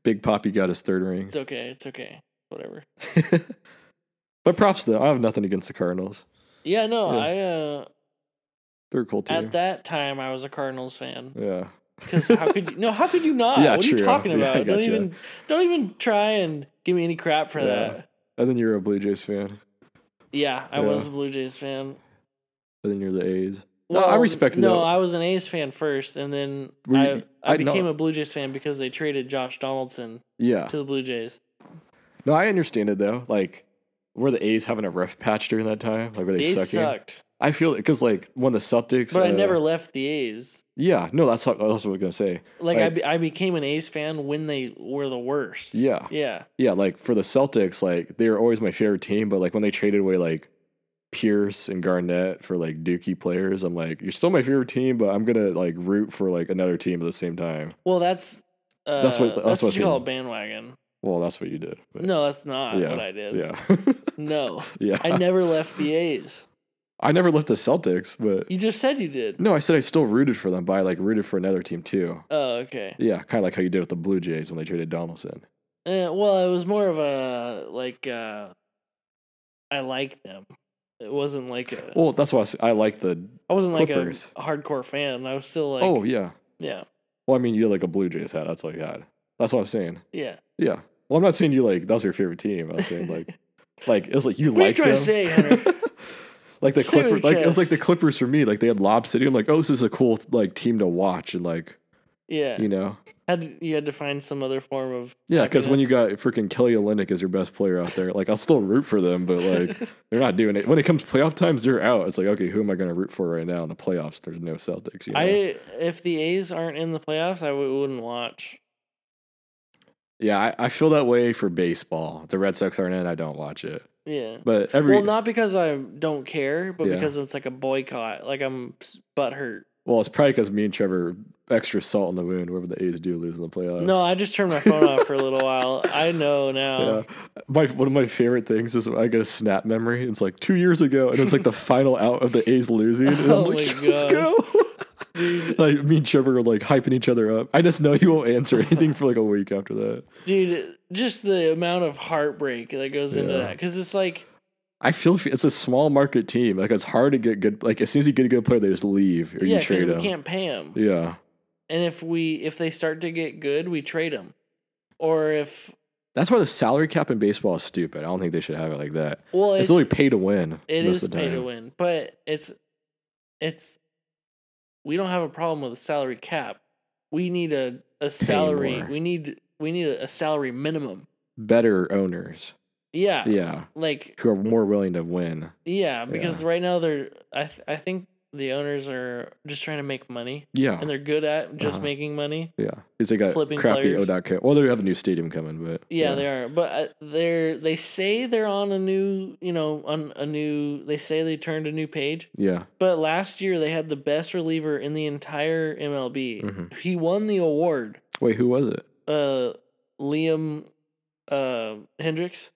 Big Poppy got his third ring.
It's okay. It's okay. Whatever.
but props though, I have nothing against the Cardinals.
Yeah, no.
Yeah.
I uh,
They're a cool team.
at that time I was a Cardinals fan
yeah.
because how could you, no? How could you not?
Yeah,
what are you
true.
talking
Yeah, I
about? don't
gotcha.
even don't even try and give me any crap for
Yeah.
that.
And then you're a Blue Jays fan.
Yeah, I
Yeah.
was a Blue Jays fan.
And then you're the A's. No, I respect
No,
that.
I was an A's fan first, and then
Were
I,
you-
I
I know-
became a Blue Jays fan because they traded Josh Donaldson
Yeah.
to the Blue Jays.
No, I understand it though. Like, were the A's having a rough patch during that time? Like, were
The
they
A's
sucking?
sucked,
I feel it because like when the Celtics.
but I
uh,
never left the A's.
Yeah, no, that's what, that's what I was gonna say.
Like, I,
like-
be, I became an A's fan when they were the worst.
Yeah.
yeah,
Yeah, like for the Celtics, like they were always my favorite team, but like when they traded away like Pierce and Garnett for like Dookie players, I'm like, you're still my favorite team, but I'm gonna like root for like another team at the same time.
Well, that's uh,
That's what- that's
what
what's
you call a
in-
bandwagon.
Well, that's what you did. but-
No, that's not
Yeah,
what I did.
Yeah.
No,
yeah.
I never left the A's.
I never left the Celtics, but
You just said you did.
no, I said I still rooted for them, but I like rooted for another team too.
Oh, okay.
Yeah, kind of like how you did with the Blue Jays when they traded Donaldson.
Uh, well, it was more of a like uh I like them. It wasn't like a
Well, that's why I, s- I like the.
I wasn't like a
Clippers.
hardcore fan. I was still like
oh yeah.
yeah,
Well, I mean, you had like a Blue Jays hat. That's all you had. That's what I'm saying.
yeah.
Yeah. Well, I'm not saying you like that was your favorite team. I was saying like, like it was like you
What are you
like
trying to
them.
say, Hunter?
like the
Say what
Clippers.
you
Like it was like
just-
the Clippers for me. Like they had Lob City. I'm like, oh, this is a cool like team to watch and like
Yeah.
you know.
had you had to find some other form of
Yeah, because when you
happiness.
got freaking Kelly Olynyk as your best player out there, like I'll still root for them, but like they're not doing it. When it comes to playoff times, they're out. It's like, okay, who am I going to root for right now in the playoffs? There's no Celtics. You know?
I if the A's aren't in the playoffs, I w- wouldn't watch.
yeah, I, I feel that way for baseball. The Red Sox aren't in. I don't watch it,
Yeah.
but every
well, not because I don't care, but
Yeah.
because it's like a boycott. Like I'm s- butthurt.
Well, it's probably because me and Trevor extra salt in the wound whenever the A's do lose in the playoffs.
No, I just turned my phone off for a little while. I know now.
Yeah. My one of my favorite things is when I get a snap memory. It's like two years ago, and it's like the final out of the A's losing. And
Oh
I'm like,
my
let's
gosh.
go.
Dude,
like me and Trevor are like hyping each other up. I just know you won't answer anything for like a week after that.
dude, just the amount of heartbreak that goes into
Yeah.
that. Because it's like,
I feel f- it's a small market team. Like it's hard to get good. Like as soon as you get a good player, they just leave or
yeah,
you
because
trade
we
them.
can't pay them.
Yeah,
And if we if they start to get good, we trade them. Or if
that's why the salary cap in baseball is stupid. I don't think they should have it like that.
well,
It's,
it's,
only pay to win.
it
most
is
of the
pay to
time.
win, but it's it's we don't have a problem with a salary cap. We need a a salary.
more.
We need we need a, a salary minimum.
Better owners.
Yeah,
Yeah,
like
who are more willing to win.
Yeah, because right now they're. I th- I think the owners are just trying to make money,
Yeah.
and they're good at just
Uh-huh.
making money.
Yeah, because they got
Flipping
crappy
players.
ODOT. Co- well, they have a new stadium coming, but
Yeah, they are. But uh, they're they say they're on a new, you know, on a new. They say they turned a new page.
yeah,
But last year they had the best reliever in the entire MLB.
Mhm.
He won the award.
Wait, who was it?
Uh, Liam, uh, Hendricks.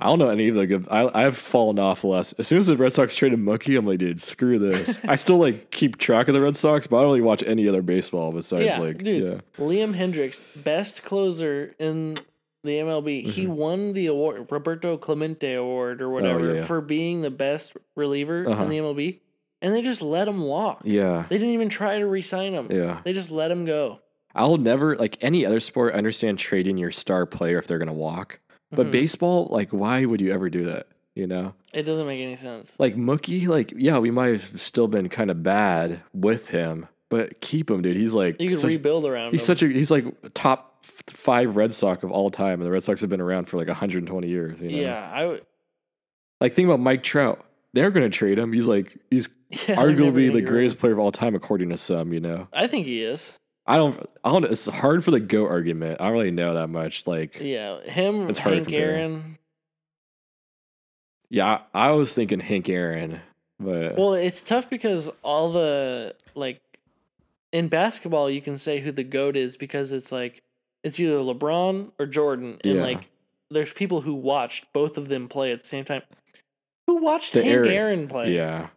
I don't know any of the good. I I've fallen off the last. As soon as the Red Sox traded Mookie, I'm like, dude, screw this. I still like keep track of the Red Sox, but I don't really watch any other baseball besides
Yeah,
like
dude.
yeah.
Liam Hendricks, best closer in the MLB. He
Mm-hmm.
won the award, Roberto Clemente Award or whatever,
Oh, yeah.
for being the best reliever
Uh-huh.
in the MLB. And they just let him walk.
Yeah,
They didn't even try to re-sign him.
yeah.
They just let him go.
I'll never like any other sport. I understand trading your star player if they're gonna walk, but
Mhm.
baseball, like, why would you ever do that? You know,
it doesn't make any sense.
like Mookie, like yeah, we might have still been kind of bad with him, but keep him, dude. He's like
You could
such-
rebuild around
He's
him.
such a he's like top f- five Red Sox of all time, and the Red Sox have been around for like 120 years. You know?
yeah, I would.
Like think about Mike Trout. They're going to trade him. He's like he's
Yeah, they're never
arguably
gonna
the
get rid of
greatest
him.
player of all time according to some. You know,
I think he is.
I don't. I don't. It's hard for the goat argument. I don't really know that much. Like yeah,
Yeah, him,
It's hard to
Hank
compare.
Aaron.
I, I was thinking Hank Aaron, but
Well, it's tough because all the like in basketball, you can say who the goat is because it's like it's either LeBron or Jordan, and
Yeah.
like there's people who watched both of them play at the same time. Who watched
The
Hank
era.
Aaron play?
yeah,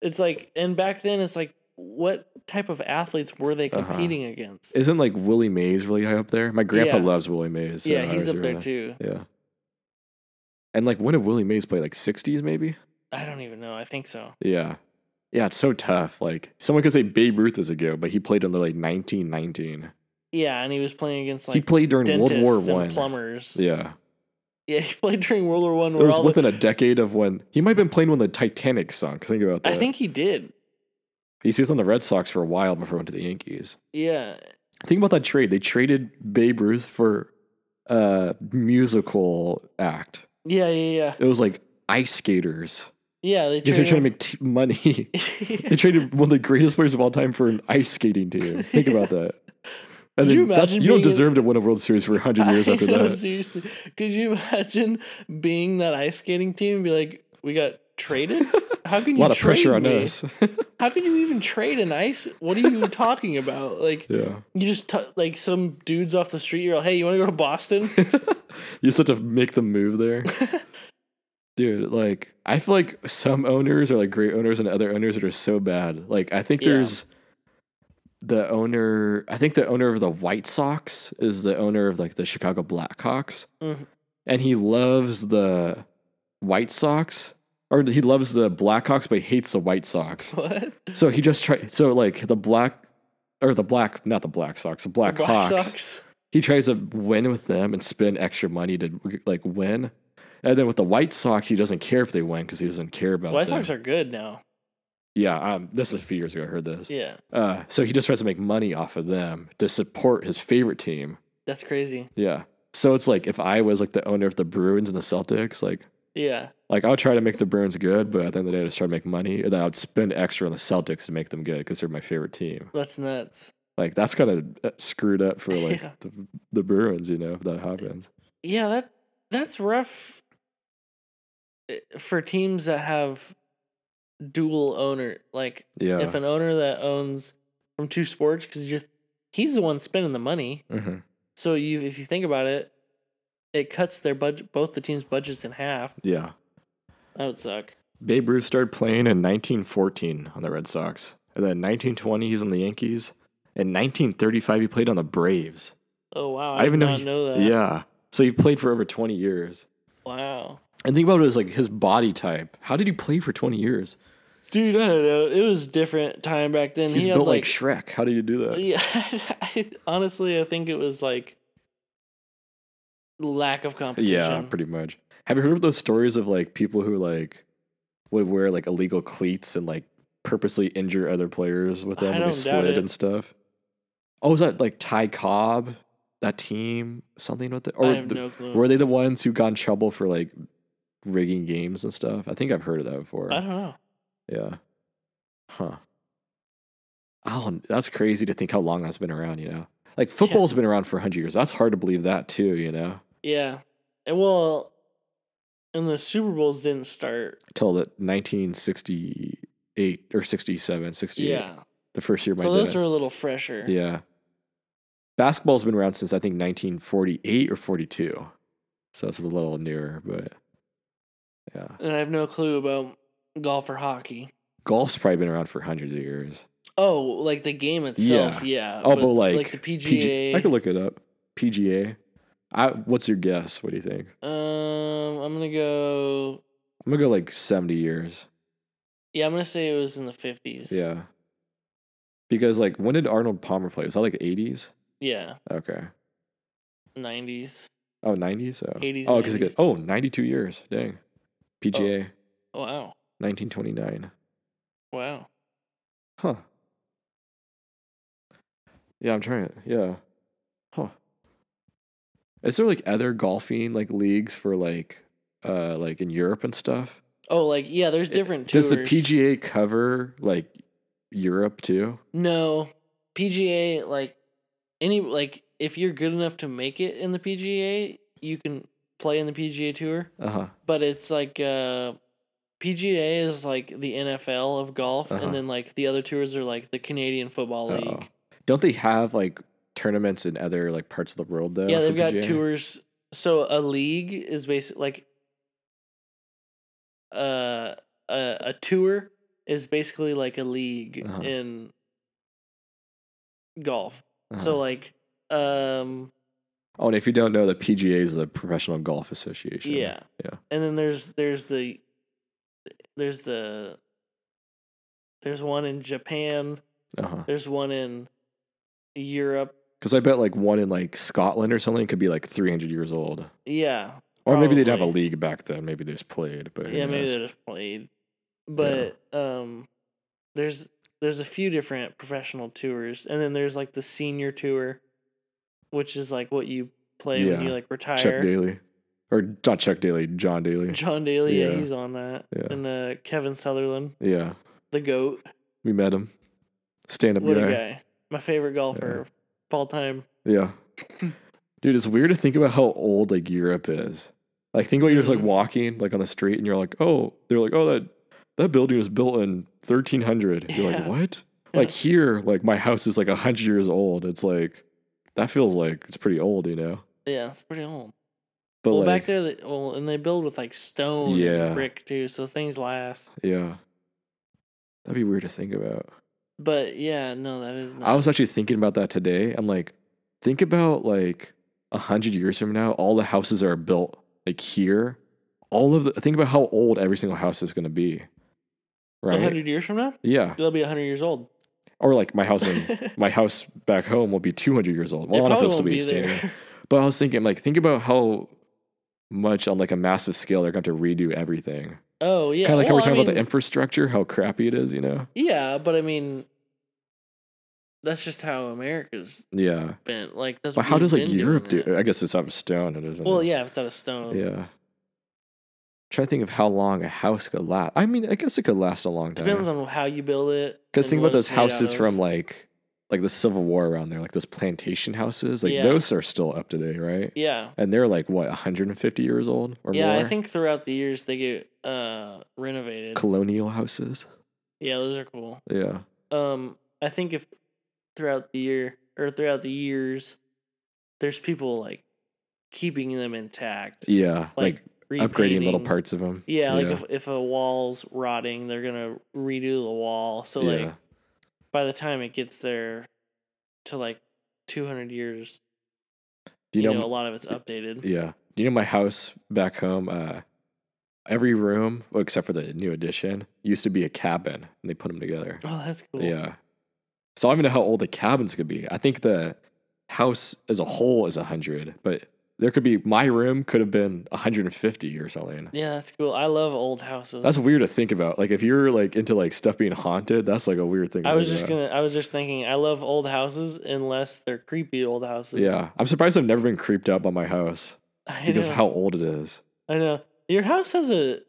it's like and back then it's like what type of athletes were they
Uh-huh.
competing against?
isn't like Willie Mays really high up there? My grandpa
Yeah.
loves Willie Mays. so
yeah,
I
he's
was
up there
really-
too.
Yeah. And like when did Willie Mays play? Like 60s maybe.
I don't even know. I think so.
Yeah. Yeah, it's so tough. Like someone could say Babe Ruth is a goat, but he played until like 1919.
Yeah, and he was playing against
he
like
played during World
dentists
War
and
One.
plumbers.
Yeah,
Yeah, he played during World War One.
it
where
was
all the,
within a decade of when he might have been playing when the Titanic sunk. Think about that.
I think he did.
he was on the Red Sox for a while before he went to the Yankees.
Yeah,
Think about that trade. They traded Babe Ruth for a musical act.
yeah, yeah, yeah.
It was like ice skaters.
Yeah, they
Because they're
traded.
trying to make t- money.
him-
they traded one of the greatest players of all time for an ice skating team. Think about that. And
Could you
then that's,
imagine
you don't
being in-
deserve to win a World Series for 100 years
I
after
know,
that.
seriously. Could you imagine being that ice skating team and be like, we got traded? How
A
can you
lot of
trade
pressure on
me?
us.
How can you even trade an ice? What are you talking about? Like,
yeah.
you just, t- like, some dudes off the street, you're like, hey, you want to go to Boston?
You just have to make the move there. Dude, like, I feel like some owners are like great owners and other owners that are so bad. Like, I think
Yeah.
there's the owner, I think the owner of the White Sox is the owner of like the Chicago Blackhawks.
Mhm.
And he loves the White Sox. Or he loves the Blackhawks, but he hates the White Sox.
what?
So he just tried. So like the black, or the black, not the Black Sox, the Black, Hawks.
Sox.
He tries to win with them and spend extra money to like win. And then with the White Sox, he doesn't care if they win because he doesn't care about.
White
them.
Sox are good now.
yeah. Um, this is a few years ago. I heard this.
Yeah,
Uh, so he just tries to make money off of them to support his favorite team.
that's crazy.
Yeah. So it's like if I was like the owner of the Bruins and the Celtics, like
Yeah,
like I would try to make the Bruins good, but at the end of the day, I just try to make money, and then I would spend extra on the Celtics to make them good because they're my favorite team.
that's nuts.
like that's kind of screwed up for like
Yeah.
the, the Bruins, you know, if that happens.
Yeah, that that's rough eh, for teams that have dual owner. Like
Yeah.
if an owner that owns from two sports, because you're he's the one spending the money.
Mhm.
So you, if you think about it, it cuts their budget, both the teams' budgets in half.
Yeah.
That would suck.
Babe Ruth started playing in 1914 on the Red Sox, and then 1920 he's on the Yankees, and 1935 he played on the Braves.
Oh wow,
I
I, did
even know
not
he-
know that.
yeah. So he played for over 20 years.
Wow,
And think about it as like his body type. How did he play for 20 years?
dude, I don't know. It was different time back then.
He's
he had
built like,
like
Shrek. How did you do that?
Yeah, I, honestly, I think it was like lack of competition.
Yeah, pretty much. Have you heard of those stories of like people who like would wear like illegal cleats and like purposely injure other players with
I
them when they
don't doubt
slid
it.
and stuff? Oh, was that like Ty Cobb? That team, something with it,
I
or
have
the-
no clue.
were they the ones who got in trouble for like rigging games and stuff? I think I've heard of that before.
I don't know.
Yeah, Huh. Oh, that's crazy to think how long that's been around, you know? Like football's been around for 100 years. That's hard to believe that, too, you know?
Yeah. And well, and the Super Bowls didn't start.
Till the 1968 or 67, 68.
Yeah.
The first year my
So
dad.
those are a little fresher.
Yeah. Basketball's been around since I think 1948 or 42. So it's a little newer, but yeah.
And I have no clue about golf or hockey.
Golf's probably been around for hundreds of years.
Oh, like the game itself. Yeah.
Oh, but, like,
like the PGA.
PG I could look it up. PGA. I, what's your guess? What do you think?
Um, I'm gonna go.
I'm going to go like 70 years.
Yeah, I'm gonna say it was in the 50s.
Yeah. Because like when did Arnold Palmer play? Was that like the 80s?
Yeah.
Okay.
90s.
Oh, 90s? Oh,
80s,
Oh, 'cause it goes-
90s.
oh, 92 years. Dang. PGA,
Oh. Wow.
1929.
Wow.
Huh. Yeah, I'm trying it. Yeah. Huh. Is there like other golfing like leagues for like uh like in Europe and stuff?
Oh, like yeah. There's different tours.
Eh, Does the PGA cover like Europe too?
No, PGA like any like if you're good enough to make it in the PGA, you can play in the PGA tour.
Uh-huh.
But it's like uh PGA is like the NFL of golf,
Uh-huh.
and then like the other tours are like the Canadian Football League.
Uh-oh. Don't they have like tournaments in other like parts of the world though?
yeah,
for
they've got
PGA?
tours. So a league is basically like uh, a a tour is basically like a league
Uh-huh.
in golf.
Uh-huh.
So like um
Oh, and if you don't know, the PGA is the Professional Golf Association.
yeah.
Yeah.
And then there's there's the there's the there's one in Japan,
Uh-huh.
there's one in Europe.
Because I bet like one in like Scotland or something could be like 300 years old.
Yeah.
Or maybe they'd have a
Probably.
league back then. Maybe they just played. But who
Yeah, maybe
knows?
they just played. But um there's there's a few different professional tours and then there's like the senior tour which is like what you play when
Yeah.
you like retire.
Chuck Daly, or not Chuck Daly, John Daly.
John Daly, yeah.
Yeah.
he's on that.
Yeah.
And uh Kevin Sutherland,
Yeah,
the goat.
we met him. Stand up
What
guy.
a guy. My favorite golfer of all time.
Yeah, dude, it's weird to think about how old like Europe is. Like think about you're just like
Mhm.
walking like on the street, and you're like, oh, they're like, oh that that building was built in 1300. You're like,
Yeah.
what?
Yeah.
Like here, like my house is like hundred years old. It's like that feels like it's pretty old, you know.
Yeah, it's pretty old.
But
well,
like,
back there, they, well, and they build with like stone
Yeah.
and brick too, so things last.
yeah, that'd be weird to think about.
But yeah, no, that is not.
I was actually thinking about that today. I'm like, think about like a hundred years from now, all the houses that are built like here. All of the think about how old every single house is going to be,
a
right?
hundred years from now,
Yeah,
they'll be a hundred years old.
or like my house in
it
my house back home will be 200 years old. Well, I don't know if
probably
it'll still
won't
be
be
standing.
there.
But I was thinking, like, think about how much on like a massive scale they're going to have to redo everything.
oh yeah,
kind of like how
well,
we're
I
talking about the
mean,
infrastructure, how crappy it is, you know?
Yeah, but I mean, that's just how America's
Yeah.
been. Like that's.
But
what
how
we've
does like
been doing
Europe do?
that.
I guess it's out of stone, it isn't.
Well,
it?
yeah, if it's out of stone.
Yeah. Trying to think of how long a house could last. I mean, I guess it could last a long time.
Depends on how you build it.
Because
and
think
what
about those
it's made out
houses
of.
from like like the Civil War around there, like those plantation houses. Like
Yeah.
those are still up to date, right?
Yeah.
And they're like what 150 years old or
Yeah,
more.
I think throughout the years they get uh renovated.
colonial houses.
Yeah, those are cool.
Yeah.
Um, I think if throughout the year or throughout the years, there's people like keeping them intact,
Yeah. Like,
Like,
upgrading little
repainting.
parts of them.
Yeah, like if if a wall's rotting, they're gonna redo the wall. So
Yeah.
like by the time it gets there to like 200 years,
Do you, know,
a lot of it's updated.
Yeah. Do you know my house back home? Uh, every room, well, except for the new addition, used to be a cabin, and they put them together.
Oh, that's cool.
Yeah. So I don't even know how old the cabins could be. I think the house as a whole is 100, but there could be my room could have been 150 or something.
Yeah, that's cool. I love old houses.
That's weird to think about. Like if you're like into like stuff being haunted, that's like a weird thing. to
I was
think
just
about.
gonna. I was just thinking. I love old houses unless they're creepy old houses.
Yeah, I'm surprised I've never been creeped out by my house
I
because
know.
of how old it is.
I know. Your house has a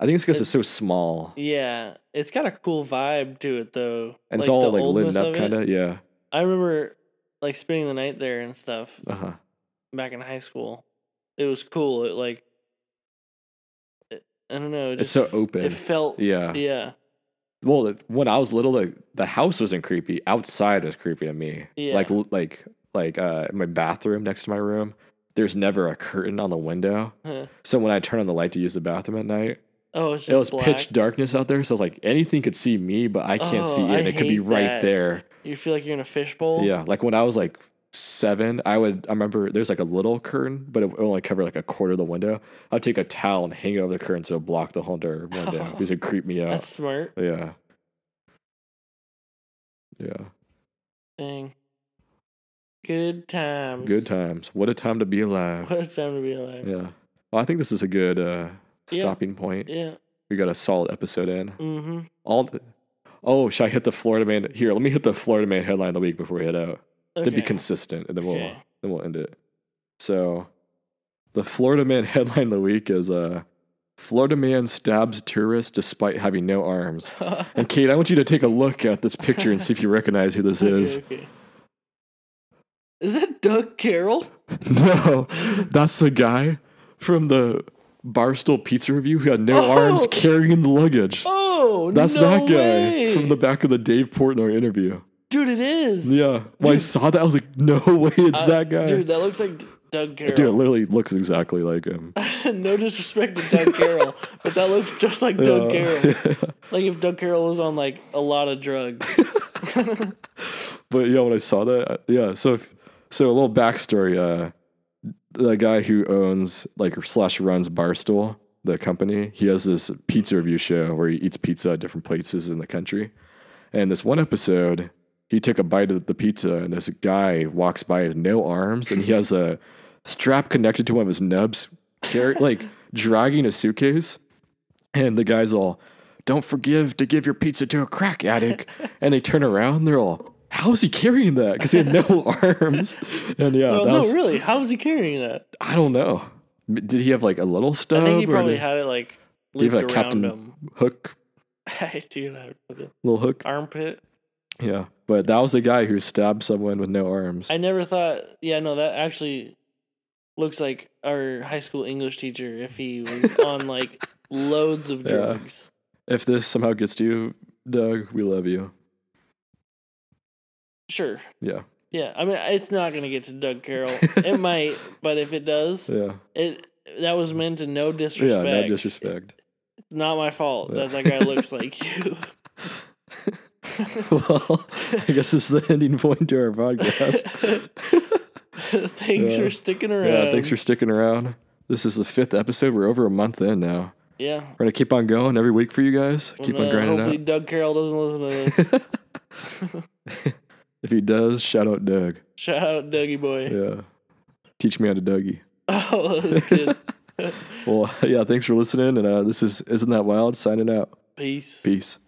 I think it's because it's, so
It's-
small and
Yeah, it's got a cool vibe to it though.
it's all
the
like
oldness
lit up
of it.
kind of. Yeah.
I remember like spending the night there and stuff
Uh huh.
back in high school. It was cool. It like it, I don't know. It
It's
just,
so open.
It felt
Yeah.
yeah
Well, the- when I was little, the, the house wasn't creepy. Outside was creepy to me.
Yeah.
Like like like uh, my bathroom next to my room. There's never a curtain on the window.
Huh.
So when I turn on the light to use the bathroom at night,
Oh, it's just
it was
black.
pitch darkness out there. So I was like, anything could see me, but I can't
Oh,
see it.
I
and it could be
hate
right
that.
there.
You feel like you're in a fishbowl.
Yeah. Like when I was like seven, I would, I remember there's like a little curtain, but it would only cover like a quarter of the window. I'd take a towel and hang it over the curtain so it blocked the whole entire window because it creeped me out.
that's smart.
Yeah. Yeah.
Dang. Good times.
Good times. What a time to be alive.
What a time to be alive.
Yeah. Well, I think this is a good uh,
Yeah.
stopping point.
Yeah.
We got a solid episode in.
Mm-hmm.
All. The, oh, should I hit the Florida man? Here, let me hit the Florida man headline of the week before we head out. To be consistent, and then we'll
Okay.
then we'll end it. So, the Florida man headline of the week is uh, Florida man stabs tourist despite having no arms. And Kate, I want you to take a look at this picture and see if you recognize who this is.
Is that Doug Carroll?
No, that's the guy from the Barstool Pizza Review who had no
Oh!
arms carrying the luggage.
Oh,
that's
no
that guy
way.
from the back of the Dave Portnoy interview.
dude. It is.
Yeah. When I saw that, I was like, no way, it's
Uh,
that guy.
Dude,
Dude,
that looks like D- Doug Carroll.
it literally looks exactly like him.
no disrespect to Doug Carroll, but that looks just like Doug
Yeah.
Carroll. Like if Doug Carroll was on like a lot of drugs.
but yeah, when I saw that, uh, yeah. So, if, so a little backstory. Uh, the guy who owns like slash runs Barstool, the company, he has this pizza review show where he eats pizza at different places in the country. And this one episode, he took a bite of the pizza, and this guy walks by with no arms, and he has a strap connected to one of his nubs, carry, like dragging a suitcase. And the guy's all, don't forgive to give your pizza to a crack addict. and they turn around, they're all, how is he carrying that? Because he had no arms. And yeah,
well,
that
no,
was,
really. How was he carrying that?
I don't know. M- Did he have like a little stub?
I think he
or
probably
did-
had it like
Give
looped
it
around
a Captain-
him.
hook,
I do not know.
little hook.
armpit.
Yeah, but that was the guy who stabbed someone with no arms.
I never thought. Yeah, no, that actually looks like our high school English teacher if he was on like loads of
Yeah.
drugs.
if this somehow gets to you, Doug, we love you.
Sure.
Yeah,
Yeah, I mean it's not gonna get to Doug Carroll. it might, but if it does,
yeah,
it that was meant to no
yeah.
disrespect.
No disrespect.
It's not my fault
Yeah.
that that guy looks like you.
well, I guess this is the ending point to our podcast.
thanks
Yeah.
for sticking around.
yeah, thanks for sticking around. This is the fifth episode. We're over a month in now.
yeah.
We're gonna keep on going every week for you guys.
Well,
keep
no,
on grinding
hopefully
out.
Doug Carroll doesn't listen to this.
If he does, shout out Doug.
Shout out Dougie boy.
Yeah, teach me how to Dougie.
Oh, that was good.
Well, yeah, thanks for listening. And uh, this is Isn't That Wild signing out.
Peace.
Peace.